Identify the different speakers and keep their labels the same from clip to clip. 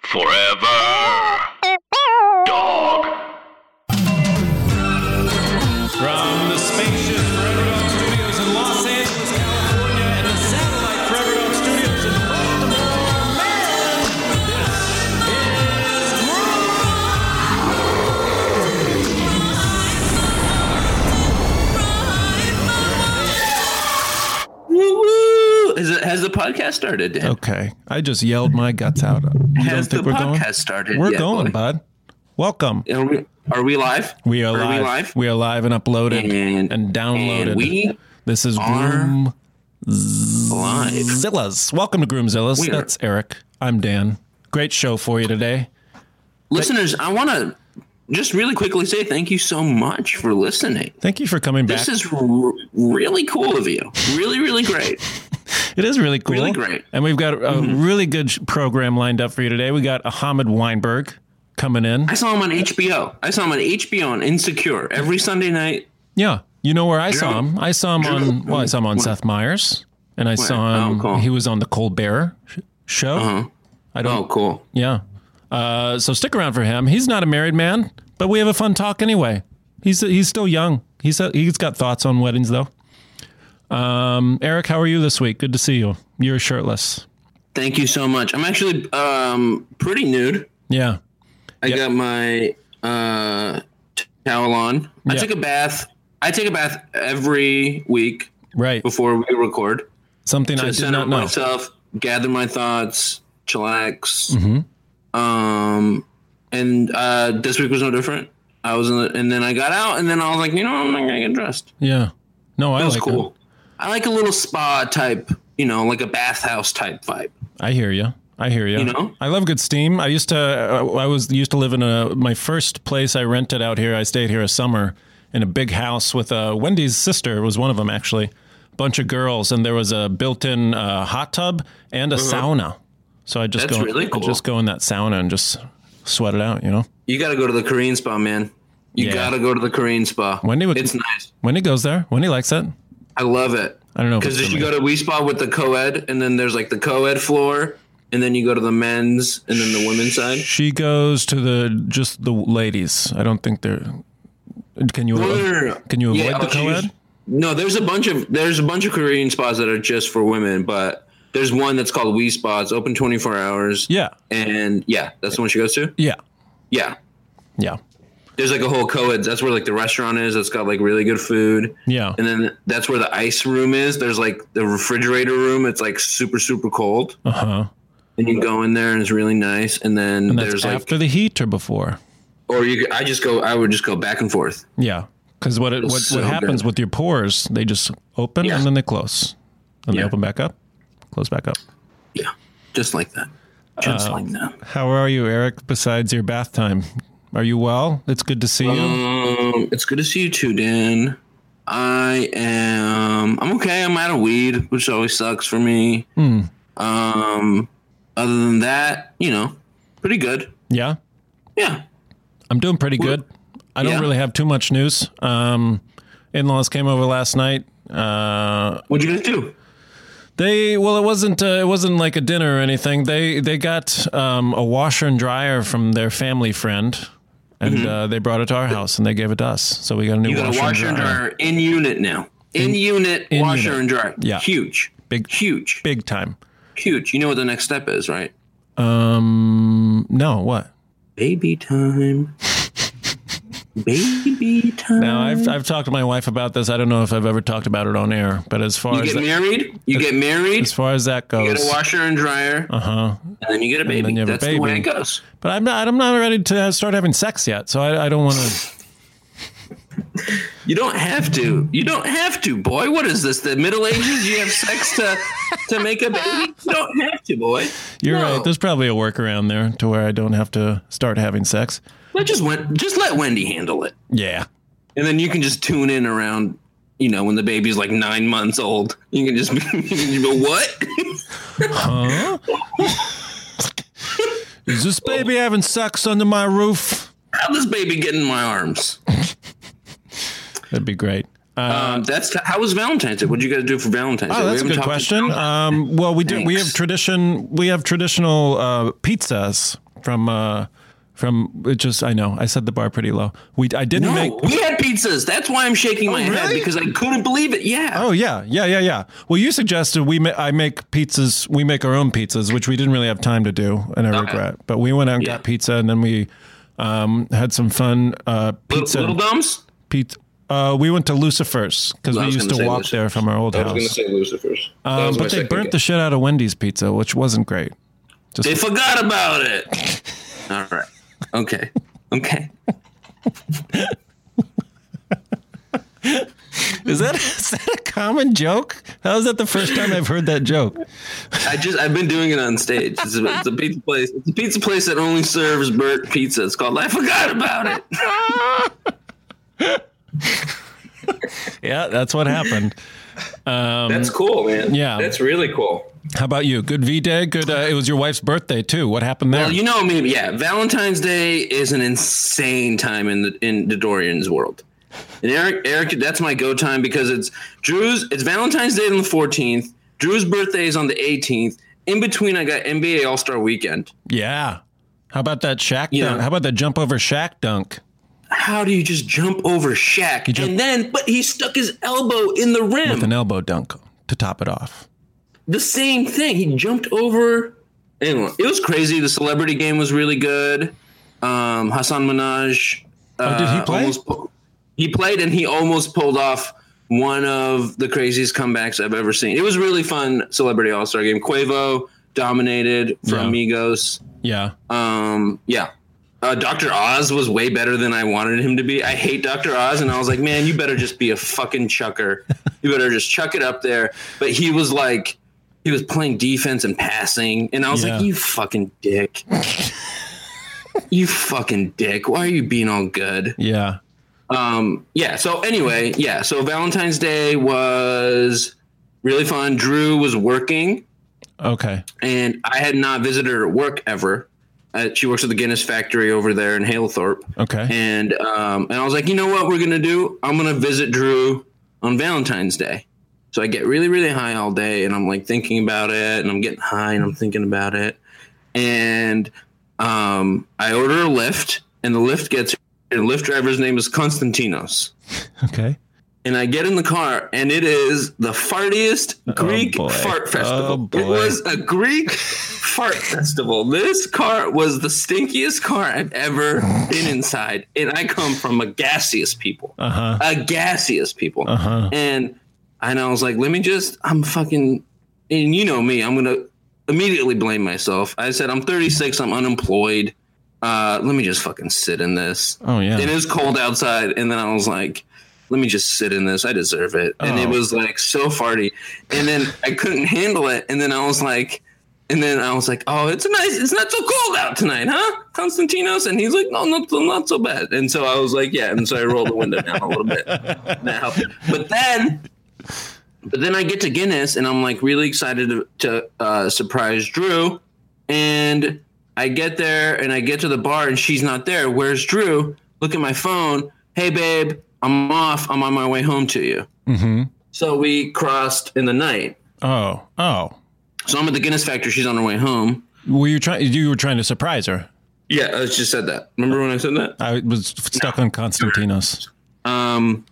Speaker 1: Forever. Dog.
Speaker 2: From the spacious Forever Dog Studios in Los Angeles, California, and the satellite Forever Dog Studios in Baltimore, Maryland, this is
Speaker 3: Woo woo! Is it, has the podcast started? Dan?
Speaker 4: Okay. I just yelled my guts out. You
Speaker 3: Has
Speaker 4: don't Oh, think
Speaker 3: the
Speaker 4: we're going?
Speaker 3: podcast started
Speaker 4: We're
Speaker 3: yet,
Speaker 4: going,
Speaker 3: boy?
Speaker 4: bud. Welcome.
Speaker 3: Are we, are we live?
Speaker 4: We are,
Speaker 3: Are
Speaker 4: live.
Speaker 3: we live?
Speaker 4: are live and uploaded and,
Speaker 3: And-
Speaker 4: downloaded.
Speaker 3: and we
Speaker 4: this is
Speaker 3: are Live.
Speaker 4: Groomzillas. Welcome to Groomzillas.
Speaker 3: We are-
Speaker 4: That's Eric. I'm Dan. Great show for you today.
Speaker 3: Listeners, I want to just really quickly say thank you so much for listening.
Speaker 4: Thank you for coming back.
Speaker 3: This is r- really cool of you. Really, really great.
Speaker 4: It is really cool.
Speaker 3: Really great. Mm-hmm.
Speaker 4: And we've got a really good sh- program lined up for you today. We got Ahmed Weinberg coming in.
Speaker 3: I saw him on HBO. I saw him on HBO on Insecure every Sunday night.
Speaker 4: Yeah, you know where I saw him. I saw him on well, I saw him on Seth Meyers, and I saw
Speaker 3: Oh,
Speaker 4: him.
Speaker 3: cool.
Speaker 4: He was on the Colbert sh- show. I don't.
Speaker 3: Oh, cool.
Speaker 4: Yeah. Uh, so stick around for him. He's not a married man, but we have a fun talk anyway. He's he's still young. He's he's got thoughts on weddings though. Um, Eric, how are you this week? Good to see you. You're shirtless.
Speaker 3: Thank you so much. I'm actually um, pretty nude.
Speaker 4: Yeah.
Speaker 3: I got my uh, t- towel on. I
Speaker 4: Yeah.
Speaker 3: took a bath. I take a bath every week
Speaker 4: Right.
Speaker 3: before we record
Speaker 4: Something I
Speaker 3: to
Speaker 4: did
Speaker 3: center
Speaker 4: not know.
Speaker 3: myself, gather my thoughts, chillax.
Speaker 4: Mm-hmm.
Speaker 3: Um, and uh, this week was no different. I was in the, and then I got out, and then I was like, you know, I'm not gonna get dressed.
Speaker 4: Yeah. No, I
Speaker 3: That was
Speaker 4: like
Speaker 3: cool.
Speaker 4: it.
Speaker 3: I like a little spa type, you know, like a bathhouse type vibe.
Speaker 4: I hear you. I hear you.
Speaker 3: You know?
Speaker 4: I love good steam. I used to. uh, I was used to live in a my first place I rented out here. I stayed here a summer in a big house with uh, Wendy's sister was one of them actually. Bunch of girls and there was a built-in uh, hot tub and a sauna. So I just
Speaker 3: Uh-huh. That's
Speaker 4: go.
Speaker 3: really
Speaker 4: I'd
Speaker 3: cool.
Speaker 4: just go in that sauna and just sweat it out. You know.
Speaker 3: You got to go to the Korean spa, man. You
Speaker 4: Yeah.
Speaker 3: got to go to the Korean spa.
Speaker 4: Wendy would-
Speaker 3: it's nice.
Speaker 4: Wendy goes there. Wendy likes it.
Speaker 3: I love it.
Speaker 4: I don't know if
Speaker 3: Because
Speaker 4: it's
Speaker 3: if
Speaker 4: for
Speaker 3: you
Speaker 4: me.
Speaker 3: go to Wii Spa with the co-ed, and then there's like the co-ed floor, and then you go to the men's, and then the women's side.
Speaker 4: She goes to the just the ladies. I don't think they're. Can you
Speaker 3: No, no, no, no.
Speaker 4: can you avoid
Speaker 3: Yeah,
Speaker 4: the
Speaker 3: oh, she's-
Speaker 4: co-ed?
Speaker 3: No, there's a bunch of there's a bunch of Korean spas that are just for women, but there's one that's called Wii Spa. It's open 24 hours.
Speaker 4: Yeah.
Speaker 3: And yeah, that's the one she goes to.
Speaker 4: Yeah.
Speaker 3: Yeah.
Speaker 4: Yeah.
Speaker 3: There's like a whole co-ed. That's where like the restaurant is. That's got like really good food.
Speaker 4: Yeah.
Speaker 3: And then that's where the ice room is. There's like the refrigerator room. It's like super super cold.
Speaker 4: Uh huh.
Speaker 3: And you go in there and it's really nice. And then
Speaker 4: And that's
Speaker 3: there's like
Speaker 4: after the heat or before.
Speaker 3: or you could- I just go I would just go back and forth.
Speaker 4: Yeah, because what it, what,
Speaker 3: so
Speaker 4: what happens
Speaker 3: good.
Speaker 4: with your pores, they just open
Speaker 3: Yeah.
Speaker 4: and then they close, and they
Speaker 3: Yeah.
Speaker 4: open back up, close back up.
Speaker 3: Yeah. Just like that. Just
Speaker 4: Uh,
Speaker 3: like that.
Speaker 4: How are you, Eric? Besides your bath time, are you well? It's good to see you.
Speaker 3: Um it's good to see you too, Dan. I am I'm okay. I'm out of weed, which always sucks for me.
Speaker 4: Hmm.
Speaker 3: Um other than that, you know, pretty good.
Speaker 4: Yeah,
Speaker 3: Yeah.
Speaker 4: I'm doing pretty good. I don't
Speaker 3: yeah.
Speaker 4: really have too much news. Um, in-laws came over last night. Uh,
Speaker 3: What'd you guys do?
Speaker 4: They well, it wasn't uh, it wasn't like a dinner or anything. They they got um, a washer and dryer from their family friend, and uh, they brought it to our house and they gave it to us. So we got a new
Speaker 3: Mm-hmm. You got
Speaker 4: washer,
Speaker 3: a washer and dryer in unit now. In, unit
Speaker 4: in
Speaker 3: washer
Speaker 4: unit.
Speaker 3: and dryer.
Speaker 4: Yeah.
Speaker 3: Huge.
Speaker 4: Big-
Speaker 3: huge.
Speaker 4: big time.
Speaker 3: Huge. You know what the next step is, right?
Speaker 4: Um, no, what?
Speaker 3: Baby time. Baby time.
Speaker 4: Now I've I've talked to my wife about this. I don't know if I've ever talked about it on air, but as far
Speaker 3: you
Speaker 4: as
Speaker 3: get
Speaker 4: that,
Speaker 3: married. You get married.
Speaker 4: as far as that
Speaker 3: You
Speaker 4: goes,
Speaker 3: get a washer and dryer. Uh huh. And then you get a baby.
Speaker 4: Uh-huh. you have a
Speaker 3: That's the way it
Speaker 4: baby.
Speaker 3: goes.
Speaker 4: but I'm not I'm not ready to start having sex yet, so I, I don't want to.
Speaker 3: You don't have to. You don't have to, boy. What is this? The Middle Ages? You have sex to to make a baby? You don't have to, boy.
Speaker 4: You're
Speaker 3: No.
Speaker 4: right. There's probably a workaround there to where I don't have to start having sex.
Speaker 3: Let just went. Just let Wendy handle it,
Speaker 4: Yeah.
Speaker 3: and then you can just tune in around. You know, when the baby's like nine months old, you can just be, you can just be what?
Speaker 4: Huh? Is this baby having sex under my roof?
Speaker 3: How this baby get in my arms?
Speaker 4: That'd be great.
Speaker 3: Um, that's how was Valentine's Day? What would you guys do for Valentine's Day?
Speaker 4: Uh-huh. Oh,
Speaker 3: We
Speaker 4: that's a
Speaker 3: haven't
Speaker 4: good
Speaker 3: talked-
Speaker 4: question. Um, well, we do. We have
Speaker 3: Thanks.
Speaker 4: tradition. We have traditional uh, pizzas from uh, from. It just I know I said the bar pretty low. We I didn't
Speaker 3: No,
Speaker 4: make.
Speaker 3: we had pizzas. That's why I'm shaking my head
Speaker 4: really?
Speaker 3: because I couldn't believe it. Yeah.
Speaker 4: Oh yeah, yeah, yeah, yeah. Well, you suggested we. Ma- I make pizzas. We make our own pizzas, which we didn't really have time to do, and I regret. But we went out and
Speaker 3: Yeah.
Speaker 4: got pizza, and then we um, had some fun uh,
Speaker 3: Little-
Speaker 4: pizza.
Speaker 3: Little Bums?
Speaker 4: Pete, uh, we went to Lucifer's because
Speaker 3: I
Speaker 4: we
Speaker 3: was
Speaker 4: used
Speaker 3: gonna
Speaker 4: to
Speaker 3: say
Speaker 4: walk
Speaker 3: Lucifer's.
Speaker 4: there from our old house.
Speaker 3: Lucifer's.
Speaker 4: Um, but they burnt the shit out of Wendy's pizza, which wasn't great.
Speaker 3: They forgot about it. All right. Okay. Okay.
Speaker 4: Is that is that a common joke? How is that the first time I've heard that joke?
Speaker 3: I just I've been doing it on stage. It's a, it's a pizza place. It's a pizza place that only serves burnt pizza. It's called I forgot about it.
Speaker 4: Yeah, that's what happened.
Speaker 3: That's cool, man.
Speaker 4: yeah.
Speaker 3: That's really cool.
Speaker 4: How about you? Good V Day. Good. Uh, it was your wife's birthday too. What happened there?
Speaker 3: Well, you know me, yeah. Valentine's Day is an insane time in the in the Dorian's world. And Eric, Eric, that's my go time because it's Drew's. It's Valentine's Day on the fourteenth. Drew's birthday is on the eighteenth. In between, I got NBA All Star Weekend.
Speaker 4: yeah. How about that Shaq
Speaker 3: Yeah.
Speaker 4: dunk? How about that jump over Shaq dunk?
Speaker 3: How do you just jump over Shaq?
Speaker 4: jump-
Speaker 3: and then, but he stuck his elbow in the rim.
Speaker 4: With an elbow dunk to top it off.
Speaker 3: the same thing. He jumped over. Anyway, it was crazy. The celebrity game was really good. Um, Hassan Minaj. uh,
Speaker 4: Oh, did he play?
Speaker 3: almost pu- he played and he almost pulled off one of the craziest comebacks I've ever seen. It was a really fun celebrity all star game. Quavo dominated from
Speaker 4: Yeah.
Speaker 3: Migos.
Speaker 4: Yeah.
Speaker 3: Um, yeah. Uh, Dr. Oz was way better than I wanted him to be. I hate Dr. Oz, and I was like, man, you better just be a fucking chucker. You better just chuck it up there. But he was like, he was playing defense and passing, and I was
Speaker 4: Yeah.
Speaker 3: like, you fucking dick. you fucking dick. Why are you being all good?
Speaker 4: Yeah.
Speaker 3: Um, yeah. So anyway, yeah. So Valentine's Day was really fun. Drew was working
Speaker 4: Okay.
Speaker 3: and I had not visited her at work ever. Uh, she works at the Guinness factory over there in Halethorpe,
Speaker 4: Okay.
Speaker 3: and um, and I was like, you know what, we're gonna do? I'm gonna visit Drew on Valentine's Day. So I get really really high all day, and I'm like thinking about it, and I'm getting high, and I'm thinking about it, and um, I order a lift, and the lift gets her. The lift driver's name is Konstantinos
Speaker 4: Okay.
Speaker 3: and I get in the car, and it is the fartiest Greek
Speaker 4: boy.
Speaker 3: fart
Speaker 4: Oh,
Speaker 3: festival.
Speaker 4: boy.
Speaker 3: it was a Greek fart festival. This car was the stinkiest car I've ever been inside, and I come from a gaseous people,
Speaker 4: Uh huh.
Speaker 3: a gaseous people,
Speaker 4: Uh huh.
Speaker 3: and and I was like, let me just, I'm fucking, and you know me, I'm gonna immediately blame myself. I said, I'm 36, I'm unemployed. Uh, let me just fucking sit in this
Speaker 4: Oh
Speaker 3: it
Speaker 4: yeah.
Speaker 3: is cold outside and then i was like let me just sit in this i deserve it and it
Speaker 4: Oh.
Speaker 3: was like so farty and then i couldn't handle it and then i was like and then i was like oh it's nice it's not so cold out tonight huh constantinos and he's like no not so, not so bad and so i was like yeah and so i rolled the window down a little bit And that helped. but then but then i get to guinness and i'm like really excited to, to uh, surprise drew and I get there and I get to the bar and she's not there. Where's Drew? Look at my phone. Hey, babe, I'm off. I'm on my way home to you.
Speaker 4: Mm-hmm.
Speaker 3: So we crossed in the night.
Speaker 4: Oh. Oh.
Speaker 3: So I'm at the Guinness factory. She's on her way home.
Speaker 4: Were you trying? You were trying to surprise her.
Speaker 3: Yeah, I just said that. Remember when I said that?
Speaker 4: I was stuck on Constantinos.
Speaker 3: Um,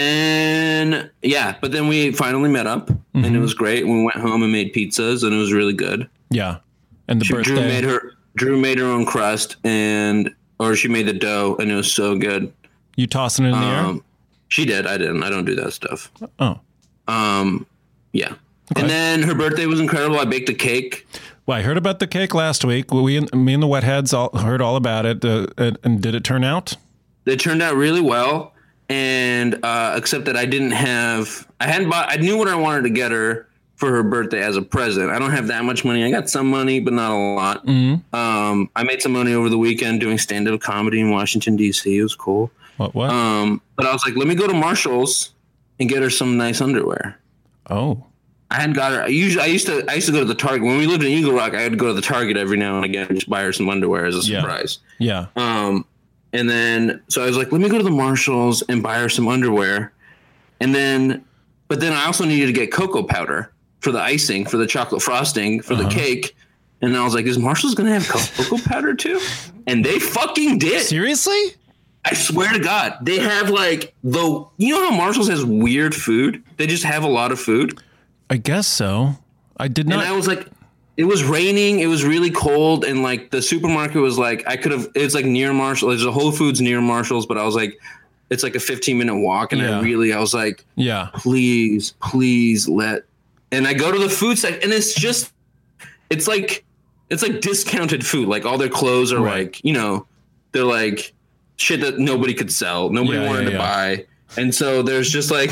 Speaker 3: then yeah, but then we finally met up and it was great. We went home and made pizzas and it was really good.
Speaker 4: Yeah, and the birthday.
Speaker 3: Drew made her Drew made her own crust and or she made the dough and it was so good.
Speaker 4: you tossing it in the
Speaker 3: Um, she did. I didn't. I don't do that stuff.
Speaker 4: air. Oh,
Speaker 3: Um, yeah.
Speaker 4: Okay.
Speaker 3: And then her birthday was incredible. I baked a cake.
Speaker 4: well, I heard about the cake last week. We, and- me and the Wetheads all heard all about it. Uh, and, and did it turn out?
Speaker 3: It turned out really well. and uh, except that I didn't have, I hadn't bought, I knew what I wanted to get her for her birthday as a present. I don't have that much money. I got some money, but not a lot.
Speaker 4: Mm-hmm.
Speaker 3: Um, I made some money over the weekend doing stand up comedy in Washington, D.C. It was cool.
Speaker 4: What? What?
Speaker 3: Um, but I was like, let me go to Marshall's and get her some nice underwear.
Speaker 4: oh,
Speaker 3: I hadn't got her. I usually, I used to, I used to go to the Target when we lived in Eagle Rock. I would go to the Target every now and again and just buy her some underwear as a
Speaker 4: Yeah.
Speaker 3: surprise.
Speaker 4: yeah.
Speaker 3: Um, and then so I was like, let me go to the Marshalls and buy her some underwear. And then, but then I also needed to get cocoa powder for the icing, for the chocolate frosting, for the cake. And I was like, is Marshalls gonna have cocoa powder too? And they fucking did.
Speaker 4: Seriously?
Speaker 3: I swear to God, they have like the you know how Marshalls has weird food. They just have a lot of food.
Speaker 4: I guess so. I did
Speaker 3: And
Speaker 4: not.
Speaker 3: I was like, it was raining. It was really cold, and like the supermarket was like, I could have. It's like near Marshall. There's a Whole Foods near Marshalls, but I was like, it's like a 15 minute walk, and
Speaker 4: Yeah.
Speaker 3: I really, I was like,
Speaker 4: yeah.
Speaker 3: please, please let. And I go to the food section, and it's just, it's like, it's like discounted food. Like all their clothes are
Speaker 4: Right.
Speaker 3: like, you know, they're like shit that nobody could sell, nobody
Speaker 4: Yeah,
Speaker 3: wanted
Speaker 4: yeah,
Speaker 3: to
Speaker 4: yeah.
Speaker 3: buy. And so there's just like,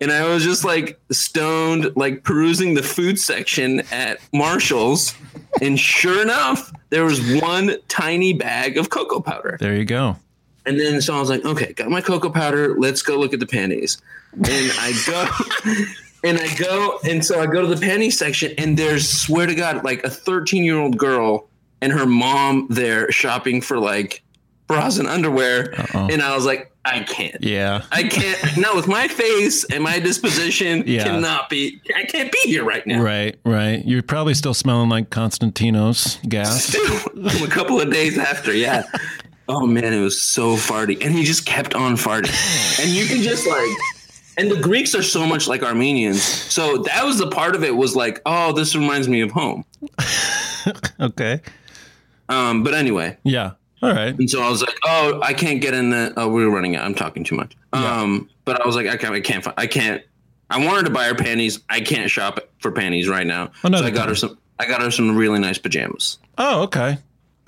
Speaker 3: and I was just like stoned, like perusing the food section at Marshall's. and sure enough, there was one tiny bag of cocoa powder.
Speaker 4: There you go.
Speaker 3: And then so I was like, okay, got my cocoa powder. Let's go look at the panties. And I go, and I go, and so I go to the panties section, and there's swear to God, like a 13 year old girl and her mom there shopping for like bras and underwear.
Speaker 4: Uh-oh.
Speaker 3: And I was like, I can't.
Speaker 4: Uh-uh. Yeah.
Speaker 3: I can't. No, with my face and my disposition,
Speaker 4: Yeah.
Speaker 3: cannot be. I can't be here right now.
Speaker 4: Right, right. You're probably still smelling like Constantino's gas.
Speaker 3: I'm a couple of days after, yeah. Oh man, it was so farty, and he just kept on farting, and you can just like, and the Greeks are so much like Armenians, so that was the part of it was like, oh, this reminds me of home.
Speaker 4: okay.
Speaker 3: Um, but anyway,
Speaker 4: Yeah. All right.
Speaker 3: and so I was like, oh, I can't get in the. Oh, we were running out. I'm talking too much. Um, but I was like, I can't, I can't, fi- I can't. I wanted to buy her panties. I can't shop for panties right now.
Speaker 4: Another
Speaker 3: so I got
Speaker 4: time.
Speaker 3: her some. I got her some really nice pajamas.
Speaker 4: Oh, okay.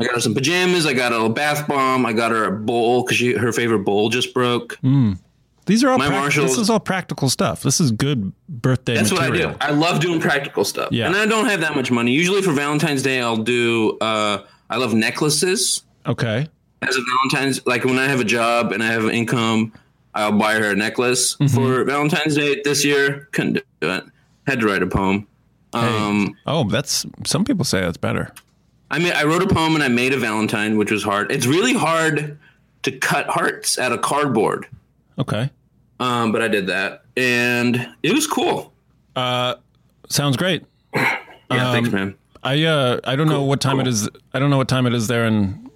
Speaker 3: I got her some pajamas. I got her a little bath bomb. I got her a bowl because her favorite bowl just broke.
Speaker 4: Mm, These are all
Speaker 3: My
Speaker 4: prac-
Speaker 3: Marshalls-
Speaker 4: this is all practical stuff. This is good birthday
Speaker 3: That's
Speaker 4: material.
Speaker 3: what I do. I love doing practical stuff.
Speaker 4: Yeah.
Speaker 3: And I don't have that much money. Usually for Valentine's Day, I'll do, uh, I love necklaces
Speaker 4: Okay.
Speaker 3: as a Valentine's. Like when I have a job and I have income, I'll buy her a necklace
Speaker 4: Mm-hmm.
Speaker 3: for Valentine's Day this year. Couldn't do it. Had to write a poem. Um,
Speaker 4: Oh, that's some people say that's better.
Speaker 3: I mean, I wrote a poem and I made a Valentine, which was hard. It's really hard to cut hearts out of cardboard.
Speaker 4: Okay.
Speaker 3: Um, but I did that, and it was cool.
Speaker 4: Uh, Sounds great. Um,
Speaker 3: Yeah, thanks, man.
Speaker 4: I uh I don't know what time it is. I don't know what time it is there and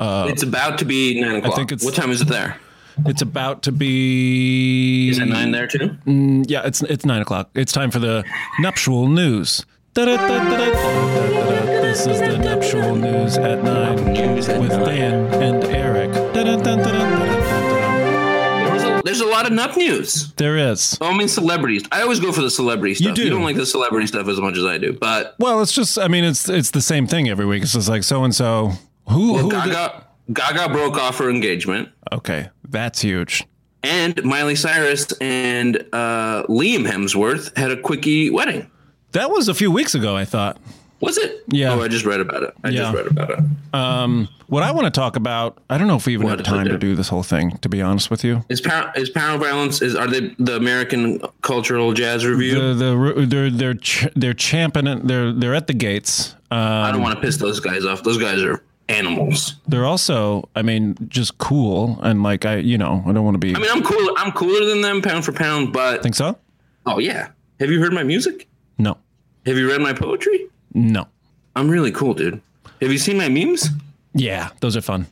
Speaker 3: it's about to be nine o'clock.
Speaker 4: uh, think it's-
Speaker 3: what time is it there?
Speaker 4: it's about to be
Speaker 3: Is it nine there too?
Speaker 4: Yeah, it's it's nine o'clock. It's time for the nuptial news. Da-da-da-da-da. This is the nuptial news at nine
Speaker 3: News at
Speaker 4: with
Speaker 3: nine.
Speaker 4: Dan and Eric. Da-da-da-da-da-da-da-da.
Speaker 3: There's a, there's a lot of nut news.
Speaker 4: There is.
Speaker 3: Oh, I mean, celebrities. I always go for the celebrity stuff.
Speaker 4: do.
Speaker 3: You don't like the celebrity stuff as much as I do, but
Speaker 4: Well, it's just. I mean, it's it's the same thing every week. It's just like so and so. Who? who did-
Speaker 3: Gaga Gaga broke off her engagement,
Speaker 4: okay, that's huge.
Speaker 3: and Miley Cyrus and uh, Liam Hemsworth had a quickie wedding.
Speaker 4: That was a few weeks ago. I thought.
Speaker 3: Was it?
Speaker 4: Yeah.
Speaker 3: Oh, I just read about it. I
Speaker 4: Yeah.
Speaker 3: just read about it.
Speaker 4: What I want to talk about. I don't know if we even have
Speaker 3: did we
Speaker 4: time to
Speaker 3: do?
Speaker 4: do this whole thing. To be honest with you.
Speaker 3: Is power is power violence? Is are they the American Cultural Jazz Review?
Speaker 4: The, the they're they're ch- they're champing at- they're they're at the gates.
Speaker 3: I don't want to piss those guys off. Those guys are animals.
Speaker 4: they're also i mean just cool and like i you know i don't want to be
Speaker 3: I mean, I'm cool. I'm cooler than them, pound for pound. But
Speaker 4: think so
Speaker 3: oh yeah, have you heard my music?
Speaker 4: no
Speaker 3: Have you read my poetry?
Speaker 4: no
Speaker 3: I'm really cool, dude. Have you seen my memes?
Speaker 4: yeah those are fun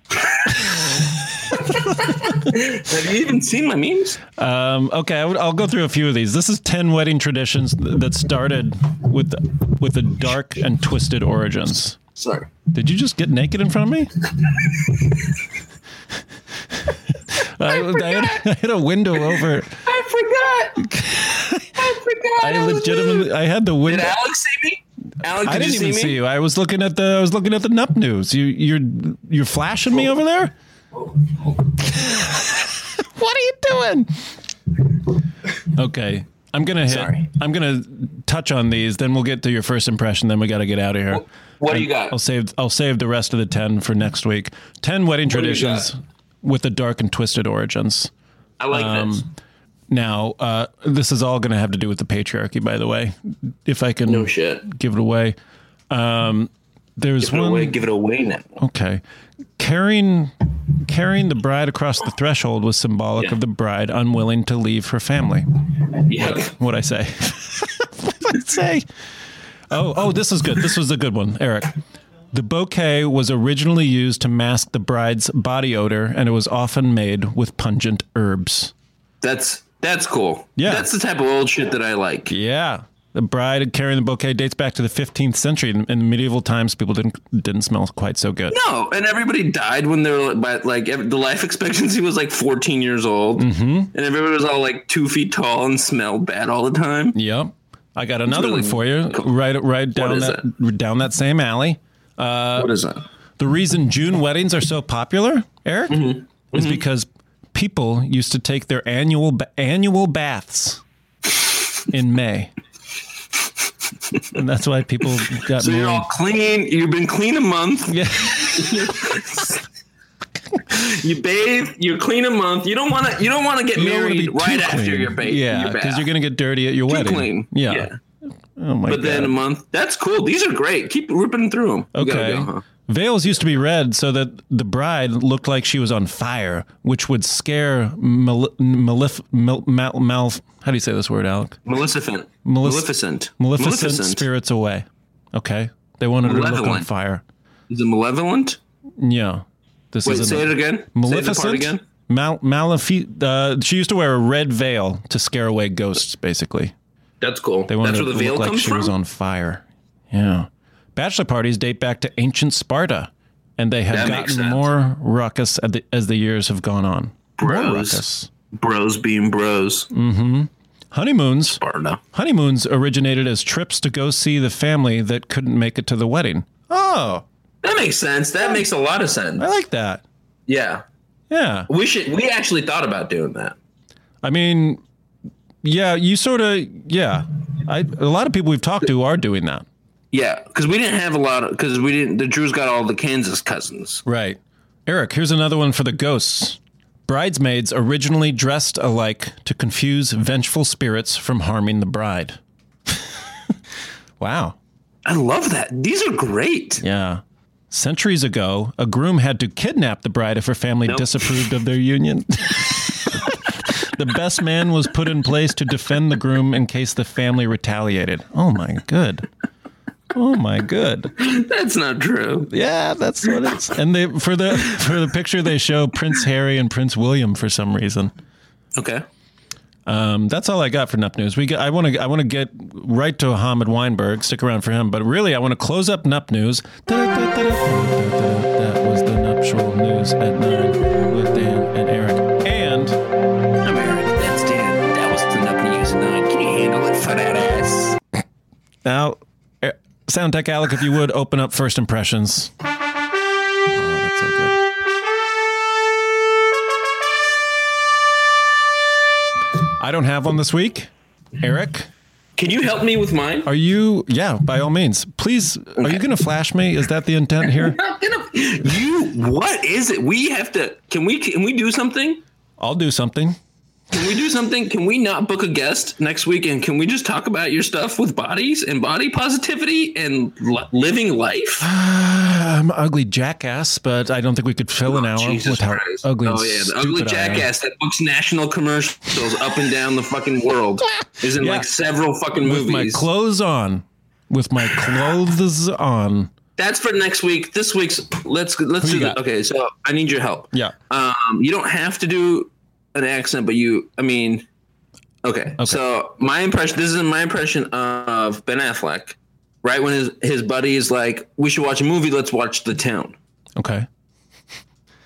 Speaker 3: Have you even seen my memes?
Speaker 4: um, okay I would, i'll go through a few of these this is 10 wedding traditions th- that started with with the dark and twisted origins
Speaker 3: Sorry.
Speaker 4: did you just get naked in front of me I, I, had, I had a window over
Speaker 3: I forgot. I forgot.
Speaker 4: i
Speaker 3: was lewd.
Speaker 4: legitimately i had the window
Speaker 3: Did Alex see me? Alex, did
Speaker 4: I didn't
Speaker 3: you see
Speaker 4: even
Speaker 3: me?
Speaker 4: see you. I was looking at the I was looking at the Nup News. You you're you're flashing me over there. What are you doing? Okay. I'm gonna hit.
Speaker 3: Sorry.
Speaker 4: I'm gonna touch on these. Then we'll get to your first impression. Then we got to get out of here.
Speaker 3: What do you
Speaker 4: I'll
Speaker 3: got?
Speaker 4: save. I'll save the rest of the ten for next week. Ten wedding
Speaker 3: do you
Speaker 4: traditions with the dark and twisted origins.
Speaker 3: I like
Speaker 4: Um,
Speaker 3: this.
Speaker 4: Now, uh, this is all going to have to do with the patriarchy, by the way. If I can
Speaker 3: No shit.
Speaker 4: give it away, um, there's
Speaker 3: Give it
Speaker 4: one.
Speaker 3: away. Give it away now.
Speaker 4: Okay. Carrying carrying the bride across the threshold was symbolic
Speaker 3: Yeah.
Speaker 4: of the bride unwilling to leave her family.
Speaker 3: Yeah.
Speaker 4: Oh, What I say? what I say? Oh, oh, this is good. This was a good one, Eric. The bouquet was originally used to mask the bride's body odor, and it was often made with pungent herbs.
Speaker 3: That's that's cool.
Speaker 4: Yeah.
Speaker 3: That's the type of old shit that I like.
Speaker 4: Yeah. The bride carrying the bouquet dates back to the 15th century. In, in medieval times, people didn't didn't smell quite so good.
Speaker 3: No, and everybody died when they were but like ev- the life expectancy was like 14 years old,
Speaker 4: Mm-hmm.
Speaker 3: and everybody was all like two feet tall and smelled bad all the time.
Speaker 4: Yep. I got another
Speaker 3: really
Speaker 4: one for you. Right, right down
Speaker 3: Hmm. is
Speaker 4: that down that same alley. Uh,
Speaker 3: what is that?
Speaker 4: The reason June weddings are so popular, Eric,
Speaker 3: Mm-hmm.
Speaker 4: is because people used to take their annual ba- annual baths in May, and that's why people got
Speaker 3: So
Speaker 4: married.
Speaker 3: you're all clean. You've been clean a month.
Speaker 4: yeah.
Speaker 3: You bathe. You're clean a month. You don't want to. You don't want to get
Speaker 4: You don't wanna
Speaker 3: married
Speaker 4: be
Speaker 3: right
Speaker 4: too
Speaker 3: after
Speaker 4: clean.
Speaker 3: your ba-
Speaker 4: Yeah,
Speaker 3: your bath.
Speaker 4: because you're gonna get dirty at your wedding.
Speaker 3: clean.
Speaker 4: Yeah.
Speaker 3: Yeah.
Speaker 4: Oh my
Speaker 3: But
Speaker 4: god.
Speaker 3: then a month. That's cool. These are great. Keep ripping through them.
Speaker 4: Okay. Veils used to be red so that the bride looked like she was on fire, which would scare mal- malef- mal- mal- mal- how do you say this word, Alec?
Speaker 3: Maleficent.
Speaker 4: Malefic-
Speaker 3: Maleficent.
Speaker 4: Maleficent, spirits away. Okay. They wanted her to look on
Speaker 3: Malevolent.
Speaker 4: fire.
Speaker 3: Is it malevolent?
Speaker 4: Yeah. This
Speaker 3: Wait,
Speaker 4: is
Speaker 3: say it again.
Speaker 4: Maleficent.
Speaker 3: Say the part again.
Speaker 4: Mal- malefi- uh, she used to wear a red veil to scare away ghosts, basically.
Speaker 3: That's cool.
Speaker 4: They wanted
Speaker 3: That's
Speaker 4: her
Speaker 3: where
Speaker 4: to
Speaker 3: the
Speaker 4: look
Speaker 3: veil
Speaker 4: like
Speaker 3: comes
Speaker 4: she
Speaker 3: from.
Speaker 4: was on fire. Yeah. Bachelor parties date back to ancient Sparta, and they have
Speaker 3: That makes
Speaker 4: gotten
Speaker 3: sense.
Speaker 4: more ruckus as the, as the years have gone on. More
Speaker 3: Bros.
Speaker 4: ruckus.
Speaker 3: Bros being bros.
Speaker 4: Honeymoons.
Speaker 3: Barna.
Speaker 4: Honeymoons originated as trips to go see the family that couldn't make it to the wedding. Oh,
Speaker 3: That makes sense. That makes a lot of sense.
Speaker 4: I like that.
Speaker 3: Yeah.
Speaker 4: Yeah.
Speaker 3: We should we actually thought about doing that.
Speaker 4: I mean, yeah, you sort of, yeah. I, a lot of people we've talked to are doing that.
Speaker 3: Yeah, because we didn't have a lot of because we didn't. The Drews got all the Kansas cousins.
Speaker 4: Right. Eric, here's another one for the ghosts. Bridesmaids originally dressed alike to confuse vengeful spirits from harming the bride. wow.
Speaker 3: I love that. These are great.
Speaker 4: Yeah. Centuries ago, a groom had to kidnap the bride if her family disapproved of their union. the best man was put in place to defend the groom in case the family retaliated. Oh my good. Oh my good.
Speaker 3: That's not true.
Speaker 4: Yeah, that's what it's. And they for the for the picture they show Prince Harry and Prince William for some reason.
Speaker 3: Okay.
Speaker 4: Um, that's all I got for Nup News. We got, I want to I want to get right to Ahmed Weinberg. Stick around for him, but really I want to close up Nup News. That was the nuptial news at nine with Dan and Eric. And
Speaker 3: I'm Eric. That's Dan. That was the Up News Nine. Can you handle it for that ass?
Speaker 4: now, Er- Sound Tech Alec, if you would open up first impressions. Oh, that's so good. I don't have one this week. Eric,
Speaker 3: Can you help me with mine?
Speaker 4: Are you? Yeah, by all means. Please, are you going to flash me? Is that the intent here?
Speaker 3: Not gonna- You what is it? We have to. Can we? Can we do something?
Speaker 4: I'll do something.
Speaker 3: Can we do something? Can we not book a guest next week? And can we just talk about your stuff with bodies and body positivity and li- living life?
Speaker 4: I'm an ugly jackass, but I don't think we could fill an hour
Speaker 3: Oh, Jesus
Speaker 4: without
Speaker 3: Christ.
Speaker 4: ugly.
Speaker 3: oh yeah, the ugly jackass that books national commercials up and down the fucking world is in
Speaker 4: Yeah.
Speaker 3: like several fucking
Speaker 4: With my
Speaker 3: movies.
Speaker 4: clothes on, with my clothes on.
Speaker 3: That's for next week. This week's let's let's
Speaker 4: you
Speaker 3: do
Speaker 4: got?
Speaker 3: that. Okay, so I need your help.
Speaker 4: Yeah.
Speaker 3: Um, you don't have to do an accent, but you. I mean, okay. So my impression. This is my impression of Ben Affleck. Right when his his buddy is like, "We should watch a movie. Let's watch The Town."
Speaker 4: Okay.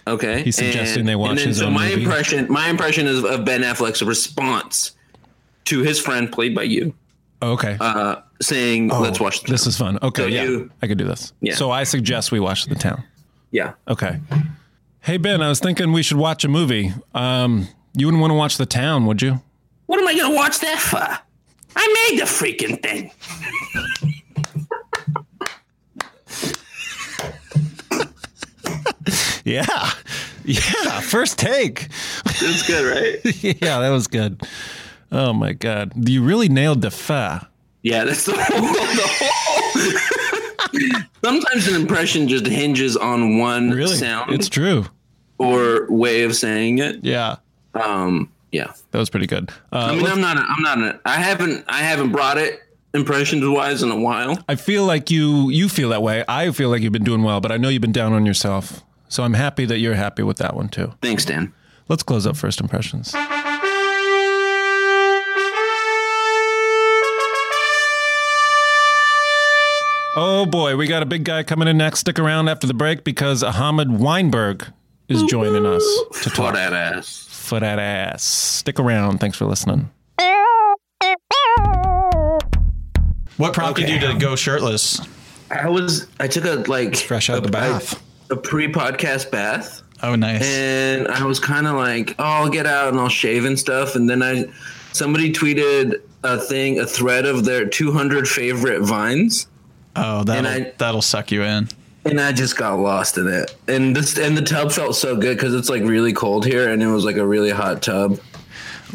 Speaker 3: Okay.
Speaker 4: He's suggesting they watch his
Speaker 3: so
Speaker 4: own
Speaker 3: my
Speaker 4: movie.
Speaker 3: impression my impression is of Ben Affleck's response to his friend played by you
Speaker 4: Okay.
Speaker 3: uh saying let's watch the
Speaker 4: Oh, This
Speaker 3: Town."
Speaker 4: is fun. Okay.
Speaker 3: So
Speaker 4: yeah.
Speaker 3: you-
Speaker 4: I could do this.
Speaker 3: Yeah.
Speaker 4: So I suggest we watch The Town.
Speaker 3: yeah.
Speaker 4: Okay. Hey Ben, I was thinking we should watch a movie. Um, You wouldn't want to watch The Town, would you?
Speaker 3: What am I gonna watch that for? I made the freaking thing.
Speaker 4: Yeah. Yeah. First take.
Speaker 3: That's good, right?
Speaker 4: yeah, that was good. Oh my god. You really nailed the fa.
Speaker 3: Yeah, that's the whole. The whole. Sometimes an impression just hinges on one
Speaker 4: Really?
Speaker 3: sound
Speaker 4: It's true.
Speaker 3: or way of saying it.
Speaker 4: Yeah.
Speaker 3: Um, yeah.
Speaker 4: That was pretty good. Uh,
Speaker 3: I mean, I'm not. A, I'm not. A, I haven't. I haven't brought it impressions wise in a while.
Speaker 4: I feel like you you feel that way. I feel like you've been doing well, but I know you've been down on yourself. So I'm happy that you're happy with that one too.
Speaker 3: Thanks, Dan.
Speaker 4: Let's close up first impressions. Oh boy, we got a big guy coming in next. Stick around after the break because Ahmed Weinberg is joining us to
Speaker 3: For
Speaker 4: talk
Speaker 3: that ass.
Speaker 4: for that ass. Stick around. Thanks for listening.
Speaker 5: What prompted you to go shirtless,
Speaker 3: I was. I took a like
Speaker 5: fresh out of the bath?
Speaker 3: a pre-podcast bath.
Speaker 5: Oh, nice.
Speaker 3: and I was kind of like, "Oh, I'll get out and I'll shave and stuff." And then I, somebody tweeted a thing, a thread of their 200 favorite vines,
Speaker 5: Oh, that'll
Speaker 3: and I-
Speaker 5: that'll suck you in.
Speaker 3: and I just got lost in it. And this and the tub felt so good because it's like really cold here, and it was like a really hot tub.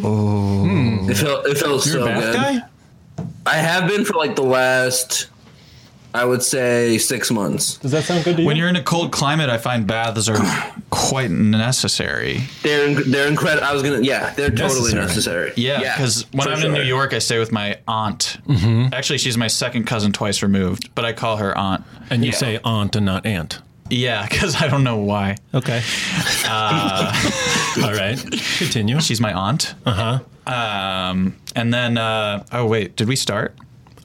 Speaker 3: Oh, it felt it felt so good. I have been for like the last, I would say, six months.
Speaker 4: Does that sound good to you?
Speaker 5: When you're in a cold climate, I find baths are quite necessary.
Speaker 3: They're in- they're incredible. I was gonna, yeah, they're totally
Speaker 4: Necessary.
Speaker 3: necessary.
Speaker 5: Yeah, because when
Speaker 3: for
Speaker 5: I'm in
Speaker 3: sure. Mm-hmm.
Speaker 5: New York, I stay with my aunt. Actually, she's my second cousin, twice removed, but I call her aunt.
Speaker 4: and you say aunt and not aunt.
Speaker 5: Yeah, because I don't know why.
Speaker 4: Okay. Uh, All right. Continue.
Speaker 5: She's my aunt. Uh
Speaker 3: Uh-huh.
Speaker 5: huh. Um, and then, uh, oh wait, did we start?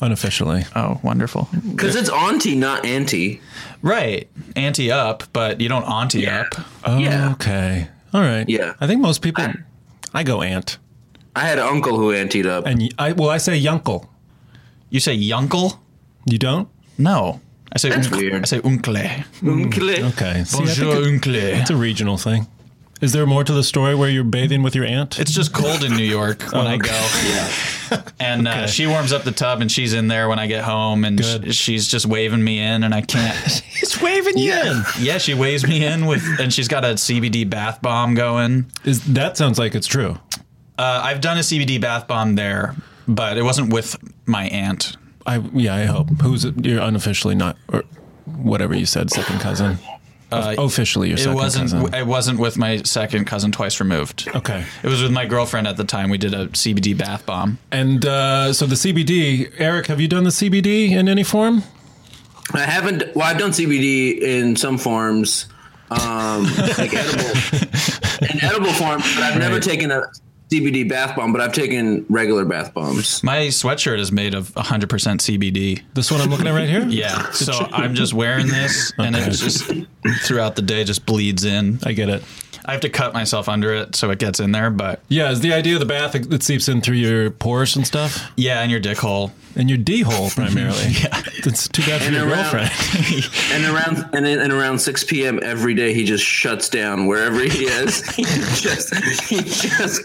Speaker 4: Unofficially.
Speaker 3: Uh,
Speaker 5: Oh, wonderful.
Speaker 3: because it's auntie, not auntie.
Speaker 5: Right, auntie up, but you don't auntie
Speaker 3: Yeah.
Speaker 5: up. Uh,
Speaker 3: Yeah.
Speaker 4: Okay. All right.
Speaker 3: Yeah.
Speaker 4: I think most people. I go aunt,
Speaker 3: I had an uncle who anteed up.
Speaker 4: and y- I well I say yunkle.
Speaker 5: You say yunkle?
Speaker 4: You don't?
Speaker 5: No, I say
Speaker 3: That's
Speaker 5: uncle.
Speaker 3: weird.
Speaker 5: I say uncle.
Speaker 4: Okay. See, I think
Speaker 5: Bonjour,
Speaker 4: it-
Speaker 5: uncle.
Speaker 4: it's a regional thing. Is there more to the story where you're bathing with your aunt?
Speaker 5: It's just cold in New York when
Speaker 4: Oh,
Speaker 5: I go. And uh, she warms up the tub and she's in there when I get home and sh-
Speaker 4: Good.
Speaker 5: she's just waving me in and I can't.
Speaker 4: It's waving you
Speaker 5: yeah, she waves me in with, and she's got a CBD bath bomb going.
Speaker 4: in. Is that sounds like it's true?
Speaker 5: Uh, I've done a CBD bath bomb there, but it wasn't with my aunt.
Speaker 4: I yeah I hope. Who's you're unofficially not or whatever you said second cousin. Officially, your
Speaker 5: Uh, It
Speaker 4: Oh, second
Speaker 5: wasn't.
Speaker 4: cousin.
Speaker 5: It wasn't with my second cousin twice removed.
Speaker 4: okay.
Speaker 5: It was with my girlfriend at the time. We did a CBD bath bomb.
Speaker 4: And uh, so the CBD, Eric, have you done the CBD in any form?
Speaker 3: I haven't. Well, I've done CBD in some forms, um, like edible, in edible form, but I've never taken a CBD bath bomb. But I've taken regular bath bombs.
Speaker 5: My sweatshirt is made of 100% CBD.
Speaker 4: This one I'm looking at right here.
Speaker 5: Yeah. So I'm just wearing this, and it just throughout the day just bleeds in.
Speaker 4: I get it.
Speaker 5: I have to cut myself under it so it gets in there, but
Speaker 4: Yeah, is the idea of the bath that seeps in through your pores and stuff,
Speaker 5: yeah, in your dick hole.
Speaker 4: and your d hole primarily. yeah, it's too bad for
Speaker 3: And
Speaker 4: your
Speaker 3: around-
Speaker 4: girlfriend.
Speaker 3: And around and, then- and around six p.m. every day, he just shuts down wherever he is. he just he just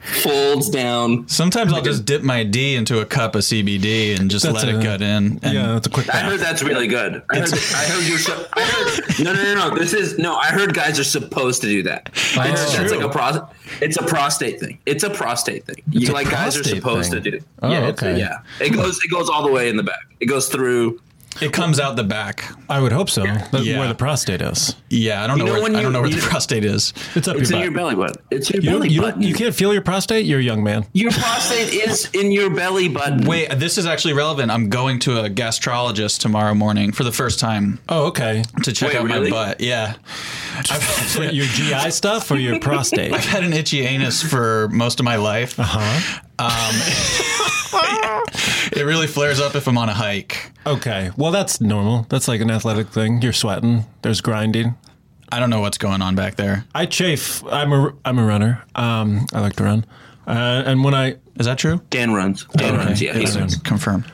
Speaker 3: folds down.
Speaker 5: Sometimes I'll just dip my D into a cup of CBD and just
Speaker 4: That's
Speaker 5: let
Speaker 4: a-
Speaker 5: it gut in. And
Speaker 4: yeah, that's a quick
Speaker 3: I
Speaker 4: bath.
Speaker 3: heard that's really good. I heard, I heard you're so. I heard, no, no, no, no. This is no. I heard guys are supposed to do that. I heard
Speaker 4: It's
Speaker 3: that's
Speaker 4: true.
Speaker 3: like a pros. It's a prostate thing. It's a prostate thing. you
Speaker 4: a
Speaker 3: like guys are
Speaker 4: prostate
Speaker 3: supposed
Speaker 4: thing.
Speaker 3: to do.
Speaker 4: Oh,
Speaker 3: yeah, it's-
Speaker 4: okay.
Speaker 3: Yeah, it goes. It goes all the way in the back. It goes through.
Speaker 5: it comes out the back.
Speaker 4: I would hope so. That's
Speaker 5: Yeah.
Speaker 4: where the prostate is.
Speaker 5: Yeah, I don't know,
Speaker 3: know
Speaker 5: where
Speaker 3: when
Speaker 5: I
Speaker 3: you-
Speaker 5: don't know where
Speaker 3: you-
Speaker 5: the prostate is.
Speaker 4: It's up
Speaker 3: It's
Speaker 4: your
Speaker 3: in your
Speaker 4: butt.
Speaker 3: belly button. It's your
Speaker 4: You, don't-
Speaker 3: belly
Speaker 4: you, don't-
Speaker 3: button.
Speaker 4: you can't feel your prostate. You're a young man.
Speaker 3: Your prostate is in your belly button.
Speaker 5: Wait, this is actually relevant. I'm going to a gastrologist tomorrow morning for the first time
Speaker 4: Oh, okay.
Speaker 5: to check
Speaker 3: Wait,
Speaker 5: out
Speaker 3: really?
Speaker 5: my butt. Yeah.
Speaker 4: For your GI stuff or your prostate?
Speaker 5: I've had an itchy anus for most of my life.
Speaker 4: Huh?
Speaker 5: Um, It really flares up if I'm on a hike.
Speaker 4: Okay. Well, that's normal. That's like an athletic thing. You're sweating. There's grinding.
Speaker 5: I don't know what's going on back there.
Speaker 4: I chafe. I'm a I'm a runner. Um, I like to run. Uh, and when I
Speaker 5: Is that true?
Speaker 3: Dan runs. Dan runs. Yeah, he
Speaker 4: Dan
Speaker 3: runs.
Speaker 4: runs.
Speaker 5: Confirmed.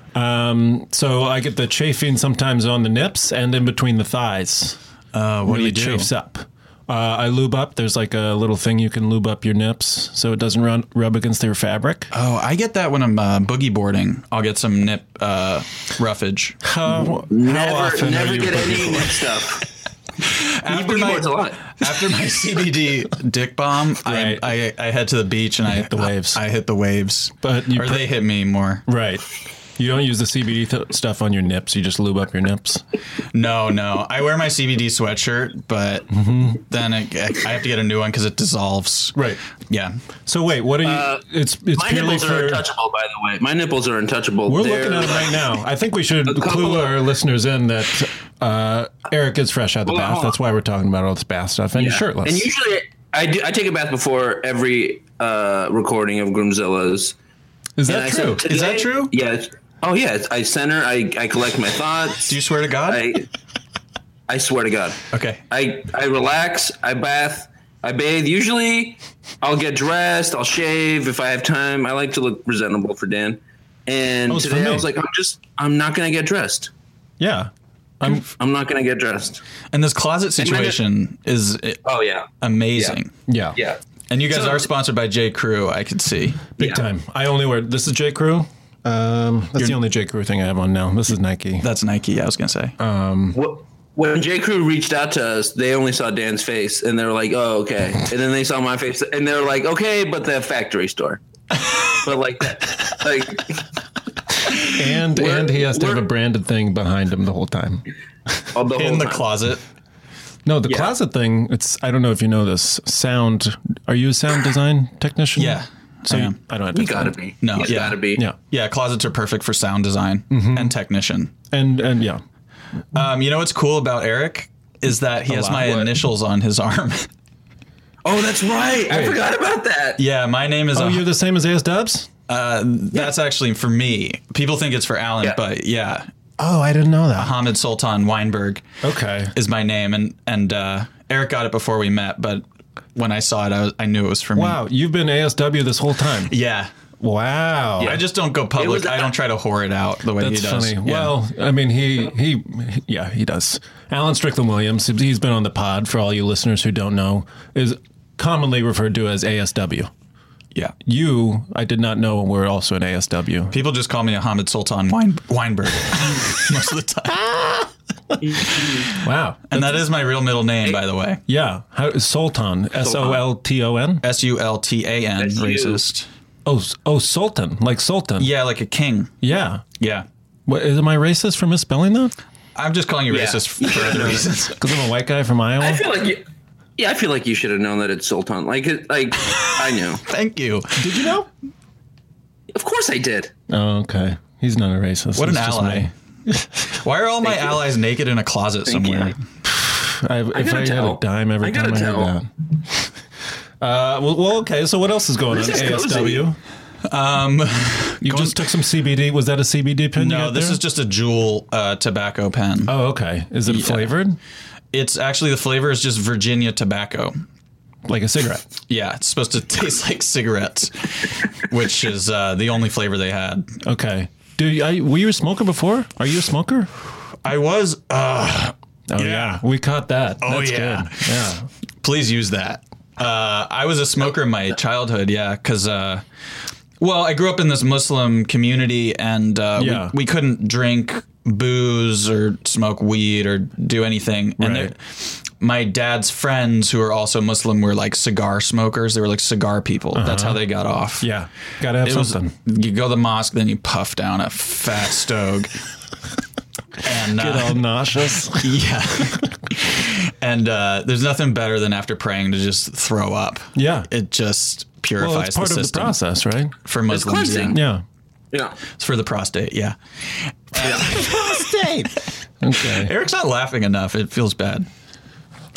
Speaker 4: So I get the chafing sometimes on the nips and in between the thighs.
Speaker 5: Uh, what
Speaker 4: Really
Speaker 5: do you do?
Speaker 4: chafes up. Uh, I lube up. There's like a little thing you can lube up your nips so it doesn't run, rub against your fabric.
Speaker 5: Oh, I get that when I'm uh, boogie boarding. I'll get some nip uh, roughage.
Speaker 4: How, how
Speaker 3: Never,
Speaker 4: often are
Speaker 3: never
Speaker 4: you
Speaker 3: get
Speaker 4: boogie
Speaker 3: any nip stuff. You
Speaker 5: After
Speaker 3: boogie
Speaker 5: my-
Speaker 3: boards a lot.
Speaker 5: After my CBD dick bomb,
Speaker 4: Right.
Speaker 5: I, I I head to the beach and I hit
Speaker 4: the waves.
Speaker 5: I, hit the waves,
Speaker 4: But you
Speaker 5: or
Speaker 4: pr-
Speaker 5: they hit me more.
Speaker 4: Right. You don't use the CBD th- stuff on your nips. You just lube up your nips.
Speaker 5: No, no, I wear my CBD sweatshirt, but then it, I have to get a new one because it dissolves.
Speaker 4: Right.
Speaker 5: Yeah.
Speaker 4: So wait, what are you? it's it's
Speaker 3: Uh, My
Speaker 4: purely
Speaker 3: nipples are
Speaker 4: for.
Speaker 3: untouchable, by the way. My nipples are untouchable.
Speaker 4: We're
Speaker 3: They're
Speaker 4: looking at it
Speaker 3: like-
Speaker 4: right now. I think we should clue
Speaker 3: couple-
Speaker 4: our listeners in that uh, Eric is fresh out of the
Speaker 3: Hold on,
Speaker 4: bath.
Speaker 3: hold on.
Speaker 4: That's why we're talking about all this bath stuff. And you're shirtless.
Speaker 3: And usually, I do. I take a bath before every uh, recording of Groomzilla's.
Speaker 4: is
Speaker 3: And I
Speaker 4: that true?
Speaker 3: said
Speaker 5: Is that
Speaker 3: today-
Speaker 5: true?
Speaker 3: Yeah. it's- Oh yeah. it's- I center. I, I collect my thoughts.
Speaker 5: Do you swear to God?
Speaker 3: I I swear to God.
Speaker 5: okay.
Speaker 3: I I relax. I bath. I bathe. Usually, I'll get dressed. I'll shave if I have time. I like to look presentable for Dan. And
Speaker 4: was for
Speaker 3: today
Speaker 4: me.
Speaker 3: I was like, I'm just. I'm not gonna get dressed.
Speaker 4: yeah. I'm
Speaker 3: I'm not gonna get dressed.
Speaker 5: And this closet
Speaker 3: might have-
Speaker 5: situation is uh,
Speaker 3: Oh yeah.
Speaker 5: amazing.
Speaker 4: yeah.
Speaker 3: Yeah.
Speaker 5: And you guys
Speaker 3: So-
Speaker 5: are sponsored by J Crew. I could see.
Speaker 4: Big
Speaker 3: Yeah.
Speaker 4: time. I only wear this is J Crew. Um, that's the only J Crew thing I have on now. This is Nike.
Speaker 5: That's Nike. I was gonna say.
Speaker 3: Wh- When J Crew reached out to us, they only saw Dan's face, and they were like, "Oh, okay." And then they saw my face, and they were like, "Okay," but the factory store. But like that, like
Speaker 4: And and he has to have a
Speaker 3: we're-
Speaker 4: branded thing behind him the whole time.
Speaker 3: all the whole
Speaker 5: In the
Speaker 3: time.
Speaker 5: closet.
Speaker 4: No, the closet thing, it's I don't know if you know this. Sound are you a sound design technician?
Speaker 5: Yeah.
Speaker 4: So
Speaker 5: I
Speaker 4: you-
Speaker 5: am.
Speaker 4: I don't have to
Speaker 3: You
Speaker 4: explain.
Speaker 3: gotta be.
Speaker 5: No,
Speaker 3: you
Speaker 5: yeah.
Speaker 3: gotta be.
Speaker 4: Yeah.
Speaker 5: Yeah, closets are perfect for sound design and technician.
Speaker 4: And and yeah.
Speaker 5: Um, you know what's cool about Eric is that he has
Speaker 4: lot.
Speaker 5: my
Speaker 4: What?
Speaker 5: initials on his arm.
Speaker 3: Oh, that's right. I forgot about that.
Speaker 5: yeah, my name is.
Speaker 4: Oh,
Speaker 5: a-
Speaker 4: you're the same as AS Dubs?
Speaker 5: that's actually for me. People think it's for Alan,
Speaker 3: Yeah.
Speaker 5: but yeah,
Speaker 4: Oh, I didn't know that.
Speaker 5: Hamid Sultan Weinberg
Speaker 4: Uh-huh. Okay.
Speaker 5: is my name, and and uh, Eric got it before we met, but when I saw it, I, was, I knew it was for me.
Speaker 4: Wow, you've been ASW this whole time.
Speaker 5: Yeah.
Speaker 4: Wow.
Speaker 5: I just don't go public.
Speaker 3: was-
Speaker 5: I don't try to whore it out the way
Speaker 4: That's
Speaker 5: he does.
Speaker 4: funny.
Speaker 5: Yeah.
Speaker 4: Well, I mean, he, he, he- yeah, he does. Alan Strickland Williams, he's been on the pod for all you listeners who don't know, is commonly referred to as ASW.
Speaker 5: yeah.
Speaker 4: You, I did not know, were also an ASW.
Speaker 5: People just call me a Hamid Sultan Wein- Weinberg most of the time,
Speaker 4: Wow.
Speaker 5: and that is my real middle name, by the way.
Speaker 4: Yeah. How, Sultan, S O L T O N?
Speaker 5: S U L T A N
Speaker 3: S U.
Speaker 5: racist.
Speaker 4: Oh, s- oh, Sultan, like Sultan.
Speaker 5: Yeah, like a king.
Speaker 4: Yeah.
Speaker 5: Yeah.
Speaker 4: What, is, am I racist for misspelling that?
Speaker 5: I'm just calling you
Speaker 3: Yeah.
Speaker 5: racist for other reasons.
Speaker 4: Because I'm a white guy from Iowa?
Speaker 3: I feel like you. Yeah, I feel like you should have known that it's Sultan. Like, it- like I knew.
Speaker 5: Thank you.
Speaker 4: did you know?
Speaker 3: Of course, I did.
Speaker 4: Oh, okay. He's not a racist.
Speaker 5: What an
Speaker 4: It's just
Speaker 5: ally.
Speaker 4: me.
Speaker 5: Why are all my allies naked in a closet somewhere?
Speaker 4: I, if
Speaker 3: gotta
Speaker 4: I had
Speaker 3: tell.
Speaker 4: a dime every
Speaker 3: I
Speaker 4: time
Speaker 3: gotta
Speaker 4: I
Speaker 3: tell.
Speaker 4: heard that. Uh, well, well, okay. So what else is going
Speaker 3: This
Speaker 4: on?
Speaker 3: is cozy.
Speaker 4: ASW.
Speaker 5: Um,
Speaker 4: You just took some CBD. Was that a CBD pen? you
Speaker 5: no,
Speaker 4: got
Speaker 5: this
Speaker 4: there?
Speaker 5: is just a Juul uh, tobacco pen.
Speaker 4: Oh, okay. Is it flavored
Speaker 5: It's actually the flavor is just Virginia tobacco.
Speaker 4: like a cigarette?
Speaker 5: Yeah, it's supposed to taste like cigarettes, which is uh, the only flavor they had.
Speaker 4: Okay. Do you, I, were you a smoker before? Are you a smoker?
Speaker 5: I was. Uh,
Speaker 4: Oh yeah, we caught that. Oh That's
Speaker 5: yeah.
Speaker 4: good. Yeah.
Speaker 5: please use that. Uh, I was a smoker in my childhood, yeah, because uh, well, I grew up in this Muslim community, and uh,
Speaker 4: Yeah.
Speaker 5: we, we couldn't drink booze or smoke weed or do anything.
Speaker 4: Right.
Speaker 5: And there- my dad's friends, who are also Muslim, were like cigar smokers. They were like cigar people. That's how they got off.
Speaker 4: Uh-huh. Yeah. Gotta have
Speaker 5: It was,
Speaker 4: something.
Speaker 5: you go to the mosque, then you puff down a fat stog. and uh,
Speaker 4: Get all nauseous.
Speaker 5: yeah. and uh, there's nothing better than after praying to just throw up.
Speaker 4: Yeah.
Speaker 5: It just purifies
Speaker 4: well, it's part
Speaker 5: the
Speaker 4: of the
Speaker 5: system
Speaker 4: process, right?
Speaker 5: for Muslims.
Speaker 3: cleansing.
Speaker 5: Yeah.
Speaker 4: Yeah.
Speaker 3: Yeah.
Speaker 5: It's for the prostate. Yeah.
Speaker 4: Okay.
Speaker 5: Eric's not laughing enough. It feels bad.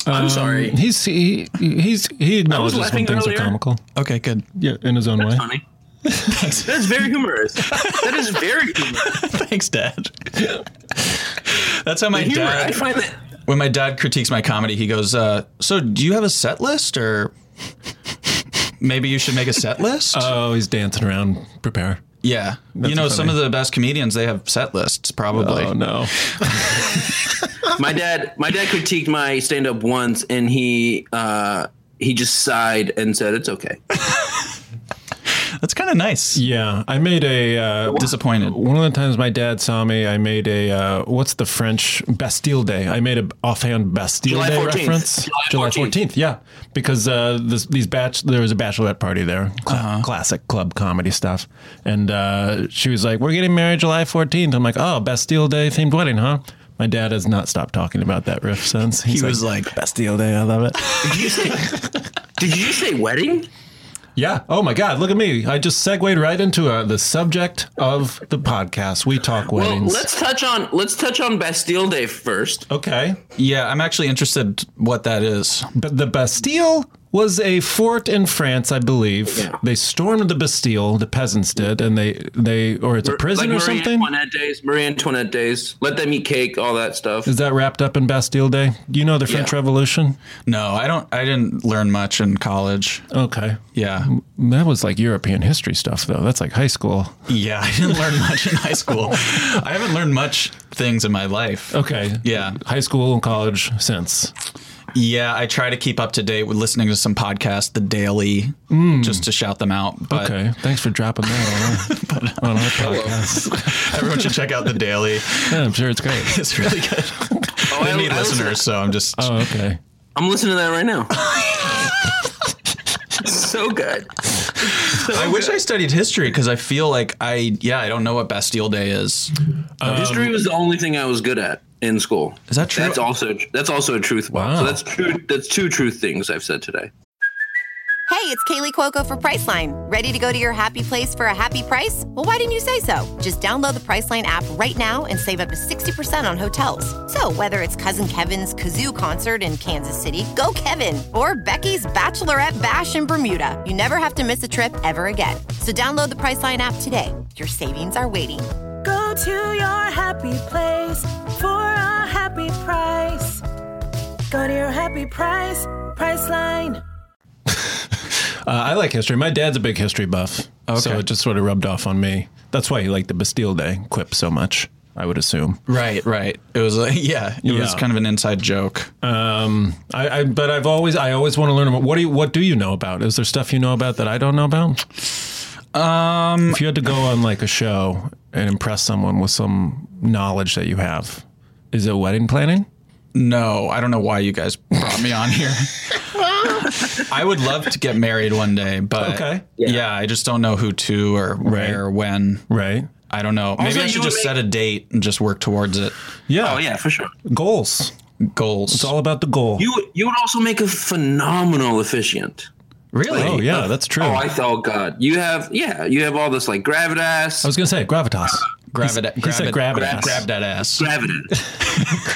Speaker 5: Um,
Speaker 3: I'm sorry.
Speaker 4: He's he he's he acknowledges when
Speaker 3: laughing
Speaker 4: things
Speaker 3: earlier.
Speaker 4: are comical.
Speaker 5: Okay, good.
Speaker 4: Yeah, in his own way.
Speaker 3: Funny. That's very humorous. That is very humorous.
Speaker 5: Thanks, Dad. That's how my
Speaker 3: Humor. I
Speaker 5: dad.
Speaker 3: find that.
Speaker 5: when my dad critiques my comedy, he goes, uh, "So, do you have a set list, or maybe you should make a set list?"
Speaker 4: Oh, he's dancing around. Prepare.
Speaker 5: yeah, you know, some of
Speaker 4: funny. Oh,
Speaker 5: the best comedians they have set lists, probably.
Speaker 4: no.
Speaker 3: my dad my dad critiqued my stand up once and he uh he just sighed and said it's okay
Speaker 5: That's kind of nice.
Speaker 4: Yeah, I made a. Uh,
Speaker 5: Disappointed.
Speaker 4: one of the times my dad saw me, I made a uh, what's the French Bastille Day. I made a offhand Bastille
Speaker 3: July
Speaker 4: Day
Speaker 3: 14th.
Speaker 4: reference.
Speaker 3: July 14th.
Speaker 4: yeah, because uh, this, these batch there was a bachelorette party there, Cla- classic club comedy stuff, and uh, she was like, "We're getting married July 14th." I'm like, "Oh, Bastille Day themed wedding, huh?" My dad has not stopped talking about that riff since. He's
Speaker 5: He was like,
Speaker 4: Bastille Day, I love it.
Speaker 3: did you say did you say wedding
Speaker 4: Yeah. Oh my God! Look at me. I just segued right into uh, the subject of the podcast. We talk
Speaker 3: well
Speaker 4: weddings.
Speaker 3: let's touch on let's touch on Bastille Day first
Speaker 4: okay.
Speaker 5: Yeah, I'm actually interested what that is.
Speaker 4: But the Bastille was a fort in France, I believe.
Speaker 3: Yeah.
Speaker 4: They stormed the Bastille. The peasants did, and they they or it's a prison
Speaker 3: like
Speaker 4: or
Speaker 3: Marie
Speaker 4: something.
Speaker 3: Antoinette days Marie Antoinette days let them eat cake all that stuff
Speaker 4: Is that wrapped up in Bastille Day? You know the French
Speaker 3: Yeah.
Speaker 4: Revolution.
Speaker 5: No, I don't. I didn't learn much in college.
Speaker 4: Okay.
Speaker 5: Yeah,
Speaker 4: That was like European history stuff, though. That's like high school.
Speaker 5: yeah, I didn't learn much in high school. I haven't learned much things in my life.
Speaker 4: Okay.
Speaker 5: Yeah,
Speaker 4: High school and college since.
Speaker 5: yeah. I try to keep up to date with listening to some podcasts, the daily, just to shout them out. But
Speaker 4: Okay. Thanks for dropping that on our, on our
Speaker 3: uh,
Speaker 4: podcast.
Speaker 5: everyone should check out the daily.
Speaker 4: Yeah, I'm sure it's great.
Speaker 5: It's really good.
Speaker 3: oh,
Speaker 5: I need
Speaker 3: listen-
Speaker 5: listeners, so I'm just.
Speaker 4: Oh, okay.
Speaker 3: I'm listening to that right now so good
Speaker 5: I wish I studied history because I feel like I yeah I don't know what Bastille Day is.
Speaker 3: History was the only thing I was good at in school.
Speaker 5: Is that true?
Speaker 3: That's also that's also a truth.
Speaker 4: Wow.
Speaker 3: So that's true. That's two truth things I've said today.
Speaker 6: Hey, it's Kaylee Cuoco for Priceline. Ready to go to your happy place for a happy price? Well, why didn't you say so? Just download the Priceline app right now and save up to 60% on hotels. So, whether it's Cousin Kevin's Kazoo concert in Kansas City, go Kevin, or Becky's Bachelorette Bash in Bermuda, you never have to miss a trip ever again. So, download the Priceline app today. Your savings are waiting.
Speaker 7: Go to your happy place for a happy price. Go to your happy price, Priceline.
Speaker 4: Uh, I like history. My dad's a big history buff, so
Speaker 5: Okay.
Speaker 4: it just sort of rubbed off on me. That's why he liked the Bastille Day quip so much. I would assume.
Speaker 5: Right, right. It was like yeah, it was
Speaker 4: Yeah.
Speaker 5: kind of an inside joke.
Speaker 4: Um, I, I but I've always I always want to learn. About, what do you What do you know about? Is there stuff you know about that I don't know about? Um, if you had to go on like a show and impress someone with some knowledge that you have, is it wedding planning?
Speaker 5: No, I don't know why you guys brought me on here. I would love to get married one day, but
Speaker 4: Okay.
Speaker 5: yeah. I just don't know who to or where or when.
Speaker 4: Right.
Speaker 5: I don't know. Maybe
Speaker 3: Also,
Speaker 5: I
Speaker 3: you
Speaker 5: should
Speaker 3: would
Speaker 5: just
Speaker 3: make-
Speaker 5: set a date and just work towards it.
Speaker 4: Yeah.
Speaker 3: Oh yeah, for sure.
Speaker 4: Goals.
Speaker 5: Goals.
Speaker 4: It's all about the goal.
Speaker 3: You would- you would also make a phenomenal efficient.
Speaker 5: really?
Speaker 4: oh yeah, that's true.
Speaker 3: Oh, I
Speaker 4: I,
Speaker 3: thought God, you have yeah, you have all this like gravitas,
Speaker 4: was gonna say gravitas.
Speaker 5: Grab it.
Speaker 4: he
Speaker 5: grab
Speaker 4: said
Speaker 5: it.
Speaker 4: grab it
Speaker 5: grab,
Speaker 4: ass.
Speaker 5: grab that ass.
Speaker 3: gravitas,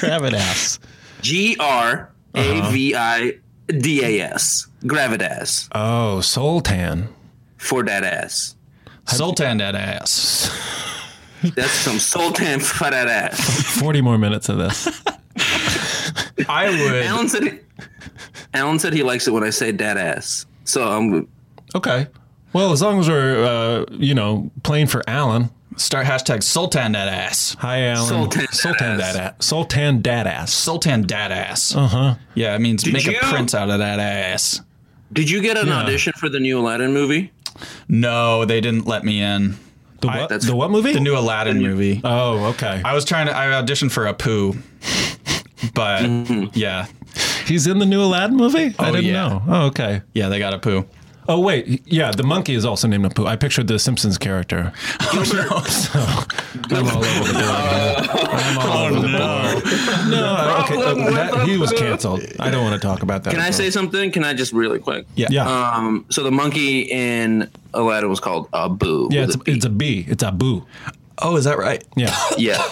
Speaker 4: Grab it ass.
Speaker 3: G R A V I D A S,
Speaker 4: Uh-huh.
Speaker 3: gravitas
Speaker 4: Oh, soul tan.
Speaker 3: for that ass.
Speaker 5: Sultan that ass.
Speaker 3: That's some sultan for that ass.
Speaker 4: 40 more minutes of this.
Speaker 5: I would.
Speaker 3: Alan said, he, Alan said he likes it when I say that ass. So um, I'm
Speaker 4: Okay. Well, as long as we're, uh, you know, playing for Alan.
Speaker 5: Start hashtag Sultan that ass.
Speaker 4: Hi, Alan.
Speaker 3: Sultan
Speaker 4: Sultan
Speaker 3: Dadass.
Speaker 4: Dadass. Sultan Dadass.
Speaker 5: Sultan that ass. Uh
Speaker 4: Uh-huh.
Speaker 5: huh. Yeah, it means make
Speaker 3: you-
Speaker 5: a print out of that ass.
Speaker 3: Did you get an audition for the new Aladdin movie?
Speaker 5: No, they didn't let me in.
Speaker 4: The what,
Speaker 3: that's-
Speaker 4: the what movie?
Speaker 5: The new Aladdin movie.
Speaker 4: oh, okay.
Speaker 5: I was trying to. I auditioned for a poo, but
Speaker 4: Mm.
Speaker 5: yeah,
Speaker 4: He's in the new Aladdin movie? I
Speaker 5: Oh,
Speaker 4: didn't
Speaker 5: yeah.
Speaker 4: know. Oh, okay.
Speaker 5: yeah, they got a poo.
Speaker 4: Oh, wait. Yeah, the monkey is also named Apu. I pictured the Simpsons character.
Speaker 5: Oh,
Speaker 4: I'm all over the board. I'm all
Speaker 5: Oh,
Speaker 4: over the board. No, okay.
Speaker 3: Problem
Speaker 4: look, that- he was canceled. I don't want to talk about that.
Speaker 3: Can I
Speaker 4: at all.
Speaker 3: say something? Can I just really quick?
Speaker 5: Yeah,
Speaker 4: Uh-huh. Yeah.
Speaker 3: Um, so the monkey in Aladdin was called Abu.
Speaker 4: yeah,
Speaker 3: with
Speaker 4: it's,
Speaker 3: a B.
Speaker 4: it's a B. It's a boo.
Speaker 5: Oh, is that right?
Speaker 4: Yeah.
Speaker 3: yeah.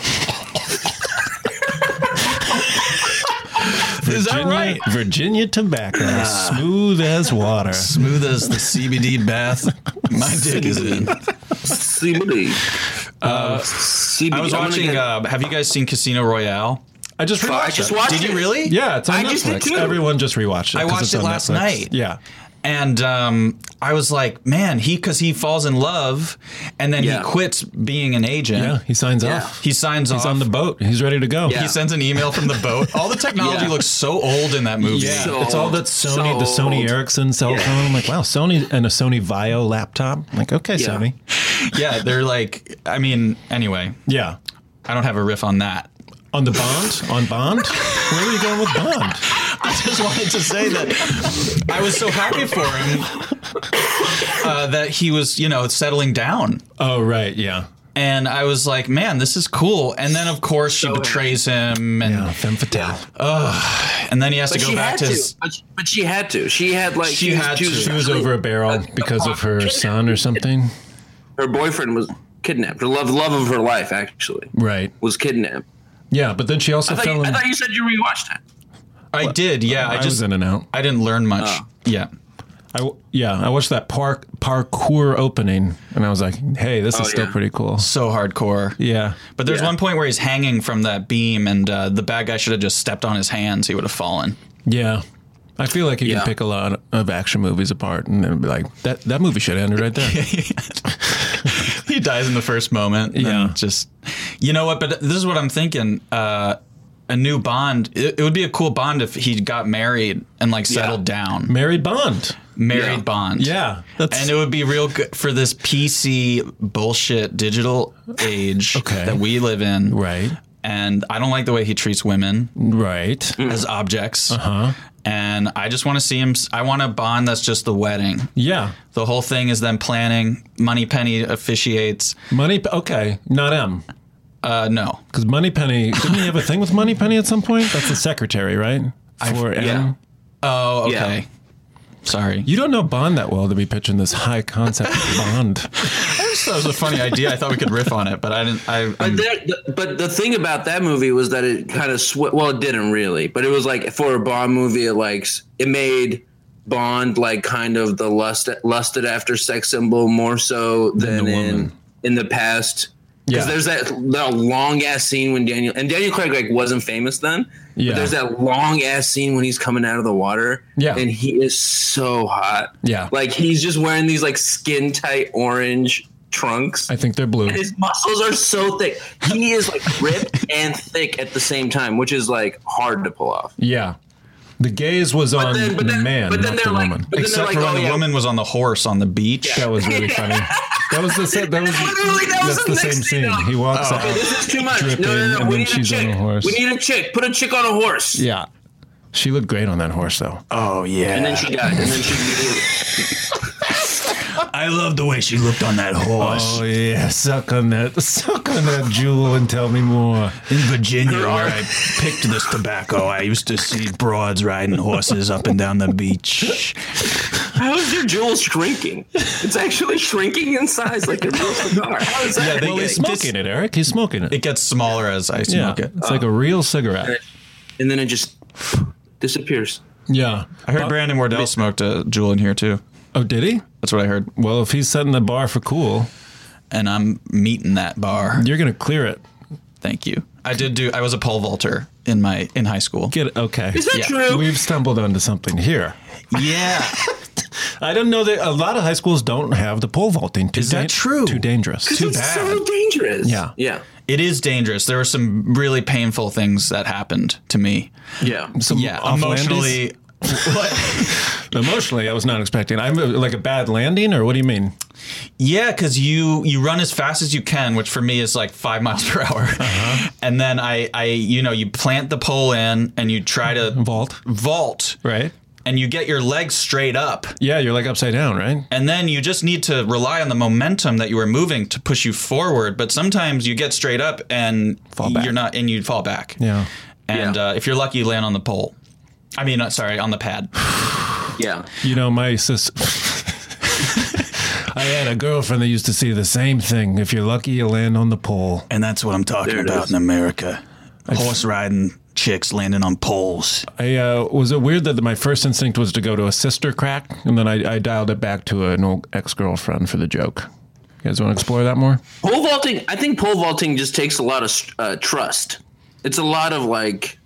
Speaker 5: Is that
Speaker 4: Virginia-
Speaker 5: right?
Speaker 4: Virginia tobacco, smooth as water.
Speaker 5: Smooth as the CBD bath. My dick is in.
Speaker 3: CBD. CBD.
Speaker 5: I was
Speaker 3: Uh, I'm gonna
Speaker 5: watching.
Speaker 3: get-
Speaker 5: Uh, have you guys seen Casino Royale?
Speaker 4: I just
Speaker 3: I
Speaker 4: rewatched
Speaker 3: just
Speaker 4: it.
Speaker 3: watched
Speaker 5: Did
Speaker 3: it.
Speaker 5: you really?
Speaker 4: Yeah, it's on
Speaker 3: I
Speaker 4: Netflix.
Speaker 3: just did too.
Speaker 4: Everyone just rewatched it.
Speaker 5: I
Speaker 4: 'cause
Speaker 5: watched
Speaker 4: it's
Speaker 5: it
Speaker 4: on
Speaker 5: last
Speaker 4: Netflix.
Speaker 5: night.
Speaker 4: Yeah,
Speaker 5: And um, I was like, man, he because he falls in love, and then
Speaker 3: Yeah.
Speaker 5: he quits being an agent.
Speaker 4: Yeah, he signs
Speaker 3: Yeah.
Speaker 4: off.
Speaker 5: He signs
Speaker 4: He's
Speaker 5: off
Speaker 4: on the boat. He's ready to go.
Speaker 3: Yeah.
Speaker 5: He sends an email from the boat. All the technology
Speaker 3: Yeah.
Speaker 5: looks so old in that movie.
Speaker 3: Yeah. So-
Speaker 4: It's all that Sony, the
Speaker 3: Sold.
Speaker 4: Sony Ericsson cell phone. I'm like, wow, Sony and a Sony Vio laptop. I'm like, okay,
Speaker 3: Yeah.
Speaker 4: Sony.
Speaker 5: Yeah, they're like, I mean, anyway,
Speaker 4: Yeah.
Speaker 5: I don't have a riff on that.
Speaker 4: On the Bond? On Bond? Where are you going with Bond?
Speaker 5: I just wanted to say that I was so happy for him uh, that he was, you know, settling down.
Speaker 4: Oh, right. Yeah.
Speaker 5: And I was like, man, this is cool. And then, of course, she betrays him, and,
Speaker 4: Yeah. Femme fatale.
Speaker 5: and then he has
Speaker 3: But
Speaker 5: to
Speaker 3: she
Speaker 5: go back
Speaker 3: had
Speaker 5: to.
Speaker 3: to.
Speaker 5: His,
Speaker 3: But, she, but she had to. She had like
Speaker 5: She had to.
Speaker 4: She was over a barrel because of her son or something.
Speaker 3: Her boyfriend was kidnapped. The love love of her life actually
Speaker 4: Right.
Speaker 3: was kidnapped.
Speaker 4: Yeah. But then she also
Speaker 3: I thought,
Speaker 4: fell
Speaker 3: you, I
Speaker 4: in.
Speaker 3: thought you said you rewatched it.
Speaker 5: I did, yeah. I,
Speaker 4: I, was
Speaker 5: just,
Speaker 4: in and out.
Speaker 5: I didn't learn much.
Speaker 3: Oh.
Speaker 5: Yeah.
Speaker 4: I w yeah. I watched that park parkour opening and I was like, hey, this is still
Speaker 3: Oh, yeah.
Speaker 4: pretty cool.
Speaker 5: So hardcore.
Speaker 4: Yeah.
Speaker 5: But there's one point where he's hanging from that beam, and uh, the bad guy should have just stepped on his hands. He would have fallen.
Speaker 4: Yeah. I feel like you
Speaker 3: Yeah.
Speaker 4: can pick a lot of action movies apart and then be like, that, that movie should have ended right there.
Speaker 5: he dies in the first moment. And
Speaker 4: Yeah.
Speaker 5: then just you know what? But this is what I'm thinking. Uh, a new Bond. It, it would be a cool Bond if he got married and like settled down,
Speaker 4: Married Bond.
Speaker 5: married
Speaker 3: Yeah.
Speaker 5: Bond.
Speaker 4: Yeah. That's,
Speaker 5: And it would be real good for this PC bullshit digital age
Speaker 4: Okay.
Speaker 5: that we live in.
Speaker 4: right.
Speaker 5: And I don't like the way he treats women
Speaker 4: Right.
Speaker 5: as objects. Mm. Uh-huh. And I just want to see him. s- I want a Bond that's just the wedding.
Speaker 4: Yeah.
Speaker 5: The whole thing is them planning. Money Penny officiates.
Speaker 4: Money. Okay. Not M.
Speaker 5: Uh, no,
Speaker 4: Because Money Penny, didn't he have a thing with Money Penny at some point? That's the secretary, right? For M.
Speaker 3: yeah.
Speaker 5: Oh,
Speaker 3: Yeah.
Speaker 5: okay. Sorry.
Speaker 4: You don't know Bond that well to be pitching this high concept Bond.
Speaker 5: that was a funny idea. I thought we could riff on it, but I didn't. I,
Speaker 3: But, that, the, but the thing about that movie was that it kind of sw- well, it didn't really, but it was like for a Bond movie, it like s- it made Bond like kind of the lust lusted after sex symbol more so than
Speaker 4: the
Speaker 3: in
Speaker 4: woman.
Speaker 3: in the past. Because
Speaker 4: Yeah.
Speaker 3: there's that, that long ass scene when Daniel and Daniel Craig like wasn't famous then.
Speaker 4: Yeah.
Speaker 3: But there's that long ass scene when he's coming out of the water.
Speaker 4: Yeah.
Speaker 3: And he is so hot.
Speaker 4: Yeah.
Speaker 3: Like he's just wearing these like skin tight orange trunks
Speaker 4: I think they're blue.
Speaker 3: and his muscles are so thick. He is like ripped and thick at the same time, which is like hard to pull off.
Speaker 4: Yeah. The gaze was on
Speaker 3: then- but
Speaker 4: the
Speaker 3: then-
Speaker 4: man,
Speaker 3: but then
Speaker 4: not the
Speaker 3: they're like-
Speaker 4: woman.
Speaker 3: but then
Speaker 5: except
Speaker 3: they're
Speaker 5: for
Speaker 3: like,
Speaker 5: when
Speaker 3: oh,
Speaker 5: the
Speaker 3: yeah.
Speaker 5: woman was on the horse on the beach.
Speaker 4: That was really funny. That was the same. That was
Speaker 3: Literally, that was
Speaker 4: that's
Speaker 3: the
Speaker 4: the
Speaker 3: next
Speaker 4: same
Speaker 3: scene. Oh,
Speaker 4: scene. He walks
Speaker 3: Okay,
Speaker 4: out.
Speaker 3: this is too much.
Speaker 4: dripping,
Speaker 3: No, no, no.
Speaker 4: and
Speaker 3: We
Speaker 4: then
Speaker 3: need a
Speaker 4: she's on
Speaker 3: chick.
Speaker 4: a horse.
Speaker 3: We need a chick. Put a chick on a horse.
Speaker 4: Yeah. She looked great on that horse, though.
Speaker 5: Oh yeah.
Speaker 3: And then she died. And then she.
Speaker 5: I love the way she looked on that horse
Speaker 4: Oh yeah, suck on that, suck on that jewel, and tell me more.
Speaker 5: in Virginia, where I picked this tobacco. I used to see broads riding horses up and down the beach.
Speaker 3: How is your jewel shrinking? It's actually shrinking in size, like a real cigar. How is that?
Speaker 5: Yeah, they-
Speaker 4: Well, he's
Speaker 5: This-
Speaker 4: smoking it, Eric. He's smoking it.
Speaker 5: It gets smaller as I
Speaker 4: yeah,
Speaker 5: smoke it.
Speaker 4: it's like a real cigarette.
Speaker 3: and then it just disappears.
Speaker 4: Yeah.
Speaker 5: I heard Brandon Wardell smoked a jewel in here too.
Speaker 4: Oh, did he?
Speaker 5: That's what I heard.
Speaker 4: Well, if he's setting the bar for cool,
Speaker 5: And I'm meeting that bar.
Speaker 4: you're gonna clear it.
Speaker 5: Thank you. I did do. I was a pole vaulter in my in high school.
Speaker 4: Get it. Okay.
Speaker 3: Is that
Speaker 5: Yeah.
Speaker 3: true?
Speaker 4: We've stumbled onto something here.
Speaker 5: Yeah.
Speaker 4: I don't know that a lot of high schools don't have the pole vaulting. Too
Speaker 5: Is that true?
Speaker 4: Too dangerous. Too
Speaker 3: it's so dangerous.
Speaker 4: Yeah.
Speaker 3: Yeah.
Speaker 5: It is dangerous. There were some really painful things that happened to me.
Speaker 3: Yeah.
Speaker 4: Some
Speaker 5: Yeah,
Speaker 4: off landies?
Speaker 5: emotionally. What?
Speaker 4: Emotionally, I was not expecting. I'm uh, like a bad landing, or what do you mean?
Speaker 5: yeah, because you you run as fast as you can, which for me is like five miles per hour,
Speaker 4: Uh-huh.
Speaker 5: and then I I you know you plant the pole in and you try to
Speaker 4: Vault.
Speaker 5: vault
Speaker 4: Right.
Speaker 5: and you get your legs straight up,
Speaker 4: Yeah, you're like upside down, right?
Speaker 5: and then you just need to rely on the momentum that you are moving to push you forward. But sometimes you get straight up and
Speaker 4: Fall back.
Speaker 5: you're not and you fall back.
Speaker 4: Yeah.
Speaker 5: And
Speaker 3: Yeah.
Speaker 5: uh, if you're lucky, you land on the pole. I mean, uh, sorry, on the pad.
Speaker 3: Yeah.
Speaker 4: You know, my sister. I had a girlfriend that used to say the same thing. If you're lucky, you land on the pole.
Speaker 5: And that's what I'm talking
Speaker 3: There it
Speaker 5: about
Speaker 3: is.
Speaker 5: in America. Horse riding chicks landing on poles.
Speaker 4: I uh, was it weird that my first instinct was to go to a sister crack, and then I, I dialed it back to an old ex girlfriend for the joke. You guys want to explore that more?
Speaker 3: Pole vaulting, I think pole vaulting just takes a lot of uh, trust. It's a lot of like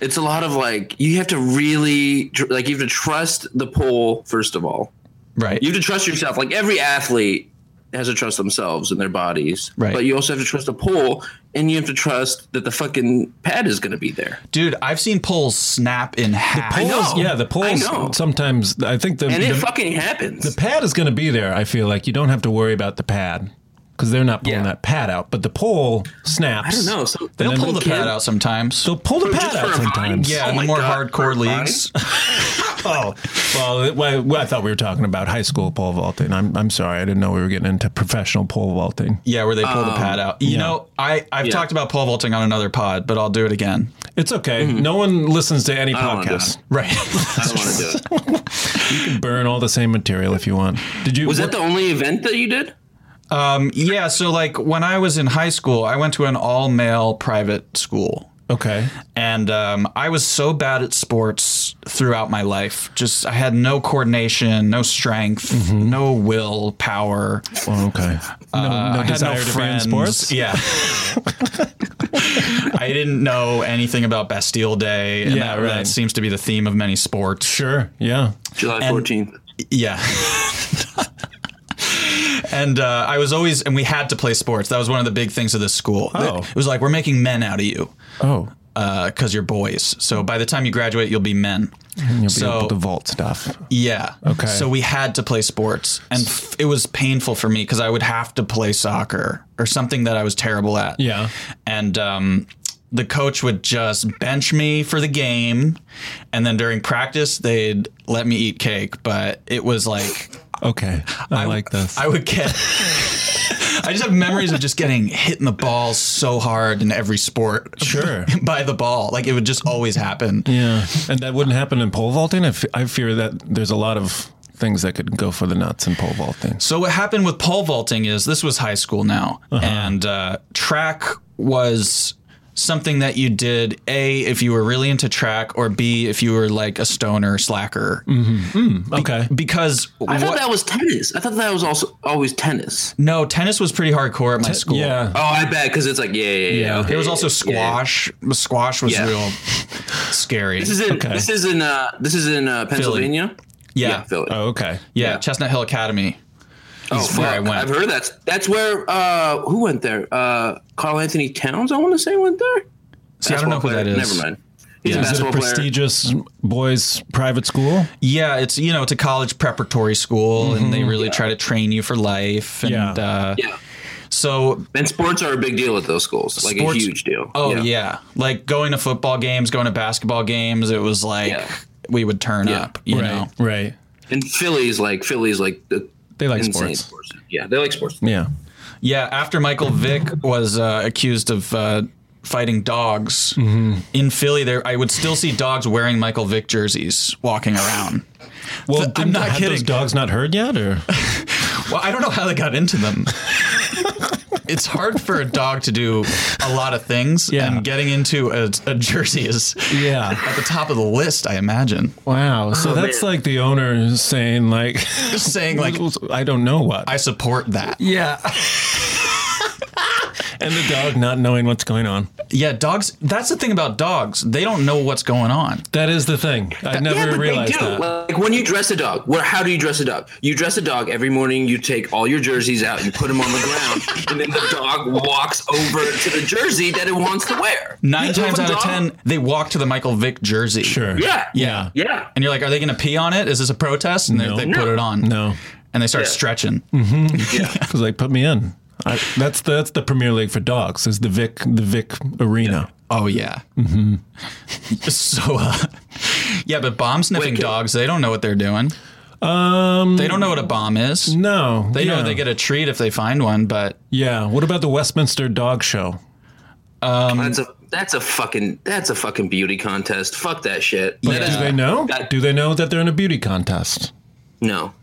Speaker 3: It's a lot of like you have to really tr- like you have to trust the poll first of all.
Speaker 5: Right.
Speaker 3: You have to trust yourself. Like every athlete has to trust themselves and their bodies,
Speaker 5: Right.
Speaker 3: But you also have to trust the poll, and you have to trust that the fucking pad is going to be there.
Speaker 5: Dude, I've seen polls snap in half.
Speaker 4: Polls,
Speaker 3: know.
Speaker 4: yeah, the polls
Speaker 3: I know.
Speaker 4: sometimes I think the
Speaker 3: And it
Speaker 4: the,
Speaker 3: fucking happens.
Speaker 4: the pad is going to be there. I feel like you don't have to worry about the pad because they're not pulling
Speaker 3: Yeah.
Speaker 4: that pad out. But the pole snaps.
Speaker 3: I don't know. So
Speaker 5: They'll
Speaker 4: And
Speaker 5: pull
Speaker 4: then
Speaker 5: the
Speaker 4: the
Speaker 5: pad
Speaker 3: kid-
Speaker 5: out sometimes.
Speaker 4: They'll pull the pad
Speaker 3: just for
Speaker 4: out
Speaker 3: a vine?
Speaker 4: sometimes.
Speaker 5: yeah,
Speaker 3: Oh
Speaker 5: in
Speaker 3: my
Speaker 5: more
Speaker 3: God,
Speaker 5: hardcore
Speaker 3: Brian.
Speaker 5: leagues.
Speaker 4: Oh, well, it- well, I- I thought we were talking about high school pole vaulting. I'm, I'm sorry. I didn't know we were getting into professional pole vaulting.
Speaker 5: Yeah, where they pull the pad out. You know, I, I've talked about pole vaulting on another pod, but I'll do it again.
Speaker 4: It's okay. No one listens to any
Speaker 3: Mm-hmm. don't wanna do
Speaker 4: podcast.
Speaker 3: it.
Speaker 5: Right.
Speaker 3: I don't want to do it.
Speaker 4: Burn all the same material if you want. Did you?
Speaker 3: Was that the only event that you did?
Speaker 5: um, yeah, so like when I was in high school, I went to an all male private school.
Speaker 4: okay?
Speaker 5: And um, I was so bad at sports throughout my life. Just I had no coordination, no strength,
Speaker 4: Mm-hmm.
Speaker 5: no will, power.
Speaker 4: Well, okay. No, no
Speaker 5: Uh, I had
Speaker 4: desire
Speaker 5: no
Speaker 4: to be in
Speaker 5: friends.
Speaker 4: sports.
Speaker 5: Yeah. I didn't know anything about Bastille Day, and
Speaker 4: Yeah,
Speaker 5: that,
Speaker 4: right.
Speaker 5: that seems to be the theme of many sports.
Speaker 4: Sure. Yeah.
Speaker 3: July fourteenth.
Speaker 5: Yeah. and uh, I was always, and we had to play sports. That was one of the big things of this school.
Speaker 4: Oh.
Speaker 5: It was like, we're making men out of you
Speaker 4: Oh,
Speaker 5: because you're boys. So by the time you graduate, you'll be men.
Speaker 4: you'll
Speaker 5: So-
Speaker 4: be able to vault stuff.
Speaker 5: Yeah.
Speaker 4: Mm-hmm. Okay.
Speaker 5: So we had to play sports, and f- it was painful for me because I would have to play soccer or something that I was terrible at.
Speaker 4: Yeah.
Speaker 5: And um, the coach would just bench me for the game, and then during practice they'd let me eat cake. But it was like
Speaker 4: Okay. I, like this.
Speaker 5: I would get. I just have memories of just getting hit in the ball so hard in every sport.
Speaker 4: Sure.
Speaker 5: by the ball, like it would just always happen.
Speaker 4: yeah. And that wouldn't happen in pole vaulting. I, f- I fear that there's a lot of things that could go for the nuts in pole vaulting.
Speaker 5: So what happened with pole vaulting is this was high school now,
Speaker 4: Uh-huh.
Speaker 5: and uh, track was something that you did a if you were really into track, or b if you were like a stoner slacker.
Speaker 4: Mm-hmm. Okay.
Speaker 5: Because
Speaker 3: I thought
Speaker 5: what-
Speaker 3: that was tennis. I thought that was also always tennis.
Speaker 5: no tennis was pretty hardcore at my school.
Speaker 4: Yeah.
Speaker 3: Oh, I bet because it's like yeah, yeah, yeah.
Speaker 4: Yeah.
Speaker 3: okay,
Speaker 5: There was also
Speaker 3: yeah, yeah.
Speaker 5: squash. Squash was
Speaker 3: Yeah.
Speaker 5: real scary.
Speaker 3: This is in
Speaker 4: Okay.
Speaker 3: this is in uh, this is in uh, Pennsylvania.
Speaker 5: yeah.
Speaker 3: Philly.
Speaker 4: Oh, okay.
Speaker 5: Yeah,
Speaker 3: Yeah.
Speaker 5: Chestnut Hill Academy.
Speaker 3: oh,
Speaker 5: where I
Speaker 3: fuck.
Speaker 5: went.
Speaker 3: I've heard that's that's where uh, who went there? Uh, Carl Anthony Towns, I want to say went there.
Speaker 5: See, I don't know who
Speaker 3: Basketball
Speaker 5: that
Speaker 3: player.
Speaker 5: is.
Speaker 3: Never mind. He's a
Speaker 4: Is it a
Speaker 3: basketball player.
Speaker 4: prestigious boys' private school?
Speaker 5: Yeah, it's you know it's a college preparatory school, and they really try to train you for life. And
Speaker 4: Yeah.
Speaker 5: uh,
Speaker 3: Mm-hmm. Yeah.
Speaker 5: so,
Speaker 3: And sports are a big deal at those schools, like
Speaker 5: Sports-
Speaker 3: a huge deal.
Speaker 5: oh yeah. like going to football games, going to basketball games. It was like
Speaker 3: Yeah.
Speaker 5: we would turn
Speaker 3: Yeah.
Speaker 5: up, you
Speaker 4: right.
Speaker 5: know.
Speaker 4: Right.
Speaker 3: And Philly's like Philly's like the
Speaker 4: They like
Speaker 3: insane
Speaker 4: sports.
Speaker 3: sports. Yeah, they like sports.
Speaker 4: Yeah.
Speaker 5: Yeah, after Michael Vick was uh, accused of uh, fighting dogs
Speaker 4: Mm-hmm.
Speaker 5: in Philly, there I would still see dogs wearing Michael Vick jerseys walking around.
Speaker 4: Well,
Speaker 5: I'm
Speaker 4: didn't-
Speaker 5: not
Speaker 4: had Those
Speaker 5: kidding.
Speaker 4: dogs not heard yet, or
Speaker 5: Well, I don't know how they got into them. it's hard for a dog to do a lot of things,
Speaker 4: Yeah.
Speaker 5: and getting into a, a jersey is
Speaker 4: yeah.
Speaker 5: at the top of the list, I imagine.
Speaker 4: Wow. So that's like the owner saying like,
Speaker 5: Just saying, like,
Speaker 4: I don't know what.
Speaker 5: I support that.
Speaker 4: yeah. and the dog not knowing what's going on.
Speaker 5: Yeah, dogs. That's the thing about dogs; they don't know what's going on.
Speaker 4: That is the thing. I
Speaker 3: yeah,
Speaker 4: never
Speaker 3: but
Speaker 4: realized
Speaker 3: they do.
Speaker 4: that.
Speaker 3: Like when you dress a dog, where how do you dress a dog? You dress a dog every morning. You take all your jerseys out, you put them on the ground, and then the dog walks over to the jersey that it wants to wear.
Speaker 5: Nine
Speaker 3: You
Speaker 5: times
Speaker 3: have
Speaker 5: out
Speaker 3: a
Speaker 5: of
Speaker 3: dog-
Speaker 5: ten, they walk to the Michael Vick jersey.
Speaker 4: Sure.
Speaker 3: Yeah,
Speaker 5: Yeah.
Speaker 3: yeah.
Speaker 5: And you're like, are they going to pee on it? Is this a protest? And they-
Speaker 4: No.
Speaker 5: they put it on.
Speaker 4: No. Mm-hmm.
Speaker 5: And they start
Speaker 3: Yeah.
Speaker 5: stretching.
Speaker 4: Because like, put me in. I, that's the, that's the Premier League for dogs. Is the Vic the Vic Arena?
Speaker 5: Oh yeah. Mm-hmm. so, uh, yeah, but bomb sniffing
Speaker 3: Wait, can-
Speaker 5: dogs, they don't know what they're doing.
Speaker 4: Um.
Speaker 5: They don't know what a bomb is.
Speaker 4: No.
Speaker 5: They
Speaker 4: yeah.
Speaker 5: know they get a treat if they find one, but
Speaker 4: Yeah. What about the Westminster Dog Show?
Speaker 3: That's a that's a fucking that's a fucking beauty contest. Fuck that shit. uh,
Speaker 4: But
Speaker 3: That
Speaker 4: do
Speaker 3: is-
Speaker 4: they know?
Speaker 3: that-
Speaker 4: Do they know that they're in a beauty contest?
Speaker 3: no.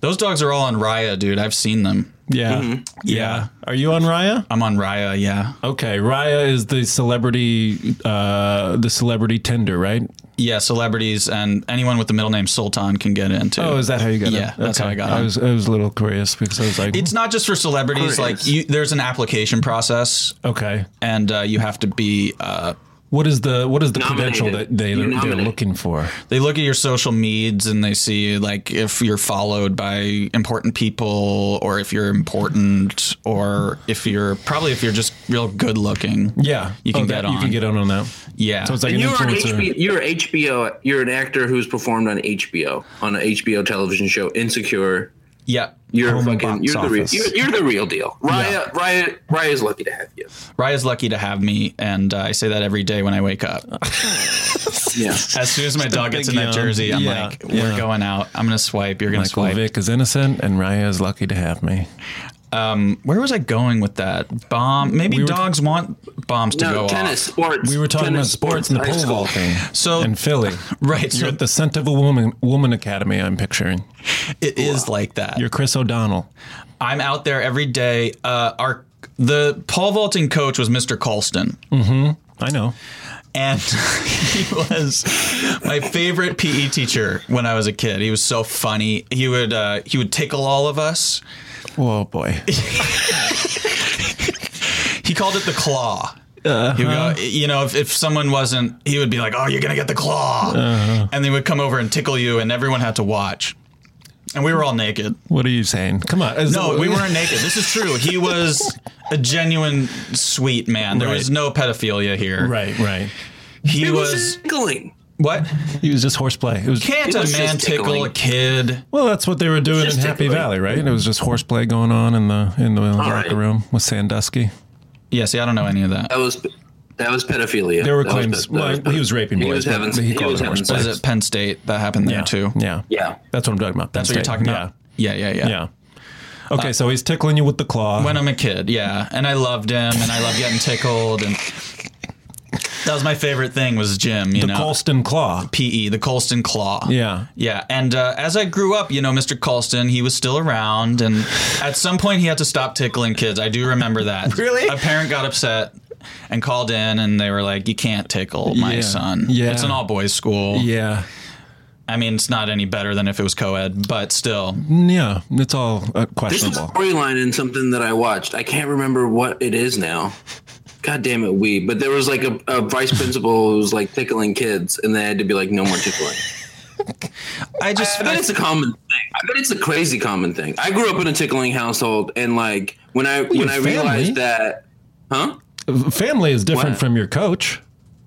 Speaker 5: those dogs are all on Raya, dude. I've seen them.
Speaker 4: Yeah.
Speaker 5: Mm-hmm.
Speaker 4: Yeah. Are you on Raya?
Speaker 5: I'm on Raya, yeah.
Speaker 4: Okay. Raya is the celebrity, uh, the celebrity Tinder, right?
Speaker 5: Yeah, celebrities and anyone with the middle name Sultan can get into.
Speaker 4: Oh, is that how you got
Speaker 5: Yeah,
Speaker 4: it?
Speaker 5: that's how I got
Speaker 4: I
Speaker 5: on.
Speaker 4: was, I was a little curious because I was like,
Speaker 5: It's not just for celebrities. Like,
Speaker 3: Curious.
Speaker 5: you, there's an application process,
Speaker 4: okay.
Speaker 5: and uh, you have to be uh,
Speaker 4: What is the what is the credential that
Speaker 3: Nominated.
Speaker 4: they,
Speaker 3: You're
Speaker 4: they're
Speaker 3: nominated.
Speaker 4: looking for?
Speaker 5: They look at your social meds and they see like if you're followed by important people or if you're important or if you're probably if you're just real good looking.
Speaker 4: Yeah,
Speaker 5: You can
Speaker 4: Oh,
Speaker 5: get
Speaker 4: that- You can
Speaker 5: on.
Speaker 4: get on on that.
Speaker 5: Yeah.
Speaker 4: So it's like
Speaker 3: And
Speaker 4: an
Speaker 3: you're, an
Speaker 4: influencer.
Speaker 3: HBO, you're HBO. You're an actor who's performed on HBO on an HBO television show, Insecure.
Speaker 5: yeah.
Speaker 3: You're
Speaker 4: Home
Speaker 3: fucking.
Speaker 4: box
Speaker 3: You're the, real,
Speaker 4: office.
Speaker 3: you're, you're the real deal. Raya, Raya, Raya's lucky to have you.
Speaker 5: Raya's lucky to have me and uh, I say that every day when I wake up.
Speaker 3: Yeah.
Speaker 5: As soon as my dog gets
Speaker 4: big
Speaker 5: in that
Speaker 4: yawn.
Speaker 5: jersey, I'm
Speaker 4: Yeah,
Speaker 5: like,
Speaker 4: yeah.
Speaker 5: we're going out. I'm going to swipe. You're going to
Speaker 4: Michael
Speaker 5: swipe.
Speaker 4: Vick is innocent, and Raya is lucky to have me.
Speaker 5: Where was I going with that? Bomb. Maybe
Speaker 4: were-
Speaker 5: dogs want bombs to go
Speaker 3: No,
Speaker 5: off.
Speaker 3: tennis, sports.
Speaker 4: We were talking
Speaker 3: tennis,
Speaker 4: about sports and the
Speaker 3: high
Speaker 4: pole
Speaker 3: school.
Speaker 4: vaulting.
Speaker 5: So-
Speaker 4: in Philly,
Speaker 5: Right.
Speaker 4: You're
Speaker 5: So
Speaker 4: at the scent of a woman woman academy. I'm picturing.
Speaker 5: it is like that.
Speaker 4: You're Chris O'Donnell.
Speaker 5: I'm out there every day. Uh, our the pole vaulting coach was Mr. Colston,
Speaker 4: I know.
Speaker 5: and he was my favorite PE teacher when I was a kid. He was so funny. He would uh, he would tickle all of us.
Speaker 4: Whoa, boy.
Speaker 5: He called it the claw. He would
Speaker 4: Uh-huh.
Speaker 5: go, you know, if, if someone wasn't, he would be like, "Oh, you're gonna get the claw,"
Speaker 4: Uh-huh.
Speaker 5: and they would come over and tickle you, and everyone had to watch. And we were all naked.
Speaker 4: What are you saying? Come on. Is-
Speaker 5: No, we weren't naked. This is true. He was a genuine sweet man. There
Speaker 4: Right.
Speaker 5: was no pedophilia here.
Speaker 4: Right, right.
Speaker 5: He
Speaker 3: It was,
Speaker 5: was
Speaker 3: tickling.
Speaker 5: what?
Speaker 4: He was just horseplay. It was
Speaker 5: Can't
Speaker 3: It was
Speaker 5: a man
Speaker 3: just
Speaker 5: tickle
Speaker 3: tickling.
Speaker 5: a kid?
Speaker 4: well, that's what they were doing in
Speaker 3: just
Speaker 4: Happy
Speaker 3: tickling.
Speaker 4: Valley, right? It was just horseplay going on in the in the locker
Speaker 3: right.
Speaker 4: room with Sandusky.
Speaker 5: Yeah, see, I don't know any of that.
Speaker 3: That was that was pedophilia.
Speaker 4: There were
Speaker 3: That
Speaker 4: claims-
Speaker 3: was pe- that
Speaker 4: well, he was raping
Speaker 3: he
Speaker 4: boys,
Speaker 3: Was
Speaker 4: but-
Speaker 3: having,
Speaker 4: but he
Speaker 3: he,
Speaker 4: called
Speaker 3: was
Speaker 4: it
Speaker 3: having
Speaker 4: horseplay.
Speaker 3: sex.
Speaker 5: Was it Penn State that happened there too?
Speaker 4: Yeah.
Speaker 3: Yeah.
Speaker 4: That's what I'm talking about.
Speaker 5: That's what you're talking about. Yeah, yeah, yeah.
Speaker 4: Yeah. Yeah. Okay, so he's tickling you with the claw.
Speaker 5: When I'm a kid, yeah, and I loved him, and I loved getting tickled, and that was my favorite thing was Jim. You
Speaker 4: the
Speaker 5: know,
Speaker 4: Colston claw.
Speaker 5: PE, the Colston Claw.
Speaker 4: Yeah.
Speaker 5: Yeah, and uh, as I grew up, you know, Mr. Colston, he was still around, and at some point he had to stop tickling kids. I do remember that.
Speaker 4: Really?
Speaker 5: A parent got upset and called in, and they were like, "You can't tickle my
Speaker 4: Yeah.
Speaker 5: son.
Speaker 4: Yeah.
Speaker 5: It's an all boys school.
Speaker 4: Yeah.
Speaker 5: I mean, it's not any better than if it was co-ed, but still,
Speaker 4: Yeah. It's all uh,
Speaker 3: This is a
Speaker 4: questionable.
Speaker 3: storyline in something that I watched. I can't remember what it is now. God damn it, we. But there was like a, a vice principal who was like tickling kids, and they had to be like, no more tickling.
Speaker 5: I just
Speaker 3: I bet it's a common thing. I bet it's a crazy common thing. I grew up in a tickling household, and like when I when I
Speaker 4: family.
Speaker 3: realized that, huh?
Speaker 4: Family is different
Speaker 3: What?
Speaker 4: from your coach.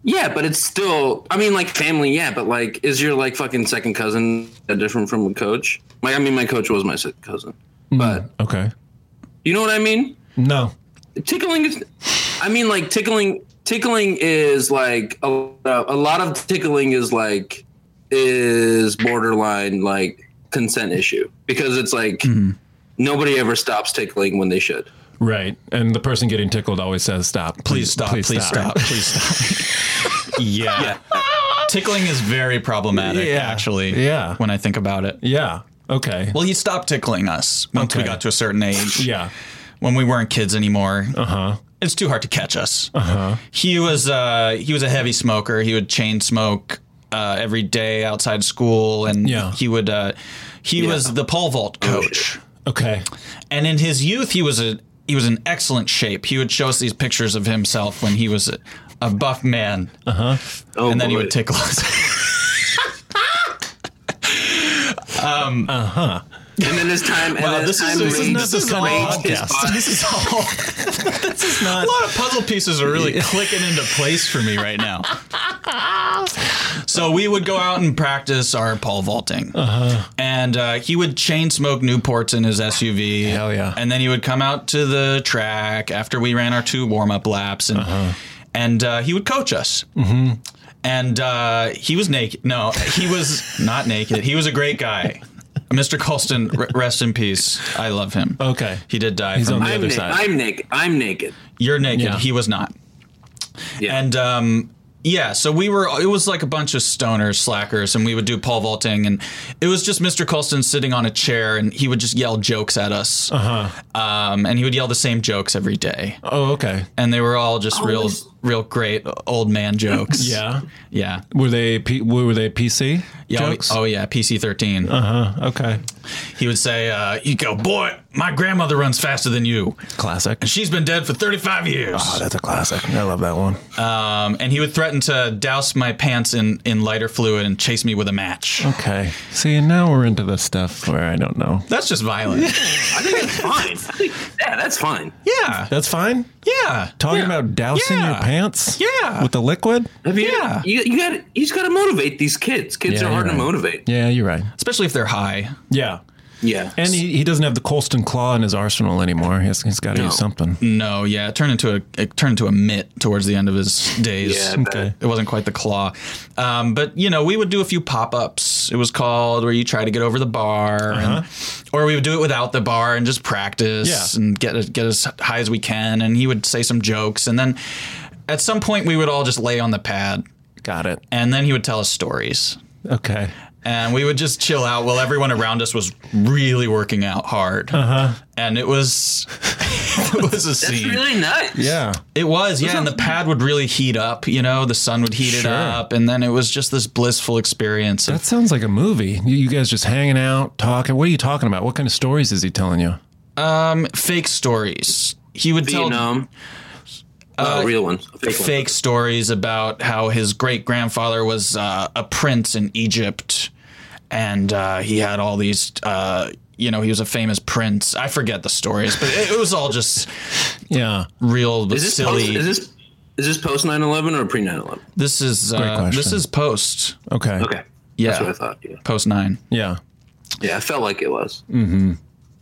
Speaker 3: Yeah, but it's still. I mean, like family. Yeah, but like, is your like fucking second cousin different from a coach? Like, I mean, my coach was my second cousin, but
Speaker 4: Okay.
Speaker 3: you know what I mean.
Speaker 4: No.
Speaker 3: tickling is i mean like tickling tickling is like a, a lot of tickling is like is borderline like consent issue because it's like
Speaker 5: Mm-hmm.
Speaker 3: nobody ever stops tickling when they should
Speaker 4: Right. And the person getting tickled always says, stop.
Speaker 5: please stop, please, stop, please stop. yeah. tickling is very problematic,
Speaker 4: Yeah.
Speaker 5: actually.
Speaker 4: Yeah.
Speaker 5: when I think about it.
Speaker 4: Yeah. Okay.
Speaker 5: Well, he stopped tickling us once we
Speaker 4: Okay.
Speaker 5: got to a certain age.
Speaker 4: yeah. Uh-huh.
Speaker 5: when we weren't kids anymore. Uh huh. It's too hard to catch us. Uh huh. He was uh, he was a heavy smoker. He would chain smoke uh, every day outside school, and
Speaker 4: Yeah.
Speaker 5: he would uh, he was the pole vault coach.
Speaker 4: Okay.
Speaker 5: and in his youth, he was a he was in excellent shape. He would show us these pictures of himself when he was a, a buff man,
Speaker 3: oh
Speaker 5: and then he
Speaker 3: boy.
Speaker 5: would tickle us.
Speaker 3: and then his time and
Speaker 5: Wow,
Speaker 3: then his
Speaker 5: this is-
Speaker 3: time
Speaker 5: this is
Speaker 3: raged-
Speaker 5: not the kind
Speaker 3: raged
Speaker 5: of
Speaker 3: his
Speaker 4: podcast.
Speaker 3: body.
Speaker 5: this is all. this is
Speaker 4: not-
Speaker 5: a lot of puzzle pieces are really clicking into place for me right now. So we would go out and practice our pole vaulting, and uh, he would chain smoke Newports in his SUV.
Speaker 4: Hell yeah.
Speaker 5: And then he would come out to the track after we ran our two warm up laps, and and uh, he would coach us. Mm-hmm. And uh, he was naked. No, he was not naked. He was a great guy. Mr. Colston, r- rest in peace. I love him.
Speaker 4: Okay.
Speaker 5: He did die
Speaker 4: He's
Speaker 5: from
Speaker 4: on the
Speaker 3: I'm,
Speaker 4: other
Speaker 3: na-
Speaker 4: side.
Speaker 3: I'm naked i'm naked
Speaker 5: You're naked.
Speaker 4: Yeah.
Speaker 5: He was not.
Speaker 3: Yeah.
Speaker 5: And um, yeah, so we were. It was like a bunch of stoners, slackers, and we would do pole vaulting, and it was just Mr. Colston sitting on a chair, and he would just yell jokes at us.
Speaker 4: Uh-huh.
Speaker 5: Uh huh. Um, and he would yell the same jokes every day,
Speaker 4: Oh, okay.
Speaker 5: and they were all just real real great old man jokes.
Speaker 4: Yeah.
Speaker 5: yeah,
Speaker 4: Were they P- were they PC
Speaker 5: yeah. oh-
Speaker 4: jokes?
Speaker 5: Oh, yeah, PC 13
Speaker 4: okay.
Speaker 5: He would say, uh, "You go, boy. My grandmother runs faster than you.
Speaker 4: Classic.
Speaker 5: She's been dead for thirty five years."
Speaker 3: Oh,
Speaker 4: that's a classic. I love that one.
Speaker 5: Um, and he would threaten to douse my pants in in lighter fluid and chase me with a match.
Speaker 3: Oh.
Speaker 4: Okay. See, and now we're into the stuff where I don't know.
Speaker 5: That's just violent.
Speaker 3: I think it's fine. yeah, that's fine.
Speaker 5: yeah,
Speaker 4: That's fine.
Speaker 5: yeah.
Speaker 4: Talking
Speaker 5: Yeah.
Speaker 4: about dousing
Speaker 5: Yeah.
Speaker 4: your pants.
Speaker 5: Yeah.
Speaker 4: With the liquid.
Speaker 3: Have you,
Speaker 5: Yeah.
Speaker 3: you, you got. He's got to motivate these kids. Kids
Speaker 4: Yeah,
Speaker 3: are hard
Speaker 4: you're
Speaker 3: to
Speaker 4: right.
Speaker 3: motivate.
Speaker 4: Yeah, you're right.
Speaker 5: especially if they're high.
Speaker 4: Yeah.
Speaker 3: Yeah,
Speaker 4: And he, he doesn't have the Colston claw in his arsenal anymore. He's, he's got to
Speaker 3: No.
Speaker 4: use something.
Speaker 5: No, yeah, it turned into a it turned into a mitt towards the end of his days.
Speaker 3: Yeah, I bet. Okay.
Speaker 5: It wasn't quite the claw, um, but you know we would do a few pop ups. It was called where you try to get over the bar, and, or we would do it without the bar and just practice
Speaker 4: Yeah.
Speaker 5: and get get as high as we can. And he would say some jokes, and then at some point we would all just lay on the pad,
Speaker 4: Got it.
Speaker 5: and then he would tell us stories.
Speaker 4: Okay.
Speaker 5: and we would just chill out while everyone around us was really working out hard. And it was it was a
Speaker 3: that's
Speaker 5: scene.
Speaker 3: really nice.
Speaker 4: Yeah.
Speaker 5: it was, yeah, and the pad would really heat up, you know, the sun would heat it
Speaker 4: Sure.
Speaker 5: up and then it was just this blissful experience.
Speaker 4: That sounds like a movie. You, you guys just hanging out, talking. What are you talking about? What kind of stories is he telling you?
Speaker 5: um fake stories. He would tell
Speaker 3: Vietnam. Uh, real ones. Fake. ones.
Speaker 5: fake stories about how his great grandfather was uh, a prince in Egypt, and uh, he had all these. Uh, you know, he was a famous prince. I forget the stories, but it, it was all just
Speaker 4: Yeah.
Speaker 5: real
Speaker 3: Is this
Speaker 5: silly.
Speaker 3: Post, is this is this post 9/11 or pre 9/11?
Speaker 5: this is uh,
Speaker 4: question.
Speaker 5: this is post.
Speaker 4: Okay.
Speaker 3: Okay.
Speaker 5: Yeah,
Speaker 3: That's what I thought. Yeah.
Speaker 5: post nine.
Speaker 4: Yeah.
Speaker 3: Yeah, I felt like it was.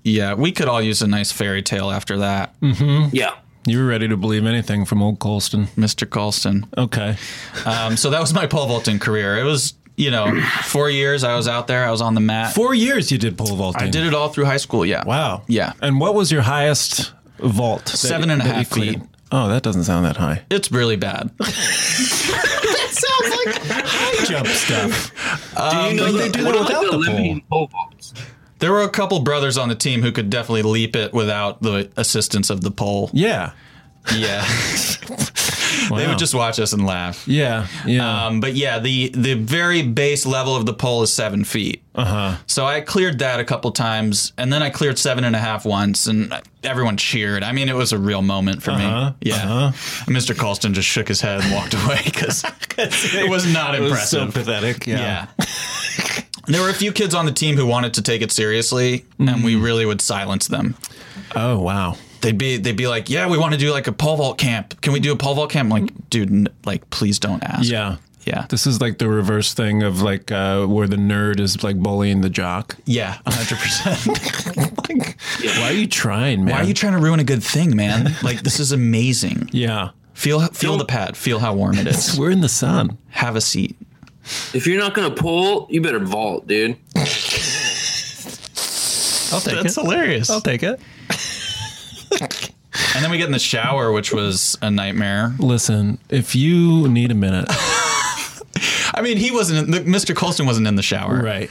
Speaker 5: Yeah, we could all use a nice fairy tale after that,
Speaker 4: Mm.
Speaker 3: Yeah.
Speaker 4: You were ready to believe anything from old Colston.
Speaker 5: Mr. Colston.
Speaker 4: Okay.
Speaker 5: Um, so that was my pole vaulting career. It was you know four years. I was out there. I was on the mat.
Speaker 4: Four years you did pole vaulting.
Speaker 5: I did it all through high school. Yeah.
Speaker 4: Wow.
Speaker 5: Yeah.
Speaker 4: And what was your highest vault? that-
Speaker 5: Seven and a
Speaker 4: that you
Speaker 5: half feet.
Speaker 4: cleared? Oh, that doesn't sound that high.
Speaker 5: It's really bad.
Speaker 4: Jump stuff.
Speaker 3: do you know
Speaker 4: they
Speaker 3: the-
Speaker 4: do
Speaker 3: what
Speaker 4: that without
Speaker 3: are,
Speaker 4: the
Speaker 3: Olympian pole vaults?
Speaker 5: There were a couple brothers on the team who could definitely leap it without the assistance of the pole.
Speaker 4: Yeah.
Speaker 5: Yeah. they
Speaker 4: Wow.
Speaker 5: would just watch us and laugh.
Speaker 4: Yeah. Yeah.
Speaker 5: Um, but yeah, the the very base level of the pole is seven feet.
Speaker 4: Uh-huh.
Speaker 5: Uh huh. So I cleared that a couple times, and then I cleared seven and a half once, and everyone cheered. I mean, it was a real moment for
Speaker 4: Uh-huh.
Speaker 5: me. Yeah. And Mr. Colston just shook his head and walked away because it was not
Speaker 4: It was
Speaker 5: impressive.
Speaker 4: so pathetic.
Speaker 5: Yeah. there were a few kids on the team who wanted to take it seriously, and
Speaker 4: Mm-hmm.
Speaker 5: we really would silence them.
Speaker 4: Oh, wow.
Speaker 5: They'd be they'd be like, "Yeah, we want to do like a pole vault camp. Can we do a pole vault camp?" I'm like, dude, n- like please don't ask.
Speaker 4: Yeah.
Speaker 5: Yeah.
Speaker 4: This is like the reverse thing of like uh, where the nerd is like bullying the jock.
Speaker 5: Yeah, 100%.
Speaker 4: Like, Why are you trying, man?
Speaker 5: Why are you trying to ruin a good thing, man? Like this is amazing.
Speaker 4: yeah.
Speaker 5: Feel feel the pad. Feel how warm it is.
Speaker 4: We're in the sun.
Speaker 5: Have a seat.
Speaker 3: If you're not gonna pull, you better vault, dude.
Speaker 4: I'll take
Speaker 5: That's
Speaker 4: it.
Speaker 5: hilarious.
Speaker 4: I'll take it.
Speaker 5: And then we get in the shower, which was a nightmare.
Speaker 4: Listen, if you need a minute,
Speaker 5: I mean, he wasn't. the- Mr. Colston wasn't in the shower,
Speaker 4: right?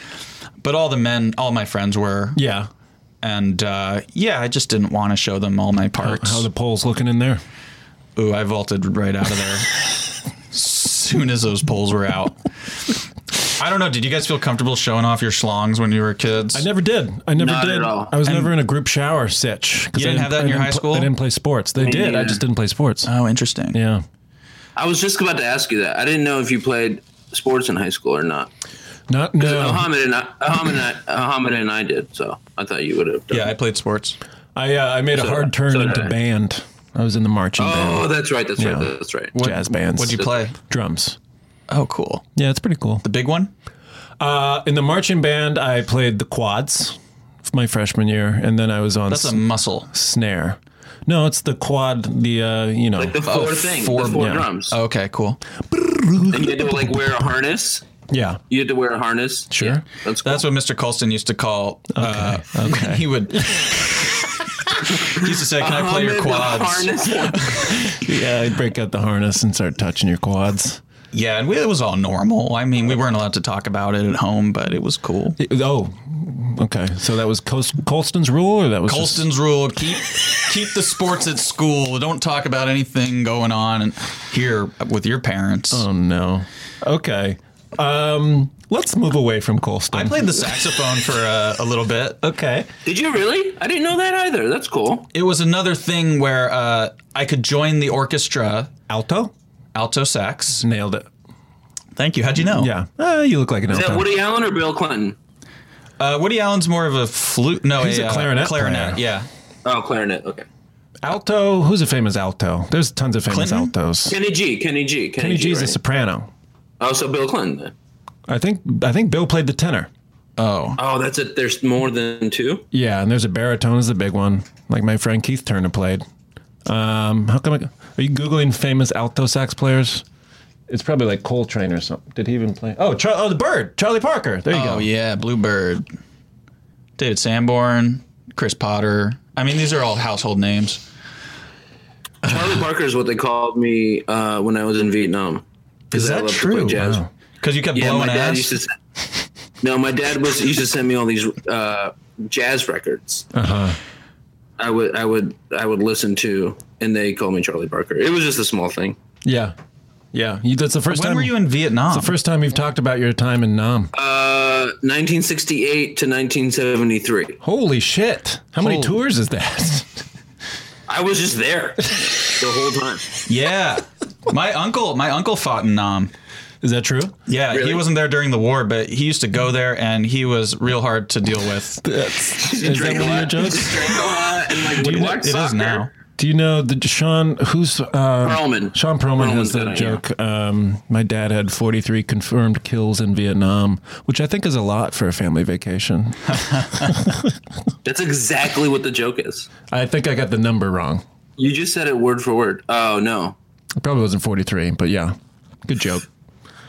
Speaker 5: But all the men, all my friends were.
Speaker 4: Yeah.
Speaker 5: and uh, yeah, I just didn't want to show them all my parts.
Speaker 4: How the pole's looking in there?
Speaker 5: Ooh, I vaulted right out of there soon as those poles were out. I don't know. Did you guys feel comfortable showing off your schlongs when you were kids?
Speaker 4: I never did. I never
Speaker 3: Not
Speaker 4: did.
Speaker 3: at all.
Speaker 4: I was never in a group shower sitch. 'cause
Speaker 5: You didn't
Speaker 4: I
Speaker 5: have that in
Speaker 4: I
Speaker 5: your
Speaker 4: didn't
Speaker 5: high
Speaker 4: pl-
Speaker 5: school?
Speaker 4: I didn't play sports. They did. I
Speaker 3: neither.
Speaker 4: just didn't play sports.
Speaker 5: Oh, interesting.
Speaker 4: yeah.
Speaker 3: I was just about to ask you that. I didn't know if you played sports in high school or not.
Speaker 4: Not no.
Speaker 3: Ahmed and I, Ahmed and I, Ahmed and I did. So I thought you would have. Done.
Speaker 5: Yeah, I played sports.
Speaker 4: I uh, I made a hard turn
Speaker 3: so did
Speaker 4: into
Speaker 3: I.
Speaker 4: band. I was in the marching
Speaker 3: Oh,
Speaker 4: band,
Speaker 3: that's right. That's
Speaker 4: Yeah.
Speaker 3: right. That's right.
Speaker 4: jazz bands.
Speaker 5: What'd you play?
Speaker 4: Drums.
Speaker 5: Oh, cool.
Speaker 4: Yeah, it's pretty cool.
Speaker 5: The big one?
Speaker 4: Uh, in the marching band, I played the quads for my freshman year, and then I was on
Speaker 5: That's a
Speaker 4: s-
Speaker 5: muscle.
Speaker 4: snare. No, it's the quad. The uh, you know.
Speaker 3: Like the four thing,
Speaker 5: four-
Speaker 3: the four
Speaker 4: yeah.
Speaker 3: drums.
Speaker 5: Oh, Okay, cool.
Speaker 3: And you had to like wear a harness.
Speaker 4: yeah.
Speaker 3: You had to wear a harness.
Speaker 4: Sure.
Speaker 3: That's cool.
Speaker 5: That's what Mr. Colston used to call. Uh,
Speaker 4: okay.
Speaker 5: He would. he used to say, "Can I play your
Speaker 3: Ahmed, the
Speaker 5: quads?"
Speaker 3: harness.
Speaker 4: Yeah, I'd break out the harness and start touching your quads.
Speaker 5: Yeah, and we, it was all normal. I mean, we weren't allowed to talk about it at home, but it was cool.
Speaker 4: It- oh, Okay, so that was Col- Colston's rule, or that was just-
Speaker 5: Colston's rule: keep keep the sports at school. Don't talk about anything going on here with your parents.
Speaker 4: oh no. Okay, um, let's move away from Colston.
Speaker 5: I played the saxophone for a, a little bit.
Speaker 4: okay.
Speaker 3: Did you really? I didn't know that either. That's cool.
Speaker 5: It was another thing where uh, I could join the orchestra,
Speaker 4: Alto
Speaker 5: alto sax.
Speaker 4: nailed it.
Speaker 5: Thank you. How'd you know?
Speaker 4: Yeah, uh, you look like an
Speaker 3: Is that
Speaker 4: alto.
Speaker 3: Woody Allen or Bill Clinton?
Speaker 5: Uh, Woody Allen's more of a flute. No,
Speaker 4: He's a
Speaker 5: uh,
Speaker 4: clarinet
Speaker 5: clarinet.
Speaker 4: player.
Speaker 5: Yeah.
Speaker 3: Oh, clarinet. Okay.
Speaker 4: alto. Who's a famous alto? There's tons of famous
Speaker 5: Clinton?
Speaker 4: altos.
Speaker 3: Kenny G. Kenny G. Kenny,
Speaker 4: Kenny
Speaker 3: G.
Speaker 4: G's a
Speaker 3: right?
Speaker 4: soprano.
Speaker 3: oh, so Bill Clinton. Then.
Speaker 4: I think I think Bill played the tenor.
Speaker 5: Oh,
Speaker 3: Oh, that's it. There's more than two.
Speaker 4: Yeah, and there's a baritone is the big one, like my friend Keith Turner played. Um, how come? I, are you googling famous alto sax players? It's probably like Coltrane or something. Did he even play? Oh, Char- oh, the bird, Charlie Parker. There you
Speaker 5: oh
Speaker 4: go.
Speaker 5: yeah, Bluebird, David Sanborn, Chris Potter. I mean, these are all household names.
Speaker 3: Charlie Parker is what they called me uh, when I was in Vietnam.
Speaker 5: Is
Speaker 3: I
Speaker 5: that
Speaker 3: love to
Speaker 5: true?
Speaker 3: play jazz.
Speaker 4: Wow.
Speaker 5: Because you kept
Speaker 3: Yeah,
Speaker 5: blowing
Speaker 3: my dad
Speaker 5: ass.
Speaker 3: used to. Send, no, my dad was used to send me all these uh, jazz records. I would, I would, I would listen to, and they called me Charlie Parker. It was just a small thing.
Speaker 4: Yeah, yeah. You, that's the first
Speaker 5: when
Speaker 4: time.
Speaker 5: were you in Vietnam?
Speaker 4: the first time you've talked about your time in Nam.
Speaker 3: Uh, 1968 to 1973.
Speaker 4: Holy shit! How many
Speaker 5: Holy-
Speaker 4: tours is that?
Speaker 3: I was just there the whole time.
Speaker 5: yeah, my uncle, my uncle fought in Nam.
Speaker 4: is that true?
Speaker 5: Yeah, he
Speaker 3: Really?
Speaker 5: wasn't there during the war, but he used to go there, and he was real hard to deal with.
Speaker 4: That's,
Speaker 3: Just
Speaker 4: is that
Speaker 3: drank a
Speaker 4: one of your
Speaker 3: lot.
Speaker 4: jokes?
Speaker 3: Just drank a lot and like would
Speaker 5: It-
Speaker 3: watch
Speaker 5: it is
Speaker 3: soccer.
Speaker 5: now.
Speaker 4: Do you know the Sean? Who's uh,
Speaker 3: Perlman.
Speaker 4: Sean Perlman has
Speaker 3: Perlman's
Speaker 4: that
Speaker 3: in it,
Speaker 4: joke. Um, my dad had 43 confirmed kills in Vietnam, which I think is a lot for a family vacation.
Speaker 3: That's exactly what the joke is.
Speaker 4: I think I got the number wrong.
Speaker 3: You just said it word for word. Oh no,
Speaker 4: It probably wasn't 43, but yeah, good joke.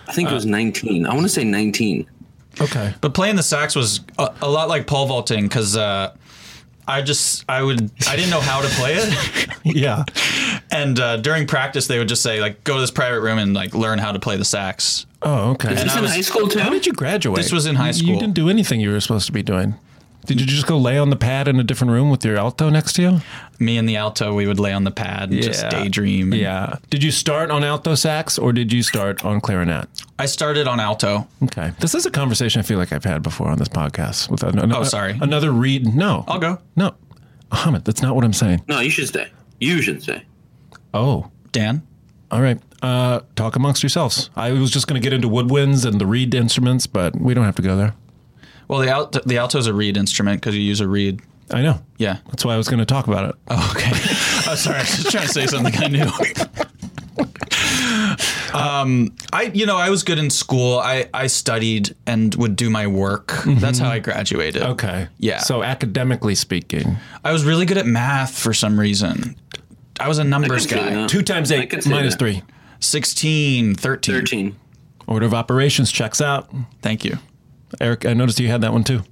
Speaker 3: I think it was 19. I want to say 19.
Speaker 4: Okay.
Speaker 5: But playing the sax was a, a lot like pole vaulting because uh, I just I would I didn't know how to play it,
Speaker 4: Yeah.
Speaker 5: and uh, during practice they would just say like go to this private room and like learn how to play the sax.
Speaker 4: Oh, okay.
Speaker 3: Is this in high school
Speaker 4: How
Speaker 3: too?
Speaker 4: did you graduate?
Speaker 5: This was in high school.
Speaker 4: You didn't do anything you were supposed to be doing. Did you just go lay on the pad in a different room with your alto next to you?
Speaker 5: Me and the alto we would lay on the pad and just
Speaker 4: Yeah.
Speaker 5: daydream. and-
Speaker 4: Yeah. Did you start on alto sax or did you start on clarinet?
Speaker 5: I started on alto.
Speaker 4: Okay. This is a conversation I feel like I've had before on this podcast with an, an-
Speaker 5: Oh, sorry.
Speaker 4: another read. No.
Speaker 5: I'll go.
Speaker 4: No. Ahmed, that's not what I'm saying.
Speaker 3: No, you should stay. You should stay.
Speaker 4: Oh.
Speaker 5: Dan,
Speaker 4: All right. Uh, talk amongst yourselves. I was just going to get into woodwinds and the reed instruments, but we don't have to go there.
Speaker 5: well the alto the alto is a reed instrument because you use a reed.
Speaker 4: I know.
Speaker 5: Yeah.
Speaker 4: That's why I was going to talk about it.
Speaker 5: Oh, okay. oh, sorry. I was just trying to say something I knew. um, I, you know, I was good in school. I, I studied and would do my work. That's how I graduated.
Speaker 4: okay.
Speaker 5: Yeah.
Speaker 4: So academically speaking,
Speaker 5: I was really good at math for some reason. I was a numbers
Speaker 3: see
Speaker 5: guy.
Speaker 3: that.
Speaker 4: two times eight
Speaker 3: could say
Speaker 4: minus
Speaker 3: that.
Speaker 4: three.
Speaker 5: 16, 13.
Speaker 3: 13.
Speaker 4: Order of operations checks out.
Speaker 5: Thank you.
Speaker 4: Eric, I noticed you had that one too.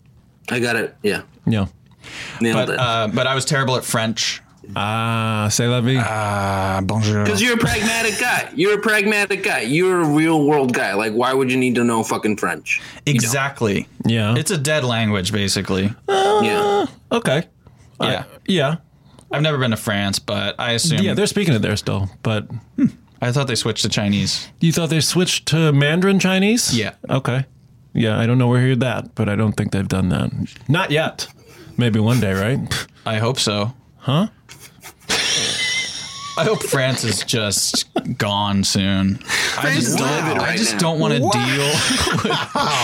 Speaker 3: I got it. Yeah,
Speaker 4: Yeah.
Speaker 3: nailed
Speaker 5: But,
Speaker 3: it.
Speaker 5: uh, but I was terrible at French.
Speaker 4: Ah, say la vie.
Speaker 5: Uh, bonjour.
Speaker 3: Because you're a pragmatic guy. You're a pragmatic guy. You're a real world guy. Like, why would you need to know fucking French?
Speaker 5: Exactly.
Speaker 4: yeah.
Speaker 5: It's a dead language, basically.
Speaker 3: yeah.
Speaker 4: okay.
Speaker 5: yeah.
Speaker 4: Yeah.
Speaker 5: I've never been to France, but I assume.
Speaker 4: Yeah. They're speaking it there still, but
Speaker 5: I thought they switched to Chinese.
Speaker 4: You thought they switched to Mandarin Chinese?
Speaker 5: Yeah.
Speaker 4: Okay. Yeah, I don't know where you heard that, but I don't think they've done that. Not yet. Maybe one day, right?
Speaker 5: I hope so. Huh? I hope France is just gone soon. I just
Speaker 3: is
Speaker 5: don't.
Speaker 3: livid
Speaker 5: I
Speaker 3: right
Speaker 5: just
Speaker 3: now.
Speaker 5: don't want to deal.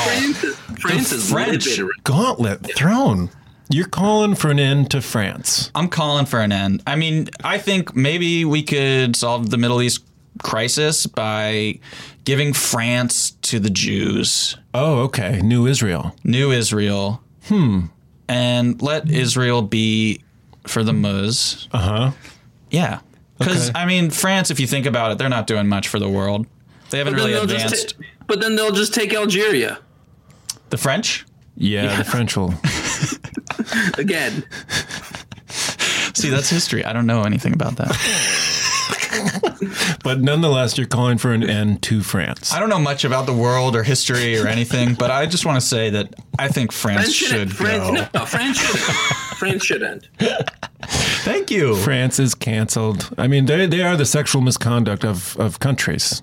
Speaker 3: France is, France is
Speaker 5: French.
Speaker 3: liberated.
Speaker 4: Gauntlet throne. You're calling for an end to France.
Speaker 5: I'm calling for an end. I mean, I think maybe we could solve the Middle East crisis by giving France to the Jews,
Speaker 4: Oh, okay. New Israel.
Speaker 5: New Israel. Hmm. And let Israel be for the Mus. Uh huh.
Speaker 3: Uh-huh.
Speaker 5: Yeah. Because
Speaker 4: Okay.
Speaker 5: I mean, France. If you think about it, they're not doing much for the world. They haven't
Speaker 3: But then
Speaker 5: really
Speaker 3: they'll
Speaker 5: advanced.
Speaker 3: just ta- but then they'll just take Algeria
Speaker 5: The French?
Speaker 4: Yeah, the French will.
Speaker 3: again.
Speaker 5: See, that's history. I don't know anything about that.
Speaker 4: But nonetheless, you're calling for an end to France.
Speaker 5: I don't know much about the world or history or anything, but I just want to say that I think France
Speaker 3: France should,
Speaker 5: should
Speaker 3: should France,
Speaker 5: go.
Speaker 3: no, no, France should end. France should end.
Speaker 5: Thank you.
Speaker 4: France is canceled. I mean, they they are the sexual misconduct of of countries.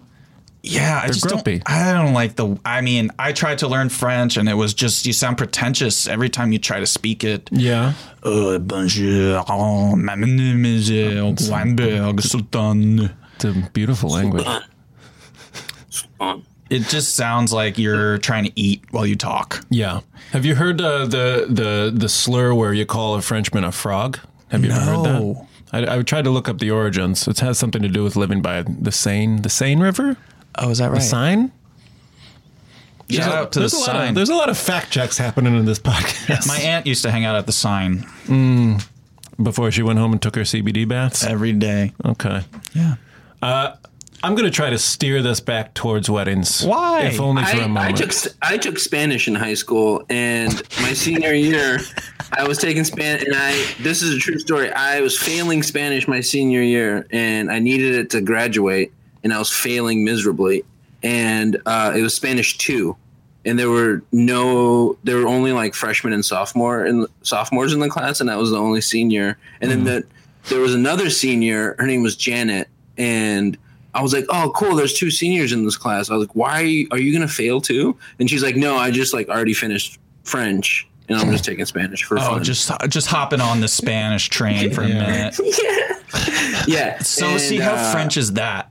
Speaker 5: Yeah, I just
Speaker 4: grumpy.
Speaker 5: don't. I don't like the. I mean, I tried to learn French, and it was just you sound pretentious every time you try to speak it.
Speaker 4: Yeah.
Speaker 5: Uh, bonjour, my name is uh, Weinberg Sultan.
Speaker 4: It's a beautiful language.
Speaker 3: Um,
Speaker 5: It just sounds like you're trying to eat while you talk.
Speaker 4: Yeah. Have you heard uh, the the the slur where you call a Frenchman a frog? Have you ever heard that?
Speaker 5: No.
Speaker 4: I, I tried to look up the origins. It has something to do with living by the Seine, the Seine River,
Speaker 5: Oh, is that right?
Speaker 4: the Seine.
Speaker 5: Shout
Speaker 4: There's a-
Speaker 5: out to the
Speaker 4: there's a lot of-
Speaker 5: sign.
Speaker 4: there's a lot of fact checks happening in this podcast.
Speaker 5: My aunt used to hang out at the sign
Speaker 4: Before she went home and took her CBD baths.
Speaker 5: every day.
Speaker 4: Okay. Uh,
Speaker 5: Yeah.
Speaker 4: I'm going to try to steer this back towards weddings.
Speaker 5: Why?
Speaker 4: If only for a
Speaker 3: I, I
Speaker 4: moment.
Speaker 3: took I took Spanish in high school, and my senior year, I was taking Spanish, and I this is a true story. I was failing Spanish my senior year, and I needed it to graduate, and I was failing miserably, and uh, it was Spanish two, and there were no there were only like freshmen and sophomore and sophomores in the class, and I was the only senior, and
Speaker 5: Mm-hmm.
Speaker 3: then the, there was another senior. Her name was Janet, and I was like, "Oh, cool. There's two seniors in this class." I was like, "Why are you gonna fail too?" And she's like, "No, I just like already finished French, and I'm just taking Spanish for
Speaker 5: Oh,
Speaker 3: fun."
Speaker 5: just just hopping on the Spanish train for a minute.
Speaker 3: yeah.
Speaker 5: So
Speaker 3: And,
Speaker 5: see how
Speaker 3: uh,
Speaker 5: French is that?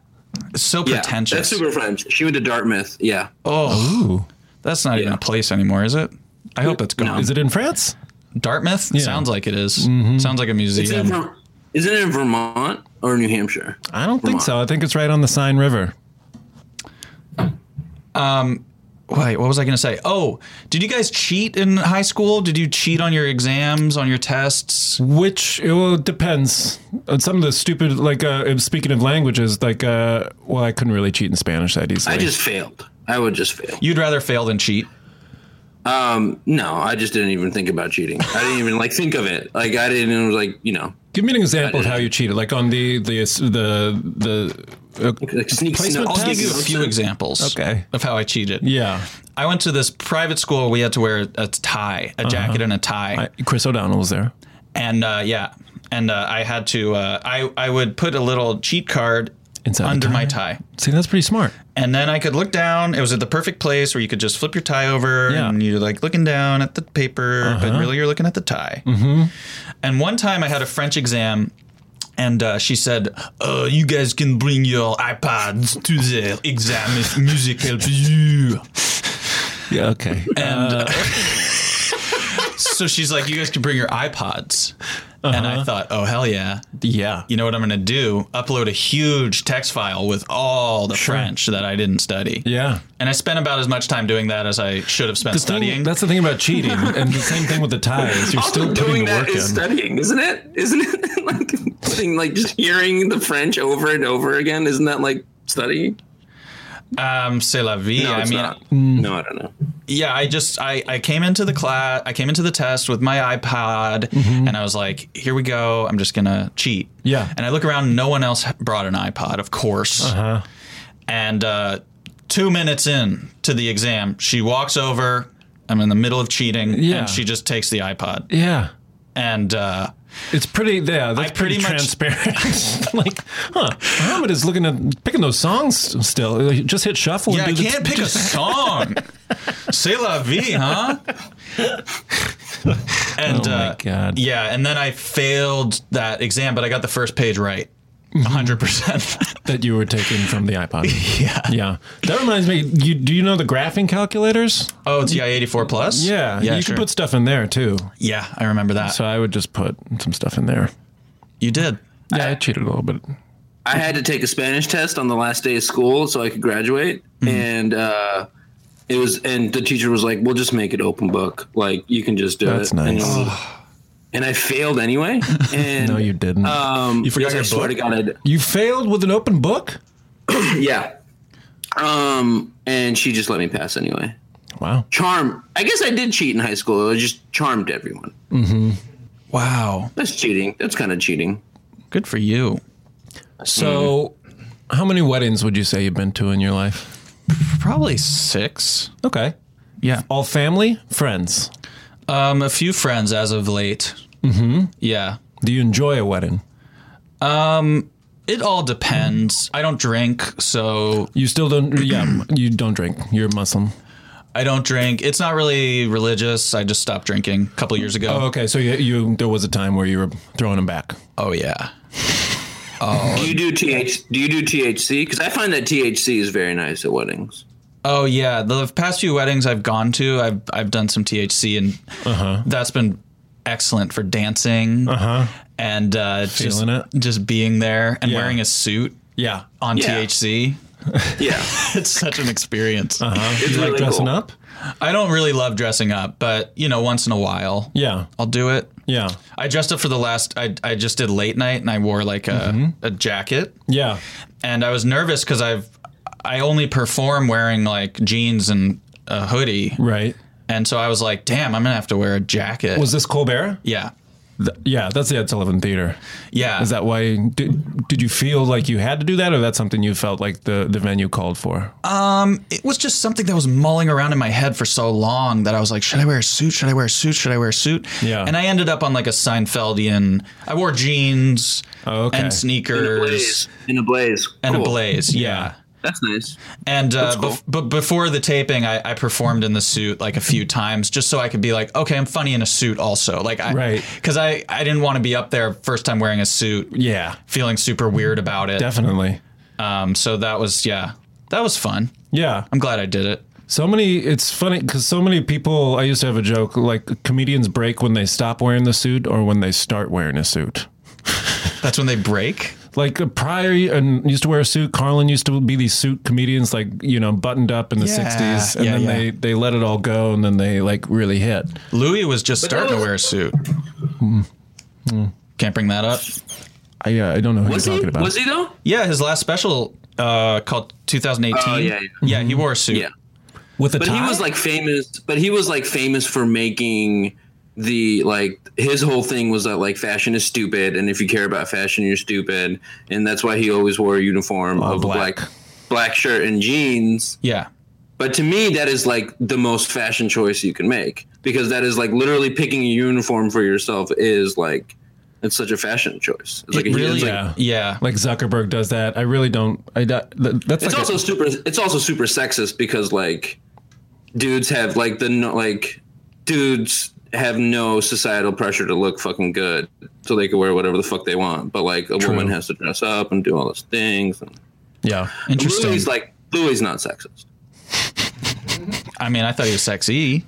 Speaker 5: It's so
Speaker 3: yeah,
Speaker 5: pretentious.
Speaker 3: That's super French. She went to Dartmouth. Yeah.
Speaker 5: oh,
Speaker 4: Ooh.
Speaker 5: that's not even a place anymore, is it? I hope it's gone.
Speaker 4: Is it in France?
Speaker 5: Dartmouth? Sounds like it is.
Speaker 4: Mm-hmm.
Speaker 5: Sounds like a
Speaker 3: It's in
Speaker 5: museum.
Speaker 3: Ver- isn't it in Vermont or New Hampshire?
Speaker 4: I don't think so. I think it's right on the Seine River.
Speaker 5: Wait, what was I going to say? Oh, did you guys cheat in high school? Did you cheat on your exams, on your tests?
Speaker 4: Which it well, it depends. Uh, Some of the stupid, like uh, speaking of languages, like uh, well, I couldn't really cheat in Spanish that easily.
Speaker 3: I just failed. I would just fail.
Speaker 5: You'd rather fail than cheat.
Speaker 3: No, I just didn't even think about cheating. I didn't even like think of it. Like I didn't. It was like you know,
Speaker 4: give me an example of how you cheated, like on the the the the. Uh,
Speaker 3: like sneak.
Speaker 4: Placement
Speaker 3: sneak-
Speaker 5: I'll give you a
Speaker 3: sneak-
Speaker 5: few examples
Speaker 4: Okay.
Speaker 5: of how I cheated.
Speaker 4: yeah,
Speaker 5: I went to this private school. We had to wear a tie, a jacket, and a tie.
Speaker 4: Uh-huh. I, Chris O'Donnell was there.
Speaker 5: and uh, yeah, and uh, I had to. Uh, I I would put a little cheat card
Speaker 4: Inside the
Speaker 5: under
Speaker 4: tie?
Speaker 5: my tie,
Speaker 4: See, that's pretty smart.
Speaker 5: and then I could look down. It was at the perfect place where you could just flip your tie over,
Speaker 4: Yeah. Uh-huh.
Speaker 5: and you're like looking down at the paper, but really you're looking at the tie. Mm-hmm. And one time I had a French exam. And uh, she said, uh, "You guys can bring your iPads to the exam if music helps you."
Speaker 4: Yeah, okay.
Speaker 5: And uh, so she's like, "You guys can bring your iPods." And I thought, "Oh hell yeah!"
Speaker 4: Uh-huh. yeah,
Speaker 5: You know what I'm going to do? Upload a huge text file with all the French that I didn't study.
Speaker 4: yeah.
Speaker 5: And I spent about as much time doing that as I should have spent
Speaker 4: The thing-
Speaker 5: studying.
Speaker 4: that's the thing about cheating, and the same thing with the ties. You're
Speaker 3: Also
Speaker 4: still putting
Speaker 3: doing
Speaker 4: the
Speaker 3: that
Speaker 4: work in.
Speaker 3: is studying, isn't it? Isn't it like putting, like just hearing the French over and over again? Isn't that like studying?
Speaker 5: um, c'est la vie.
Speaker 3: No,
Speaker 5: I
Speaker 3: it's
Speaker 5: mean,
Speaker 3: not.
Speaker 4: mm.
Speaker 3: No, I don't know.
Speaker 5: yeah, I just I, I came into the class, I came into the test with my iPod, and I was like, "Here we go. I'm just going to cheat."
Speaker 4: Mm-hmm. Yeah.
Speaker 5: And I look around. No one else brought an iPod, of course. Uh-huh. And uh, two minutes in to the exam, she walks over. I'm in the middle of cheating,
Speaker 4: Yeah.
Speaker 5: and she just takes the iPod.
Speaker 4: Yeah,
Speaker 5: and uh,
Speaker 4: it's pretty. Yeah, that's
Speaker 5: I
Speaker 4: pretty,
Speaker 5: pretty much-
Speaker 4: transparent. like, huh? Muhammad is looking at picking those songs still. Just hit shuffle.
Speaker 5: yeah, I
Speaker 4: and do
Speaker 5: can't
Speaker 4: the,
Speaker 5: pick a song. C'est la vie, huh? and
Speaker 4: Oh my
Speaker 5: uh,
Speaker 4: God.
Speaker 5: yeah, and then I failed that exam, but I got the first page right,
Speaker 4: Mm-hmm.
Speaker 5: hundred percent.
Speaker 4: that you were taking from the iPod. yeah, yeah. That reminds me. You do you know the graphing calculators?
Speaker 5: Oh, it's yeah, eighty four plus.
Speaker 4: Yeah,
Speaker 5: yeah,
Speaker 4: You
Speaker 5: sure.
Speaker 4: can put stuff in there too.
Speaker 5: yeah. I remember that.
Speaker 4: So I would just put some stuff in there.
Speaker 5: you did.
Speaker 4: Yeah, I, cheated a little bit.
Speaker 3: I had to take a Spanish test on the last day of school so I could graduate,
Speaker 4: Mm-hmm.
Speaker 3: and uh, it was. And the teacher was like, "We'll just make it open book. Like you can just do
Speaker 4: That's
Speaker 3: it." And
Speaker 4: nice.
Speaker 3: it was- And, I failed anyway. And
Speaker 4: No, you didn't.
Speaker 3: Um,
Speaker 5: forgot
Speaker 3: yes, I
Speaker 5: your
Speaker 3: swear to
Speaker 5: book?
Speaker 3: God, I did.
Speaker 4: you failed with an open book.
Speaker 3: yeah. Um, and she just let me pass anyway.
Speaker 4: Wow.
Speaker 3: Charm. I guess I did cheat in high school. I just charmed everyone.
Speaker 5: Wow,
Speaker 3: That's cheating. That's kind of cheating.
Speaker 5: good for you.
Speaker 4: So, how many weddings would you say you've been to in your life?
Speaker 5: Probably six.
Speaker 4: Okay.
Speaker 5: Yeah.
Speaker 4: All family, friends.
Speaker 5: Um, a few friends as of late. Mm-hmm. Yeah.
Speaker 4: Do you enjoy a wedding?
Speaker 5: It all depends. I don't drink, so
Speaker 4: You still don't, yeah, you don't drink. You're Muslim.
Speaker 5: I don't drink. It's not really religious. I just stopped drinking a couple years ago.
Speaker 4: Okay, so you, you there was a time where you were throwing them back.
Speaker 5: oh yeah.
Speaker 3: Do you do th? Do you do THC? Because I find that THC is very nice at weddings.
Speaker 5: Oh yeah, the past few weddings I've gone to, I've I've done some THC and that's been excellent for dancing and uh, just
Speaker 4: Feeling it.
Speaker 5: just being there and
Speaker 4: Yeah.
Speaker 5: wearing a suit
Speaker 4: Yeah.
Speaker 5: on
Speaker 3: Yeah.
Speaker 5: THC.
Speaker 3: Yeah,
Speaker 5: It's such an experience.
Speaker 3: it's
Speaker 4: Like
Speaker 3: really
Speaker 4: dressing
Speaker 3: cool.
Speaker 4: up?
Speaker 5: Uh-huh. I don't really love dressing up, but you know, once in a while,
Speaker 4: Yeah.
Speaker 5: I'll do it.
Speaker 4: Yeah.
Speaker 5: I dressed up for the last. I I just did late night and I wore like a a jacket
Speaker 4: Yeah.
Speaker 5: and I was nervous because I've I only perform wearing like jeans and a hoodie,
Speaker 4: Right.
Speaker 5: and so I was like, damn, I'm gonna have to wear a jacket.
Speaker 4: Was this Colbert?
Speaker 5: yeah.
Speaker 4: Th- yeah, that's the Ed Sullivan Theater.
Speaker 5: Yeah.
Speaker 4: Is that why? Did, did you feel like you had to do that, or that's something you felt like the, the venue called for?
Speaker 5: it was just something that was mulling around in my head for so long that I was like, should I wear a suit? Should I wear a suit? Should I wear a suit?
Speaker 4: Yeah.
Speaker 5: And I ended up on like a Seinfeldian. I wore jeans
Speaker 4: Oh, okay.
Speaker 5: and
Speaker 3: In a
Speaker 5: sneakers
Speaker 3: blaze. In a blaze.
Speaker 5: and a
Speaker 3: Cool.
Speaker 5: blaze. Yeah.
Speaker 3: That's nice.
Speaker 5: And uh,
Speaker 3: cool.
Speaker 5: bef- but before the taping, I, I performed in the suit like a few times just so I could be like, okay, I'm funny in a suit also. Like, I,
Speaker 4: Right.
Speaker 5: Because I, I didn't want to be up there first time wearing a suit,
Speaker 4: Yeah,
Speaker 5: feeling super weird about it.
Speaker 4: definitely.
Speaker 5: Um, so that was, yeah, that was fun.
Speaker 4: Yeah.
Speaker 5: I'm glad I did it.
Speaker 4: So many, it's funny because so many people, I used to have a joke like comedians break when they stop wearing the suit or when they start wearing a suit.
Speaker 5: That's when they break.
Speaker 4: Like uh, Pryor and used to wear a suit. Carlin used to be these suit comedians, like you know, buttoned up in the
Speaker 5: Yeah.
Speaker 4: '60s, and
Speaker 5: Yeah,
Speaker 4: then
Speaker 5: yeah.
Speaker 4: they they let it all go, and then they like really hit.
Speaker 5: Louis was just starting to wear a suit. Can't bring that up.
Speaker 4: I uh, I don't know who
Speaker 3: Was
Speaker 4: you're
Speaker 3: he?
Speaker 4: talking about.
Speaker 3: Was he though?
Speaker 5: Yeah, his last special uh, called 2018.
Speaker 3: Oh, yeah, yeah.
Speaker 5: he wore a suit.
Speaker 3: Yeah.
Speaker 4: With a
Speaker 3: But he was like famous. But he was like famous for making the like his whole thing was that like fashion is stupid, and if you care about fashion, you're stupid, and that's why he always wore a uniform of
Speaker 4: black.
Speaker 3: black. black shirt and jeans.
Speaker 5: Yeah.
Speaker 3: But to me, that is like the most fashion choice you can make because that is like literally picking a uniform for yourself is like it's such a fashion choice. It's like a,
Speaker 5: really?
Speaker 3: it's, like,
Speaker 4: yeah.
Speaker 5: Yeah.
Speaker 4: like Zuckerberg does that. I really don't. I that, that's
Speaker 3: it's
Speaker 4: like
Speaker 3: also
Speaker 4: a,
Speaker 3: super it's also super sexist because like dudes have like the no, like dudes have no societal pressure to look fucking good so they can wear whatever the fuck they want but like a woman has to dress up and do all those things and
Speaker 4: yeah.
Speaker 5: Interesting.
Speaker 3: Louis like Louis not sexist
Speaker 5: I mean, I thought he was sexy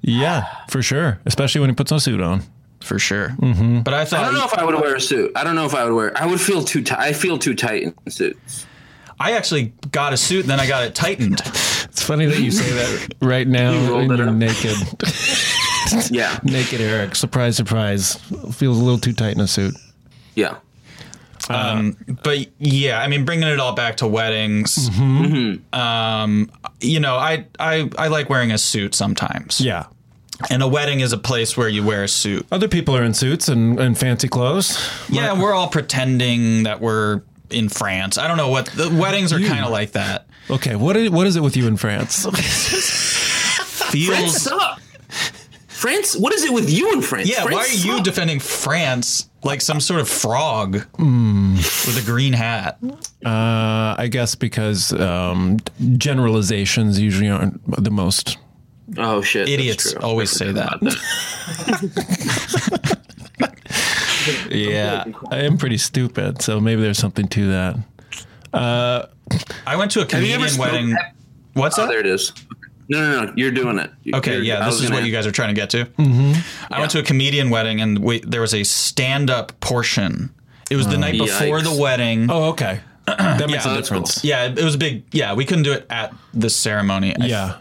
Speaker 4: Yeah, for sure. Especially when he puts a suit on.
Speaker 5: for sure. But I
Speaker 3: I
Speaker 5: thought
Speaker 3: don't know
Speaker 5: I,
Speaker 3: if I would wear a suit I don't know if I would wear I would feel too tight I feel too tight in suits
Speaker 5: actually got a suit, then I got it tightened.
Speaker 4: It's funny that you say that right now
Speaker 3: You rolled
Speaker 4: when
Speaker 3: it
Speaker 4: you're
Speaker 3: up.
Speaker 4: naked.
Speaker 3: yeah
Speaker 4: naked Eric. Surprise, surprise. Feels a little too tight in a suit.
Speaker 3: yeah
Speaker 5: but yeah, I mean, bringing it all back to weddings. Um,
Speaker 3: Mm-hmm.
Speaker 5: you know, I I I like wearing a suit sometimes.
Speaker 4: Yeah.
Speaker 5: And a wedding is a place where you wear a suit.
Speaker 3: Uh,
Speaker 4: Other people are in suits and, and fancy clothes.
Speaker 5: Yeah, and we're all pretending that we're in France. I don't know what the weddings are kind of like that.
Speaker 4: Okay, what is, what is it with you in France?
Speaker 3: France
Speaker 5: Feels
Speaker 3: suck France what is it with you and France
Speaker 5: Yeah,
Speaker 3: France
Speaker 5: why are you
Speaker 3: suck.
Speaker 5: defending France like some sort of frog
Speaker 3: Hmm.
Speaker 5: with a green hat?
Speaker 4: Uh, I guess because um, generalizations usually aren't the most.
Speaker 3: oh shit that's
Speaker 5: Idiots
Speaker 3: true.
Speaker 5: always
Speaker 3: I
Speaker 5: say
Speaker 3: forgot
Speaker 5: that.
Speaker 3: about
Speaker 5: Yeah.
Speaker 4: I am pretty stupid, so maybe there's something to that.
Speaker 5: I went to a
Speaker 3: you
Speaker 5: Canadian
Speaker 3: ever smoked
Speaker 5: wedding.
Speaker 3: pep-
Speaker 5: What's
Speaker 3: Oh,
Speaker 5: up?
Speaker 3: there it is. No, no, no. You're doing it. You-
Speaker 5: Okay,
Speaker 3: you're- I
Speaker 5: yeah,
Speaker 3: was
Speaker 5: this is
Speaker 3: gonna- Mm-hmm.
Speaker 5: what you guys are trying to get to. I went to a comedian wedding and we, there was a stand up portion. It was the night before
Speaker 3: Oh. Yikes.
Speaker 5: the wedding.
Speaker 4: Oh, okay. That makes a
Speaker 3: that's cool.
Speaker 4: difference.
Speaker 5: Yeah, it was a big. Yeah, we couldn't do it at the ceremony. I
Speaker 4: Yeah.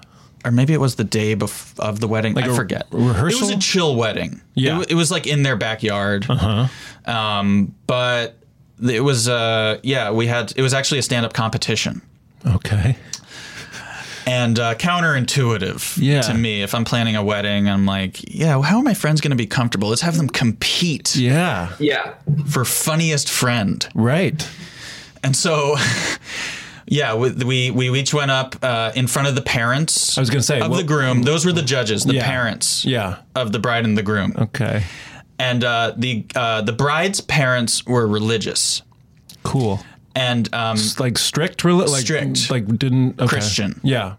Speaker 5: or maybe it was the day bef- of the wedding. I
Speaker 4: a
Speaker 5: forget.
Speaker 4: re- rehearsal?
Speaker 5: It was a chill wedding.
Speaker 4: Yeah. Uh-huh.
Speaker 5: it, w- it was like in their backyard. Uh huh. Um, but it was uh, yeah, we had it was actually a stand up competition
Speaker 4: Okay.
Speaker 5: and uh, counterintuitive
Speaker 4: Yeah.
Speaker 5: to me. If I'm planning a wedding, I'm like, yeah, how are my friends going to be comfortable? Let's have them compete
Speaker 4: Yeah.
Speaker 3: Yeah.
Speaker 5: for funniest friend.
Speaker 4: Right.
Speaker 5: And so, yeah, we, we we each went up uh, in front of the parents.
Speaker 4: I was gonna say,
Speaker 5: of
Speaker 4: well-
Speaker 5: the groom. Those were the judges, the
Speaker 4: Yeah.
Speaker 5: parents
Speaker 4: Yeah.
Speaker 5: of the bride and the groom.
Speaker 4: Okay.
Speaker 5: And uh, the uh, the bride's parents were religious
Speaker 4: Cool.
Speaker 5: and um,
Speaker 4: It's like strict, reli- like
Speaker 5: Strict.
Speaker 4: like didn't okay.
Speaker 5: Christian.
Speaker 4: Yeah.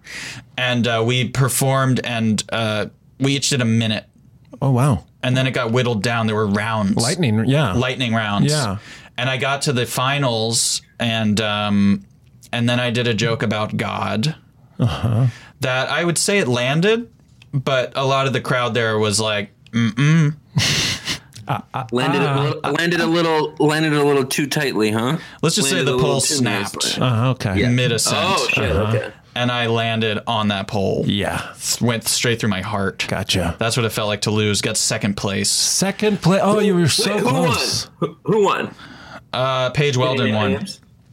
Speaker 5: and uh, we performed and uh, we each did a minute,
Speaker 4: Oh wow.
Speaker 5: and then it got whittled down. There were rounds.
Speaker 4: Lightning. Yeah.
Speaker 5: lightning rounds.
Speaker 4: Yeah.
Speaker 5: And I got to the finals, and um, and then I did a joke about God.
Speaker 4: Uh-huh.
Speaker 5: That I would say it landed, but a lot of the crowd there was like,
Speaker 3: Landed, a
Speaker 5: Ah.
Speaker 3: little, landed a little, landed a little too tightly, huh?
Speaker 5: let's just
Speaker 3: Landed
Speaker 5: say
Speaker 3: a
Speaker 5: the
Speaker 3: little
Speaker 5: pole
Speaker 3: too
Speaker 5: snapped Uh-huh.
Speaker 3: nicely.
Speaker 4: Uh, okay.
Speaker 3: Yeah.
Speaker 5: mid ascent,
Speaker 3: Oh shit! Okay.
Speaker 5: and I landed on that pole.
Speaker 4: Yeah.
Speaker 5: Went straight through my heart.
Speaker 4: Gotcha.
Speaker 5: That's what it felt like to lose. Got second place.
Speaker 4: Second play. Oh, you were so
Speaker 3: Wait, who
Speaker 4: close.
Speaker 3: won? Who, who won?
Speaker 5: Uh, Paige Weldon won.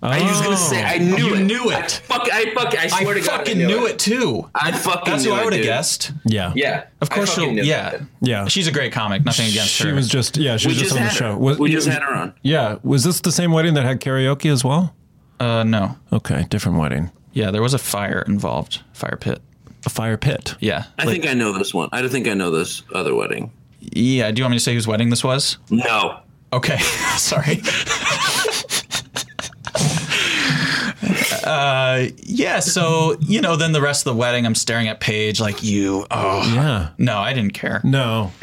Speaker 5: Oh,
Speaker 3: I was
Speaker 4: Oh.
Speaker 3: gonna say I knew
Speaker 5: You
Speaker 3: it.
Speaker 5: knew it.
Speaker 3: I fuck. I fuck. I
Speaker 5: I
Speaker 3: swear to God,
Speaker 5: fucking
Speaker 3: I
Speaker 5: knew, it. too.
Speaker 3: I fucking.
Speaker 5: That's who
Speaker 3: knew
Speaker 5: I
Speaker 3: it,
Speaker 5: would have
Speaker 3: dude.
Speaker 5: guessed.
Speaker 4: Yeah.
Speaker 3: Yeah.
Speaker 5: Of course
Speaker 3: I
Speaker 5: she'll.
Speaker 3: fucking knew it.
Speaker 5: Yeah.
Speaker 4: Yeah.
Speaker 5: She's a great comic. Nothing against her.
Speaker 4: She was just yeah. She
Speaker 3: We
Speaker 4: was
Speaker 3: just
Speaker 4: just on the
Speaker 3: had
Speaker 4: show.
Speaker 3: her.
Speaker 4: Was-
Speaker 3: We just had her on.
Speaker 4: Yeah. Was this the same wedding that had karaoke as well?
Speaker 5: Uh, no.
Speaker 4: Okay, different wedding.
Speaker 5: Yeah, there was a fire involved. Fire pit.
Speaker 4: A fire pit.
Speaker 5: Yeah.
Speaker 3: I think I know this one. I don't think I know this other wedding.
Speaker 5: Yeah. Do you want me to say whose wedding this was?
Speaker 3: No.
Speaker 5: Okay. Sorry. uh, yeah. So you know, then the rest of the wedding, I'm staring at Paige like you. Oh.
Speaker 4: Yeah.
Speaker 5: No, I didn't care.
Speaker 4: No.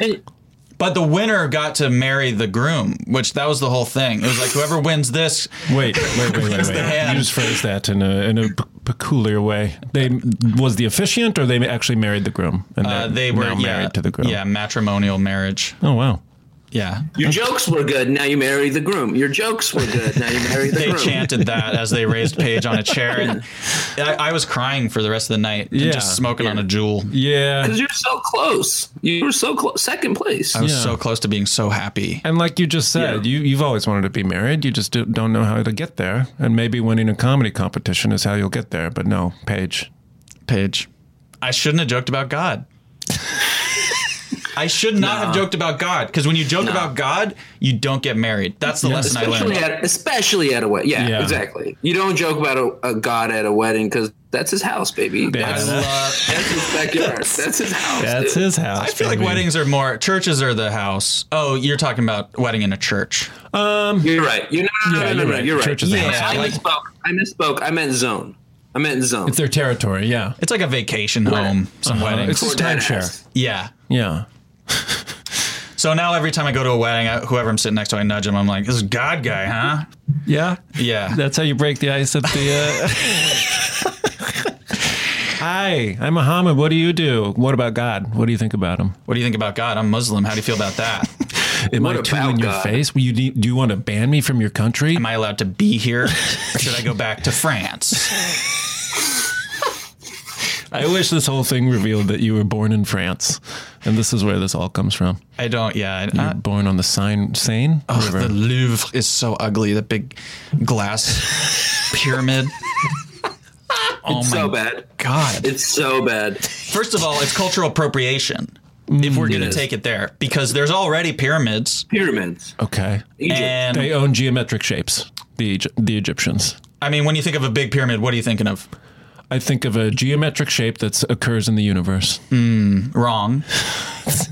Speaker 5: But the winner got to marry the groom, which that was the whole thing. It was like whoever wins this,
Speaker 4: Wait, wait, wait, wait, wait.
Speaker 5: hand.
Speaker 4: You just phrased that in a in a p- peculiar way. They was the officiant, or they actually married the groom, and
Speaker 5: uh,
Speaker 4: they're
Speaker 5: they were
Speaker 4: now
Speaker 5: yeah,
Speaker 4: married to the groom.
Speaker 5: Yeah, matrimonial marriage.
Speaker 4: Oh wow.
Speaker 5: Yeah.
Speaker 3: Your jokes were good. Now you marry the groom. Your jokes were good. Now you marry the
Speaker 5: they
Speaker 3: groom.
Speaker 5: chanted that as they raised Paige on a chair, and I, I was crying for the rest of the night, and
Speaker 4: Yeah.
Speaker 5: just smoking on a jewel.
Speaker 4: Yeah.
Speaker 3: Because you're so close. You were so close. Second place.
Speaker 5: I was
Speaker 4: Yeah.
Speaker 5: so close to being so happy.
Speaker 4: And like you just said, you you've always wanted to be married. You just do, don't know how to get there. And maybe winning a comedy competition is how you'll get there. But no, Paige.
Speaker 5: Paige, I shouldn't have joked about God. I should not have joked about God because when you joke about God, you don't get married. That's the lesson I learned.
Speaker 3: especially, at, especially at a wedding. Yeah,
Speaker 4: Yeah.
Speaker 3: exactly. You don't joke about a, a god at a wedding because that's his house, baby.
Speaker 5: I
Speaker 3: That's, uh,
Speaker 5: love.
Speaker 3: that's his backyard. that's his house. dude.
Speaker 4: house.
Speaker 5: I feel like weddings are more churches are the house. Oh, you're talking about wedding in a church.
Speaker 3: You're right. You're, no, no,
Speaker 4: Yeah,
Speaker 3: no, no,
Speaker 4: you're
Speaker 3: no,
Speaker 4: right.
Speaker 3: You're right.
Speaker 4: Church is the
Speaker 5: Yeah.
Speaker 4: house.
Speaker 3: I misspoke. I misspoke. I meant zone. I meant zone.
Speaker 4: It's their territory. Yeah.
Speaker 5: It's like a vacation home. Some weddings.
Speaker 4: Uh-huh. It's just
Speaker 3: Or that
Speaker 4: timeshare.
Speaker 3: ass.
Speaker 5: yeah.
Speaker 4: Yeah.
Speaker 5: So now every time I go to a wedding, I, whoever I'm sitting next to, I nudge him. I'm like, "This is God guy, huh?"
Speaker 4: Yeah.
Speaker 5: Yeah.
Speaker 4: That's how you break the ice at the. Uh... Hi, I'm Muhammad. What do you do? What about God? What do you think about him?
Speaker 5: What do you think about God? I'm Muslim. How do you feel about that?
Speaker 4: Am I
Speaker 3: What
Speaker 4: too
Speaker 3: about
Speaker 4: in your
Speaker 3: God?
Speaker 4: face? Will you do you want to ban me from your country?
Speaker 5: Am I allowed to be here, or should I go back to France?
Speaker 4: I wish this whole thing revealed that you were born in France, and this is where this all comes from.
Speaker 5: I don't. Yeah.
Speaker 4: You're
Speaker 5: I,
Speaker 4: born on the Seine, Seine
Speaker 5: oh,
Speaker 4: River.
Speaker 5: the Louvre is so ugly. The big glass pyramid. Oh my
Speaker 3: so bad.
Speaker 5: God.
Speaker 3: It's so bad.
Speaker 5: First of all, it's cultural appropriation. If we're going to
Speaker 3: Mm, is.
Speaker 5: take it there, because there's already pyramids,
Speaker 3: Pyramids.
Speaker 4: okay,
Speaker 3: Egypt.
Speaker 5: and
Speaker 4: they own geometric shapes. The Egy- the Egyptians.
Speaker 5: I mean, when you think of a big pyramid, what are you thinking of?
Speaker 4: I think of a geometric shape that occurs in the universe.
Speaker 5: Wrong.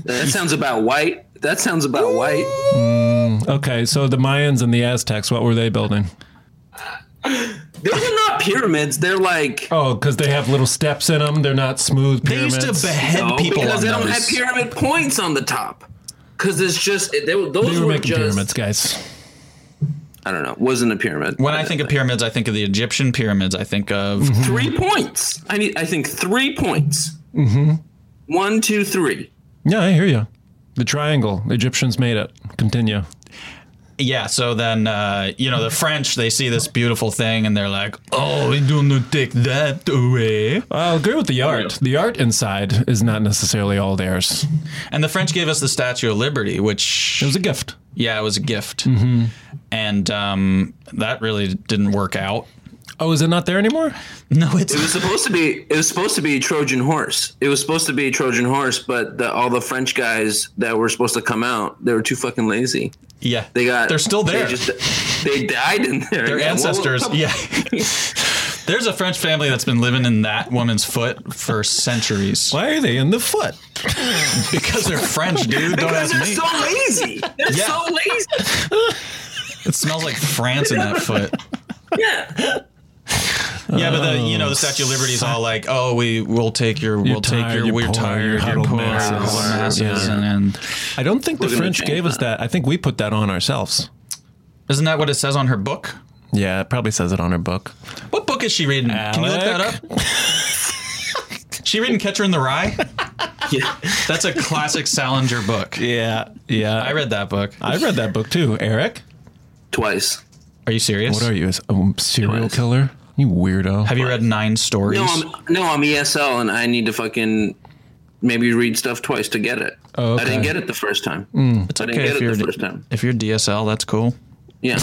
Speaker 3: that sounds about white. That sounds about white.
Speaker 5: Mm.
Speaker 4: Okay, so the Mayans and the Aztecs, what were they building?
Speaker 3: Those are not pyramids. They're like
Speaker 4: Oh, because they have little steps in them. They're not smooth
Speaker 5: They
Speaker 4: pyramids.
Speaker 5: used to behead
Speaker 3: no,
Speaker 5: people
Speaker 3: because
Speaker 5: on
Speaker 3: they
Speaker 5: those.
Speaker 3: don't have pyramid points on the top. Because it's just it- they, were- those
Speaker 4: They were
Speaker 3: were,
Speaker 4: making
Speaker 3: just
Speaker 4: pyramids, guys.
Speaker 3: I don't know. Wasn't a pyramid.
Speaker 5: When I think of pyramids, I think of the Egyptian pyramids. I think of
Speaker 3: three points, I need. I think three points. Mm-hmm. One, two, three.
Speaker 4: Yeah, I hear you. The triangle. Egyptians made it. Continue.
Speaker 5: yeah. So then uh, you know the French. They see this beautiful thing and they're like, "Oh, we don't take that away."
Speaker 4: I'll agree with the art. The art inside is not necessarily all theirs.
Speaker 5: And the French gave us the Statue of Liberty, which
Speaker 4: It was a gift.
Speaker 5: yeah, it was a gift,
Speaker 3: Mm-hmm.
Speaker 5: and um, that really didn't work out.
Speaker 4: Oh, is it not there anymore?
Speaker 5: No, it's
Speaker 3: It was supposed to be. It was supposed to be Trojan horse. It was supposed to be Trojan horse, but the, all the French guys that were supposed to come out, they were too fucking lazy.
Speaker 5: yeah.
Speaker 3: They got.
Speaker 5: They're still there.
Speaker 3: They, just, they died in there.
Speaker 5: Their
Speaker 3: Yeah, well,
Speaker 5: ancestors,
Speaker 3: come-
Speaker 5: yeah. There's a French family that's been living in that woman's foot for centuries
Speaker 4: Why are they in the foot?
Speaker 5: because they're French, dude. Don't
Speaker 3: Because
Speaker 5: ask
Speaker 3: they're
Speaker 5: me.
Speaker 3: so lazy. They're
Speaker 5: Yeah.
Speaker 3: so lazy.
Speaker 5: It smells like France in that foot. Yeah, but the you know the Statue of Liberty is all like, oh, we will take your we'll take
Speaker 4: tired,
Speaker 5: your
Speaker 4: Oh, you're
Speaker 5: we're
Speaker 4: poor,
Speaker 5: tired,
Speaker 4: you're
Speaker 5: you're poor,
Speaker 4: huddled
Speaker 5: masses,
Speaker 4: masses."
Speaker 5: masses
Speaker 4: Yeah.
Speaker 5: and then
Speaker 4: I don't think the
Speaker 3: gonna
Speaker 4: French
Speaker 3: change
Speaker 4: gave us that. I think we put that on ourselves.
Speaker 5: isn't that what it says on her book?
Speaker 4: Yeah, it probably says it on her book.
Speaker 5: What book is she reading? Can you look that
Speaker 4: Alec?
Speaker 5: up? she reading Catcher in the Rye?
Speaker 3: Yeah.
Speaker 5: That's a classic Salinger book.
Speaker 4: Yeah, yeah.
Speaker 5: I read that book.
Speaker 4: I read that book too, Eric.
Speaker 3: Twice.
Speaker 5: Are you serious?
Speaker 4: What are you, a um, serial
Speaker 3: Anyways.
Speaker 4: killer? You weirdo.
Speaker 5: Have you read Nine Stories?
Speaker 3: No, I'm no, I'm ESL, and I need to fucking maybe read stuff twice to get it.
Speaker 4: Oh, okay. Hmm.
Speaker 3: I didn't get it the first time.
Speaker 5: it's
Speaker 3: I
Speaker 5: okay
Speaker 3: didn't
Speaker 5: if
Speaker 3: get
Speaker 5: you're
Speaker 3: it the first time.
Speaker 5: if you're DSL, that's cool.
Speaker 3: Yeah.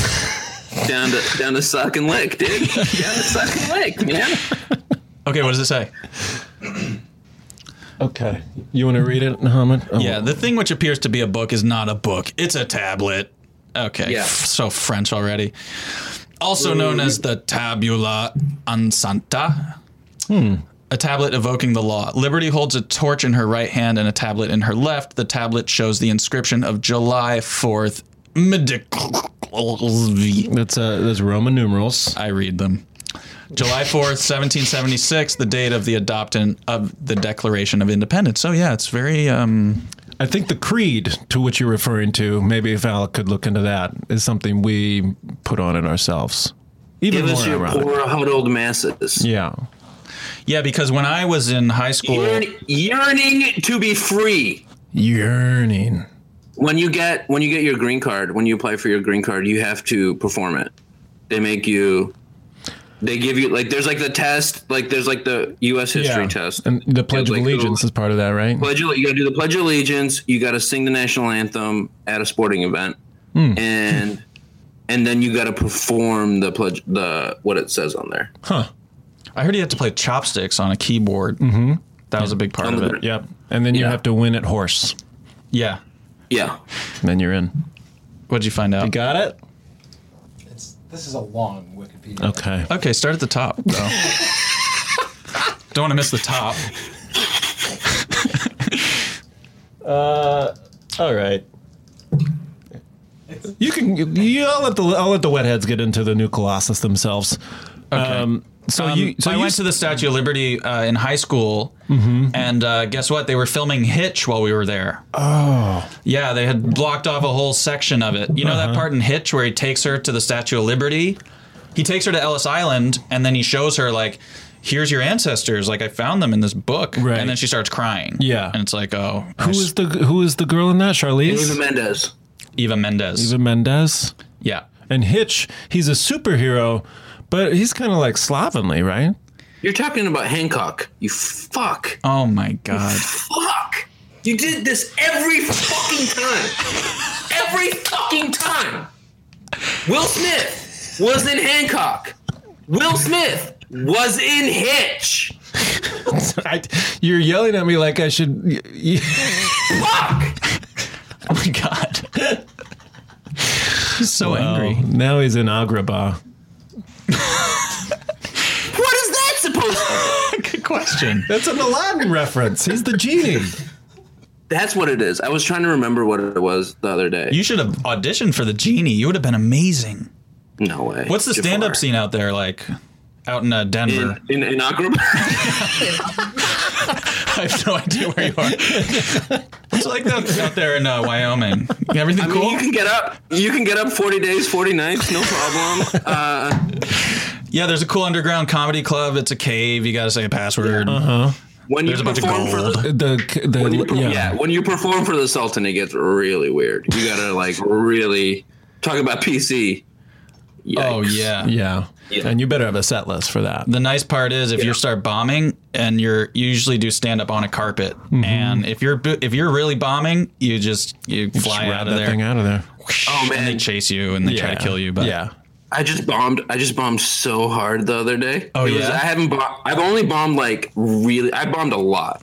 Speaker 3: down to down to suck and lick, dude. down to suck and lick, man.
Speaker 5: Okay, what does it say?
Speaker 4: Okay. You want to read it, Muhammad? Oh,
Speaker 5: Yeah, the thing which appears to be a book is not a book. It's a tablet. Okay,
Speaker 3: Yeah.
Speaker 5: f- so French already. Also known as the Tabula Ansanta. A tablet evoking the law. Liberty holds a torch in her right hand and a tablet in her left. The tablet shows the inscription of July 4th, Medical.
Speaker 4: That's uh, that's Roman numerals.
Speaker 5: I read them. July 4th, 1776, the date of the adoption of the Declaration of Independence. So, yeah, it's very. Um,
Speaker 4: I think the creed to which you're referring to, maybe if Alec could look into that, is something we put on it ourselves. Even
Speaker 3: Give
Speaker 4: more
Speaker 3: us your
Speaker 4: ironic.
Speaker 3: poor huddled masses.
Speaker 4: yeah.
Speaker 5: yeah, because when I was in high school.
Speaker 3: Yearn, yearning to be free.
Speaker 4: Yearning.
Speaker 3: When you get when you get your green card, when you apply for your green card, you have to perform it. They make you. They give you like there's like the test like there's like the U.S. history test
Speaker 4: And the Pledge of
Speaker 3: like,
Speaker 4: Allegiance
Speaker 3: who-
Speaker 4: is part of that, right?
Speaker 3: Pledge of- you got to do the Pledge of Allegiance. You got to sing the national anthem at a sporting event,
Speaker 5: Hmm.
Speaker 3: and and then you got to perform the pledge the what it says on there.
Speaker 5: I heard you had to play chopsticks on a keyboard. That was a big part
Speaker 3: On
Speaker 5: of
Speaker 3: the-
Speaker 5: it.
Speaker 4: Yep. And then you
Speaker 3: Yeah.
Speaker 4: have to win at horse.
Speaker 5: Yeah.
Speaker 3: Yeah,
Speaker 4: And then you're in.
Speaker 5: What'd you find out?
Speaker 4: Got it?
Speaker 8: It's, this is a long Wikipedia.
Speaker 4: Okay.
Speaker 5: okay, start at the top, though. Don't want to miss the top.
Speaker 4: All right. You can. You, you, I'll let the I'll let the wetheads get into the new Colossus themselves. Um, so
Speaker 5: Um,
Speaker 4: you. So you
Speaker 5: I
Speaker 4: Mm-hmm.
Speaker 5: went to the Statue of Liberty uh, in high school, and uh, guess what? They were filming Hitch while we were there. Oh, yeah, they had blocked off a whole section of it. You know
Speaker 4: Uh-huh.
Speaker 5: that part in Hitch where he takes her to the Statue of Liberty? He takes her to Ellis Island, and then he shows her like, "Here's your ancestors. Like I found them in this book."
Speaker 4: Right.
Speaker 5: And then she starts crying.
Speaker 4: Yeah.
Speaker 5: and it's like, "Oh,
Speaker 4: who
Speaker 5: nice.
Speaker 4: is the Who is the girl in that?
Speaker 3: Eva
Speaker 4: Charlize.
Speaker 3: Mendes.
Speaker 5: Eva Mendes?
Speaker 4: Eva Mendes.
Speaker 5: Yeah,
Speaker 4: And Hitch. He's a superhero, but he's kind of like slovenly, right?
Speaker 3: You're talking about Hancock. You fuck,
Speaker 5: Oh my god.
Speaker 3: fuck. You did this every fucking time. Every fucking time. Will Smith was in Hancock. Will Smith was in Hitch.
Speaker 4: I, you're yelling at me like I should. y- y-
Speaker 3: Fuck.
Speaker 5: oh my god. He's so
Speaker 4: Oh,
Speaker 5: angry.
Speaker 4: now he's in Agrabah.
Speaker 3: What is that supposed to be?
Speaker 5: Good question.
Speaker 4: That's an Aladdin reference. He's the genie.
Speaker 3: That's what it is. I was trying to remember what it was the other day.
Speaker 5: You should have auditioned for the genie. You would have been amazing.
Speaker 3: no way.
Speaker 5: What's the
Speaker 3: Jafar.
Speaker 5: stand up scene out there like? Out in uh, Denver.
Speaker 3: In, in, in Agrabah?
Speaker 5: I have no idea where you are. What's it like that out there in uh, Wyoming? Everything
Speaker 3: I mean,
Speaker 5: cool?
Speaker 3: you can get up. You can get up 40 days, 40 nights, no problem. Uh,
Speaker 5: yeah, there's a cool underground comedy club. It's a cave. You got to say a password.
Speaker 3: when you
Speaker 5: There's a bunch of
Speaker 3: perform for
Speaker 5: gold.
Speaker 3: the
Speaker 4: The, the
Speaker 3: when you, per-
Speaker 4: yeah.
Speaker 3: yeah. when you perform for the Sultan, it gets really weird. You gotta like really talk about PC.
Speaker 5: Oh,
Speaker 3: Yikes.
Speaker 5: yeah.
Speaker 4: Yeah. And you better have a set list for that.
Speaker 5: The nice part is if you start bombing and you're you usually do stand up on a carpet,
Speaker 4: Mm-hmm.
Speaker 5: and if you're bu- if you're really bombing, you just you fly
Speaker 4: Round
Speaker 5: out of
Speaker 4: that
Speaker 5: there.
Speaker 4: thing out of there.
Speaker 3: Oh
Speaker 5: And they
Speaker 3: man,
Speaker 5: chase you and they try to kill you. But
Speaker 4: yeah.
Speaker 3: I just bombed. I just bombed so hard the other day.
Speaker 5: Oh,
Speaker 3: It was-
Speaker 5: yeah?
Speaker 3: I haven't. Bom- I've only bombed like really. I bombed a lot.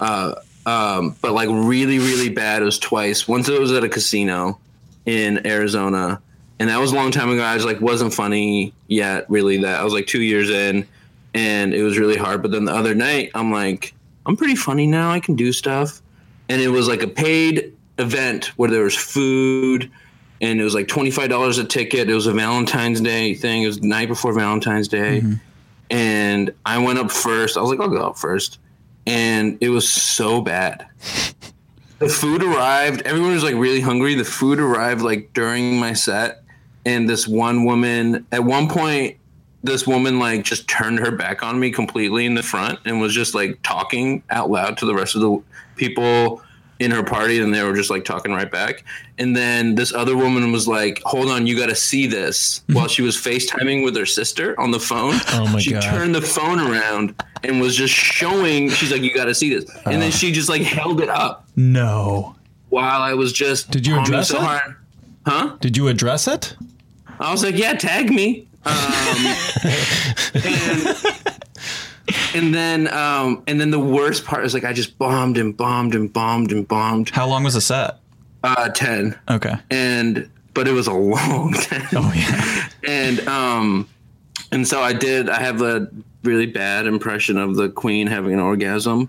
Speaker 3: Uh, um, but like really, really bad. It was twice. Once it was at a casino in Arizona, and that was a long time ago. I was like, wasn't funny yet, really. That I was like two years in, and it was really hard. But then the other night, I'm like, I'm pretty funny now. I can do stuff, and it was like a paid event where there was food, and it was like twenty five dollars a ticket. It was a Valentine's Day thing. It was the night before Valentine's Day, and I went up first. I was like, I'll go up first, and it was so bad the food arrived. Everyone was like really hungry. The food arrived like during my set, and this one woman at one point, this woman like just turned her back on me completely in the front and was just like talking out loud to the rest of the people in her party, and they were just like talking right back. And then this other woman was like, "Hold on, you got to see this," while she was FaceTiming with her sister on the phone.
Speaker 4: Mm-hmm. Oh my
Speaker 3: she
Speaker 4: God.
Speaker 3: turned the phone around and was just showing. She's like, "You got to see this," and
Speaker 4: Uh.
Speaker 3: then she just like held it up
Speaker 5: No.
Speaker 3: while I was just
Speaker 4: Did you
Speaker 3: humming
Speaker 4: address
Speaker 3: so
Speaker 4: it?
Speaker 3: hard.
Speaker 4: Did you address it?
Speaker 3: I was like, yeah, tag me. Um, and, and then um, and then the worst part is like I just bombed and bombed and bombed and bombed
Speaker 5: How long was the set?
Speaker 3: uh, ten
Speaker 5: Okay.
Speaker 3: and but it was a long ten.
Speaker 5: Oh yeah.
Speaker 3: and um and so i did i have a really bad impression of the queen having an orgasm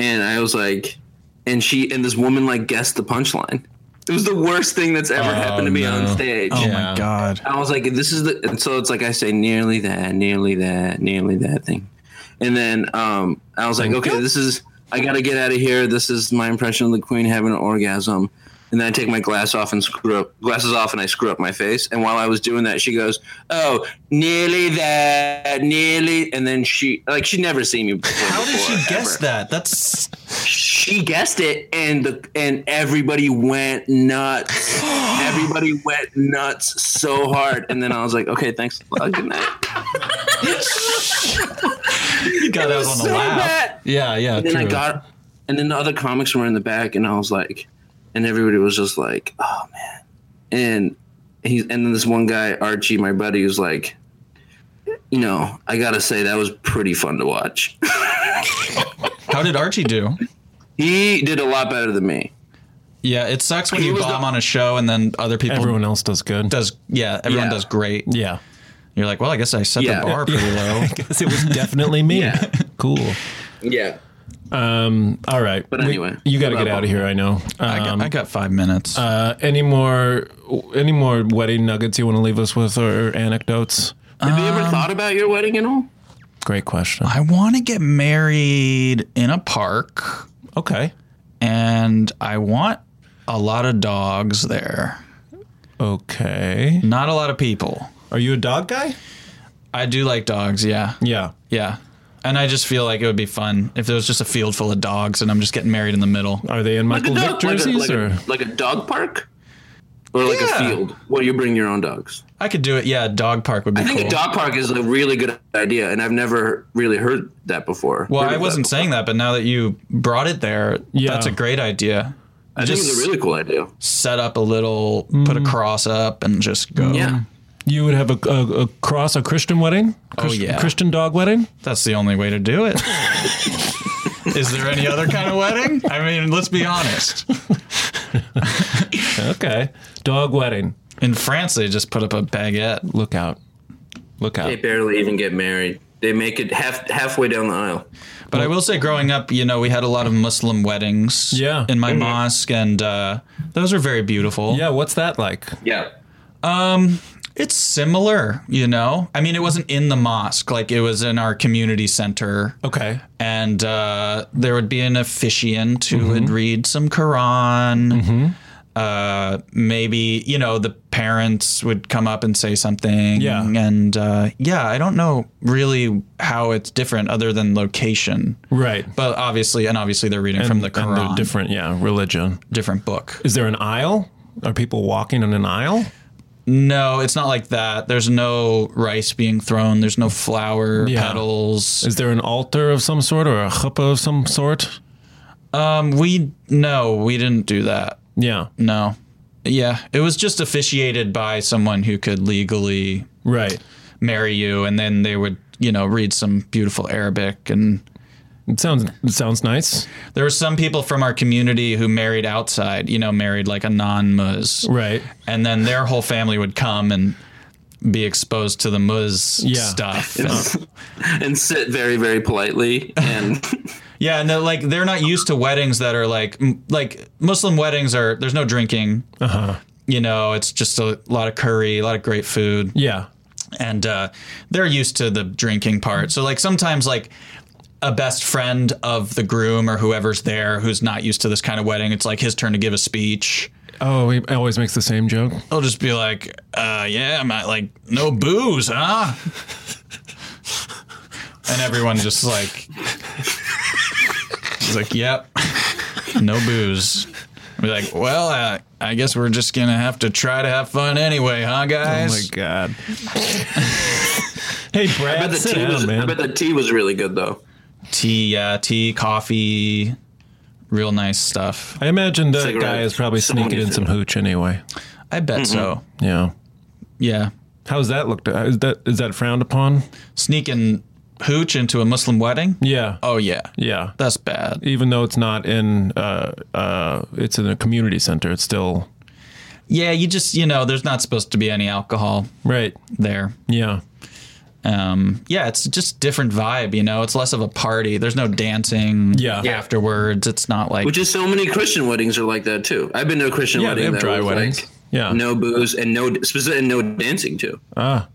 Speaker 3: and i was like and she and this woman like guessed the punchline it was the worst thing that's
Speaker 4: Oh,
Speaker 3: ever happened to me on stage
Speaker 5: Oh
Speaker 4: Yeah.
Speaker 5: my god.
Speaker 3: i was like this is the and so it's like i say nearly that nearly that nearly that thing and then um i was like okay this is i gotta get out of here this is my impression of the queen having an orgasm and then I take my glass off and screw up glasses off and I screw up my face. And while I was doing that, she goes, "Oh, nearly that, nearly." And then she like she'd never seen me. Before,
Speaker 5: How did she
Speaker 3: before,
Speaker 5: guess
Speaker 3: ever.
Speaker 5: that? That's
Speaker 3: She guessed it, and the and everybody went nuts. everybody went nuts so hard. And then I was like, "Okay, thanks. a lot, Good night."
Speaker 5: you got out on a
Speaker 3: so
Speaker 5: laugh.
Speaker 3: bad.
Speaker 5: Yeah, yeah.
Speaker 3: And then I
Speaker 5: true.
Speaker 3: got, and then the other comics were in the back, and I was like, and everybody was just like, oh man, and he, and then this one guy Archie, my buddy, was like, you know, I gotta say that was pretty fun to watch.
Speaker 5: How did Archie do?
Speaker 3: he did a lot better than me.
Speaker 5: Yeah, it sucks when you
Speaker 3: was
Speaker 5: bomb
Speaker 3: the-
Speaker 5: on a show and then other people
Speaker 4: Everyone else does good.
Speaker 5: does. Yeah, everyone
Speaker 3: Yeah.
Speaker 5: does great.
Speaker 4: yeah.
Speaker 5: You're like, well, I guess I set
Speaker 3: Yeah.
Speaker 5: the bar pretty low.
Speaker 4: Because it was definitely me.
Speaker 3: Yeah.
Speaker 4: Cool.
Speaker 3: Yeah.
Speaker 4: All right.
Speaker 3: But
Speaker 4: We-
Speaker 3: anyway,
Speaker 4: you got to
Speaker 3: about
Speaker 4: get out of here. I know.
Speaker 5: I,
Speaker 3: Um,
Speaker 5: got, I got five minutes.
Speaker 4: Uh, any more any more wedding nuggets you want to leave us with or anecdotes?
Speaker 3: Have you
Speaker 4: Um,
Speaker 3: ever thought about your wedding at all?
Speaker 4: Great question.
Speaker 5: I want to get married in a park,
Speaker 4: Okay.
Speaker 5: and I want a lot of dogs there.
Speaker 4: Okay.
Speaker 5: Not a lot of people.
Speaker 4: Are you a dog guy?
Speaker 5: I do like dogs. Yeah,
Speaker 4: Yeah.
Speaker 5: yeah. And I just feel like it would be fun if there was just a field full of dogs, and I'm just getting married in the middle.
Speaker 4: Are they in Michael Vick
Speaker 3: like, a,
Speaker 4: jerseys
Speaker 3: like,
Speaker 4: or?
Speaker 3: a, like a dog park, or like
Speaker 5: Yeah.
Speaker 3: a field where you bring your own dogs.
Speaker 5: I could do it. Yeah, a dog park would be
Speaker 3: I think
Speaker 5: cool.
Speaker 3: a dog park is a really good idea, and I've never really heard that before.
Speaker 5: well,
Speaker 3: Heard
Speaker 5: I
Speaker 3: of that
Speaker 5: wasn't
Speaker 3: before.
Speaker 5: saying that, but now that you brought it there,
Speaker 4: Yeah.
Speaker 5: that's a great idea.
Speaker 3: I think it's a really cool idea.
Speaker 5: set up a little, put a
Speaker 4: Mm.
Speaker 5: cross up, and just go.
Speaker 3: Yeah.
Speaker 4: You would have a, a, a cross, a Christian wedding? Christ-
Speaker 5: yeah.
Speaker 4: Christian dog wedding?
Speaker 5: That's the only way to do it. Is there any other kind of wedding? I mean, let's be honest.
Speaker 4: Okay. Dog wedding.
Speaker 5: In France, they just put up a baguette.
Speaker 4: Look out. Look out.
Speaker 3: They barely even get married. They make it half halfway down the aisle.
Speaker 5: But I will say, growing up, you know, we had a lot of Muslim weddings
Speaker 4: Yeah.
Speaker 5: in my
Speaker 3: Mm.
Speaker 5: mosque, and uh, those are very beautiful.
Speaker 4: Yeah, what's that like?
Speaker 3: Yeah.
Speaker 5: It's similar, you know? I mean, it wasn't in the mosque, like, it was in our community center.
Speaker 4: Okay.
Speaker 5: and uh, there would be an officiant who would
Speaker 4: Mm-hmm.
Speaker 5: read some Quran. Uh, maybe you know the parents would come up and say something.
Speaker 4: Yeah.
Speaker 5: and uh, yeah, I don't know really how it's different other than location,
Speaker 4: Right.
Speaker 5: but obviously, and obviously they're reading from the
Speaker 4: And they're
Speaker 5: Quran, different
Speaker 4: different, yeah, religion.
Speaker 5: book.
Speaker 4: Is there an aisle? Are people walking in an aisle?
Speaker 5: No, it's not like that. There's no rice being thrown. There's no flower
Speaker 4: Yeah.
Speaker 5: petals.
Speaker 4: Is there an altar of some sort or a chuppah of some sort?
Speaker 5: Um, we no, we didn't do that.
Speaker 4: Yeah.
Speaker 5: No. Yeah, it was just officiated by someone who could legally
Speaker 4: Right.
Speaker 5: marry you, and then they would, you know, read some beautiful Arabic and
Speaker 4: It sounds it sounds nice.
Speaker 5: There were some people from our community who married outside, you know, married like a non muz.
Speaker 4: Right.
Speaker 5: And then their whole family would come and be exposed to the muz
Speaker 4: Yeah.
Speaker 5: stuff. And-
Speaker 3: and sit very, very politely. And
Speaker 5: yeah, and they're like they're not used to weddings that are like m- like Muslim weddings are there's no drinking.
Speaker 4: Uh-huh.
Speaker 5: You know, it's just a lot of curry, a lot of great food.
Speaker 4: Yeah.
Speaker 5: and uh, they're used to the drinking part. So like sometimes like a best friend of the groom or whoever's there who's not used to this kind of wedding, it's like his turn to give a speech.
Speaker 4: Oh, he always makes the same joke. Oh
Speaker 5: He'll just be like, uh, "Yeah, I'm not like no booze, huh?" and everyone just like, he's like, "Yep, no booze." Be like, well, uh, I guess we're just gonna have to try to have fun anyway, huh,
Speaker 4: Oh
Speaker 5: guys?
Speaker 4: god. hey Brad,
Speaker 3: I bet, the
Speaker 4: sit
Speaker 3: tea
Speaker 4: down,
Speaker 3: was, I
Speaker 4: man.
Speaker 3: bet the tea was really good, though.
Speaker 5: tea, yeah, tea, coffee, real nice stuff.
Speaker 4: I imagine that
Speaker 3: Cigarette.
Speaker 4: guy is probably
Speaker 3: Someone
Speaker 4: sneaking
Speaker 3: needs
Speaker 4: in
Speaker 3: to-
Speaker 4: some hooch anyway.
Speaker 5: I bet so.
Speaker 4: Yeah.
Speaker 5: Yeah,
Speaker 4: How's that looked? uh, Is that is that frowned upon?
Speaker 5: sneaking hooch into a Muslim wedding.
Speaker 4: Yeah.
Speaker 5: Oh yeah,
Speaker 4: Yeah.
Speaker 5: that's bad.
Speaker 4: Even though it's not in, uh, uh, it's in a community center. It's still
Speaker 5: Yeah, you just you know, there's not supposed to be any alcohol
Speaker 4: right.
Speaker 5: there.
Speaker 4: Yeah.
Speaker 5: Um, yeah, it's just different vibe. You know, it's less of a party. There's no dancing.
Speaker 4: Yeah. Yeah.
Speaker 5: afterwards, it's not like
Speaker 3: Which is so many Christian weddings are like that, too. I've been to a Christian
Speaker 4: Yeah, they
Speaker 3: wedding
Speaker 4: have
Speaker 3: that
Speaker 4: dry
Speaker 3: was
Speaker 4: weddings.
Speaker 3: like,
Speaker 4: Yeah.
Speaker 3: no booze and no specific and no dancing too.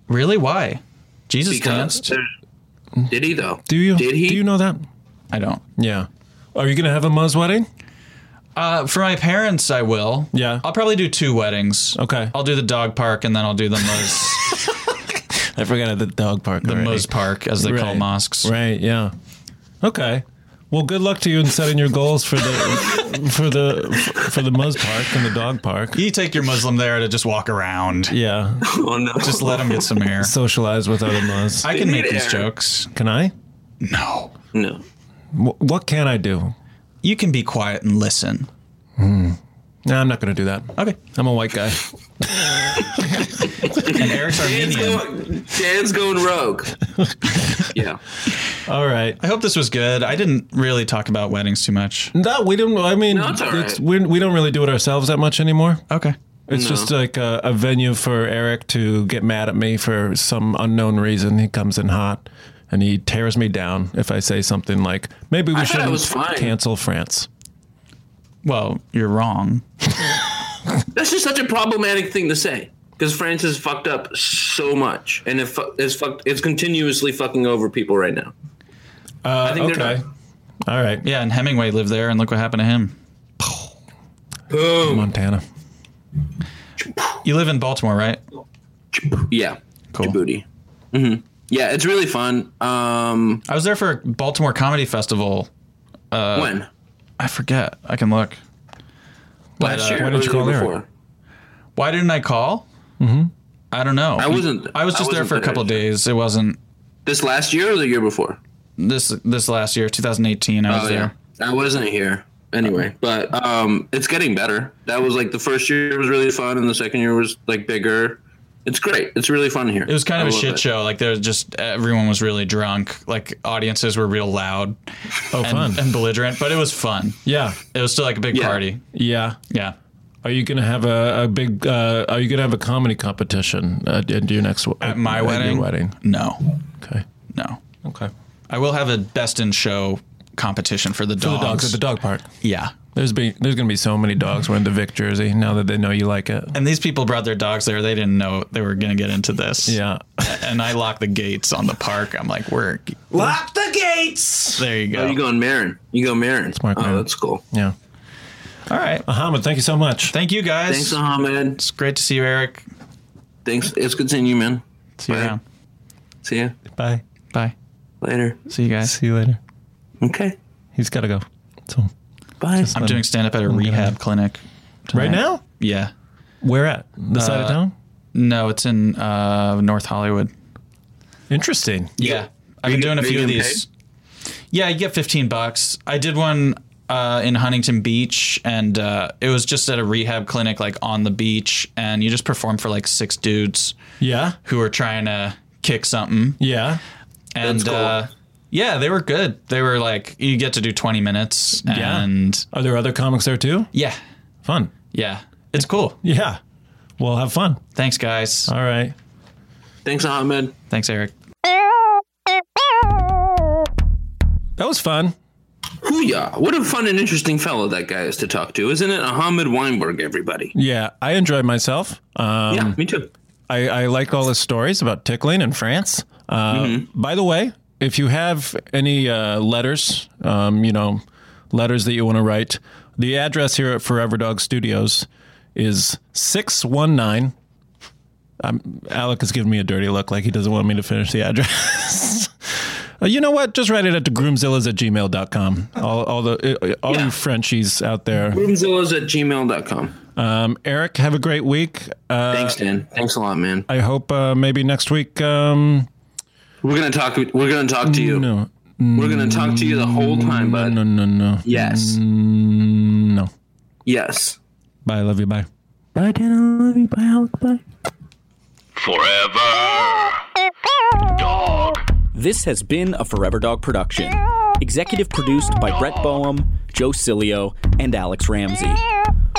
Speaker 5: really why Jesus
Speaker 3: Because
Speaker 5: danced.
Speaker 3: there- did he though?
Speaker 4: Do you?
Speaker 3: Did he?
Speaker 4: Do you know that?
Speaker 5: I don't.
Speaker 4: Yeah. Are you gonna have a Muzz wedding?
Speaker 5: Uh, for my parents, I will.
Speaker 4: Yeah.
Speaker 5: I'll probably do two weddings.
Speaker 4: Okay.
Speaker 5: I'll do the dog park and then I'll do the Muz.
Speaker 4: I forgot at the dog park.
Speaker 5: the Muz Park, as they call
Speaker 4: Right.
Speaker 5: mosques.
Speaker 4: Right. Yeah. Okay. Well, good luck to you in setting your goals for the for the for the Muzz Park and the dog park.
Speaker 5: You take your Muslim there to just walk around.
Speaker 4: Yeah.
Speaker 3: Oh, no.
Speaker 5: Just let him get some air.
Speaker 4: Socialize with other Muzz.
Speaker 5: I can make
Speaker 3: need
Speaker 5: these
Speaker 3: air.
Speaker 5: jokes.
Speaker 4: Can I?
Speaker 5: No.
Speaker 3: no.
Speaker 4: Wh- What can I do?
Speaker 5: You can be quiet and listen.
Speaker 4: No, I'm not going to do that.
Speaker 5: Okay.
Speaker 4: I'm a white guy.
Speaker 5: And Eric's
Speaker 3: Dan's
Speaker 5: Armenian.
Speaker 3: going, Dan's going rogue. yeah.
Speaker 4: All right.
Speaker 5: I hope this was good. I didn't really talk about weddings too much.
Speaker 4: No, we don't. I mean,
Speaker 3: No, it's all
Speaker 4: it's-
Speaker 3: right.
Speaker 4: we're- we don't really do it ourselves that much anymore.
Speaker 5: Okay.
Speaker 4: It's just like a, a venue for Eric to get mad at me for some unknown reason. He comes in hot and he tears me down if I say something like, "Maybe we
Speaker 3: I thought I
Speaker 4: shouldn't
Speaker 3: was fine.
Speaker 4: cancel France."
Speaker 5: Well, you're wrong.
Speaker 3: That's just such a problematic thing to say because France has fucked up so much, and it fu- it's fucked. It's continuously fucking over people right now.
Speaker 4: Uh,
Speaker 3: think they're
Speaker 4: okay.
Speaker 3: done.
Speaker 4: All right,
Speaker 5: Yeah, and Hemingway lived there, and look what happened to him.
Speaker 3: Boom.
Speaker 4: Montana.
Speaker 5: You live in Baltimore, right?
Speaker 3: Yeah.
Speaker 5: Cool.
Speaker 3: Djibouti. hmm Yeah, it's really fun. Um,
Speaker 5: I was there for a Baltimore Comedy Festival. Uh,
Speaker 3: when?
Speaker 5: I forget. I can look. uh,
Speaker 3: Last year.
Speaker 4: why
Speaker 3: or
Speaker 4: didn't you
Speaker 3: the year
Speaker 4: call Eric?
Speaker 3: before?
Speaker 5: Why didn't I call? Mm-hmm. I don't know.
Speaker 3: I wasn't-
Speaker 5: I was
Speaker 3: I
Speaker 5: just there
Speaker 3: wasn't
Speaker 5: for a
Speaker 3: there.
Speaker 5: couple of days. It wasn't
Speaker 3: This last year or the year before?
Speaker 5: this this last year, 2018. I was
Speaker 3: Oh
Speaker 5: there. Oh.
Speaker 3: yeah, I wasn't here anyway. But um, it's getting better. That was like the first year was really fun, and the second year was like bigger. It's great. It's really fun here.
Speaker 5: It was kind of
Speaker 3: a
Speaker 5: a shit show. Like there was just everyone was really drunk. Like audiences were real loud
Speaker 4: Oh, fun.
Speaker 5: and, and belligerent, but it was fun.
Speaker 4: yeah,
Speaker 5: It was still like a big
Speaker 3: Yeah.
Speaker 5: party.
Speaker 4: yeah.
Speaker 5: Yeah.
Speaker 4: Are you gonna have a, a big? Uh, are you gonna have a comedy competition at, at your next at
Speaker 5: my
Speaker 4: your
Speaker 5: wedding?
Speaker 4: wedding.
Speaker 5: No.
Speaker 4: Okay.
Speaker 5: No.
Speaker 4: Okay.
Speaker 5: I will have a best in show competition for the
Speaker 4: For
Speaker 5: dogs.
Speaker 4: the dogs at the dog park.
Speaker 5: Yeah.
Speaker 4: There's be there's gonna be so many dogs wearing the Vic jersey now that they know you like it.
Speaker 5: And these people brought their dogs there. They didn't know they were going to get into this.
Speaker 4: Yeah.
Speaker 5: And I locked the gates on the park. I'm like, we're
Speaker 3: Lock the gates.
Speaker 5: there. You go.
Speaker 3: Oh, you going Marin? You go Marin.
Speaker 4: Mark
Speaker 3: oh,
Speaker 4: Maron.
Speaker 3: that's cool.
Speaker 4: Yeah.
Speaker 5: All right.
Speaker 4: Ahmed, thank you so much.
Speaker 5: Thank you guys.
Speaker 3: Thanks, Ahmed.
Speaker 5: It's great to see you, Eric.
Speaker 3: Thanks. It's good seeing you, man.
Speaker 5: See you
Speaker 3: Bye.
Speaker 5: around.
Speaker 3: See you
Speaker 4: Bye.
Speaker 5: Bye.
Speaker 3: later.
Speaker 5: See you guys.
Speaker 4: See you later.
Speaker 3: Okay.
Speaker 4: He's gotta go. So
Speaker 3: Bye.
Speaker 5: I'm doing stand up at a rehab clinic.
Speaker 4: right now? Uh,
Speaker 5: Yeah.
Speaker 4: Where at? The side of town?
Speaker 5: No, it's in uh, North Hollywood.
Speaker 4: Interesting.
Speaker 5: Yeah. I've been
Speaker 3: you-
Speaker 5: doing a
Speaker 3: are you
Speaker 5: few of
Speaker 3: getting
Speaker 5: these. Yeah, you get 15 bucks. I did one uh, in Huntington Beach, and uh, it was just at a rehab clinic, like on the beach, and you just perform for like six dudes
Speaker 4: Yeah.
Speaker 5: who are trying to kick something.
Speaker 4: Yeah.
Speaker 5: And
Speaker 3: That's cool.
Speaker 5: uh, Yeah, they were good. They were like you get to do 20 minutes
Speaker 4: Yeah.
Speaker 5: and
Speaker 4: Are there other comics there too?
Speaker 5: yeah.
Speaker 4: Fun.
Speaker 5: Yeah. It's cool.
Speaker 4: Yeah. Well, have fun.
Speaker 5: Thanks guys.
Speaker 4: All right.
Speaker 3: Thanks, Ahmed.
Speaker 5: Thanks Eric.
Speaker 4: That was fun.
Speaker 3: Hooyah. What a fun and interesting fellow that guy is to talk to, isn't it? Ahmed Weinberg, everybody.
Speaker 4: Yeah, I enjoyed myself. Um,
Speaker 3: yeah, me too.
Speaker 4: I, I like all his stories about tickling in France. Uh, By the way, if you have any uh, letters, um, you know, letters that you want to write, the address here at Forever Dog Studios is 619. I'm, Um, Alec is giving me a dirty look like he doesn't want me to finish the address. Uh, you know what? Just write it at the groomzillas at gmail.com. All, all, the, uh, all
Speaker 3: Yeah.
Speaker 4: you Frenchies out there.
Speaker 3: Roomzillas at gmail.com.
Speaker 4: Um, Eric, have a great week. Uh,
Speaker 3: Thanks, Dan. Thanks a lot, man.
Speaker 4: I hope uh, maybe next week. Um,
Speaker 3: We're gonna talk we're gonna talk to you.
Speaker 4: no,
Speaker 3: We're gonna talk to you the whole time, bud.
Speaker 4: no, no, no.
Speaker 3: Yes.
Speaker 4: No.
Speaker 3: Yes.
Speaker 4: Bye. Love you. Bye.
Speaker 3: Bye, Dan. I love you. Bye, Alec. Bye.
Speaker 1: Forever Dog.
Speaker 9: This has been a Forever Dog production. Executive produced by Brett Boehm, Joe Cilio, and Alex Ramsey.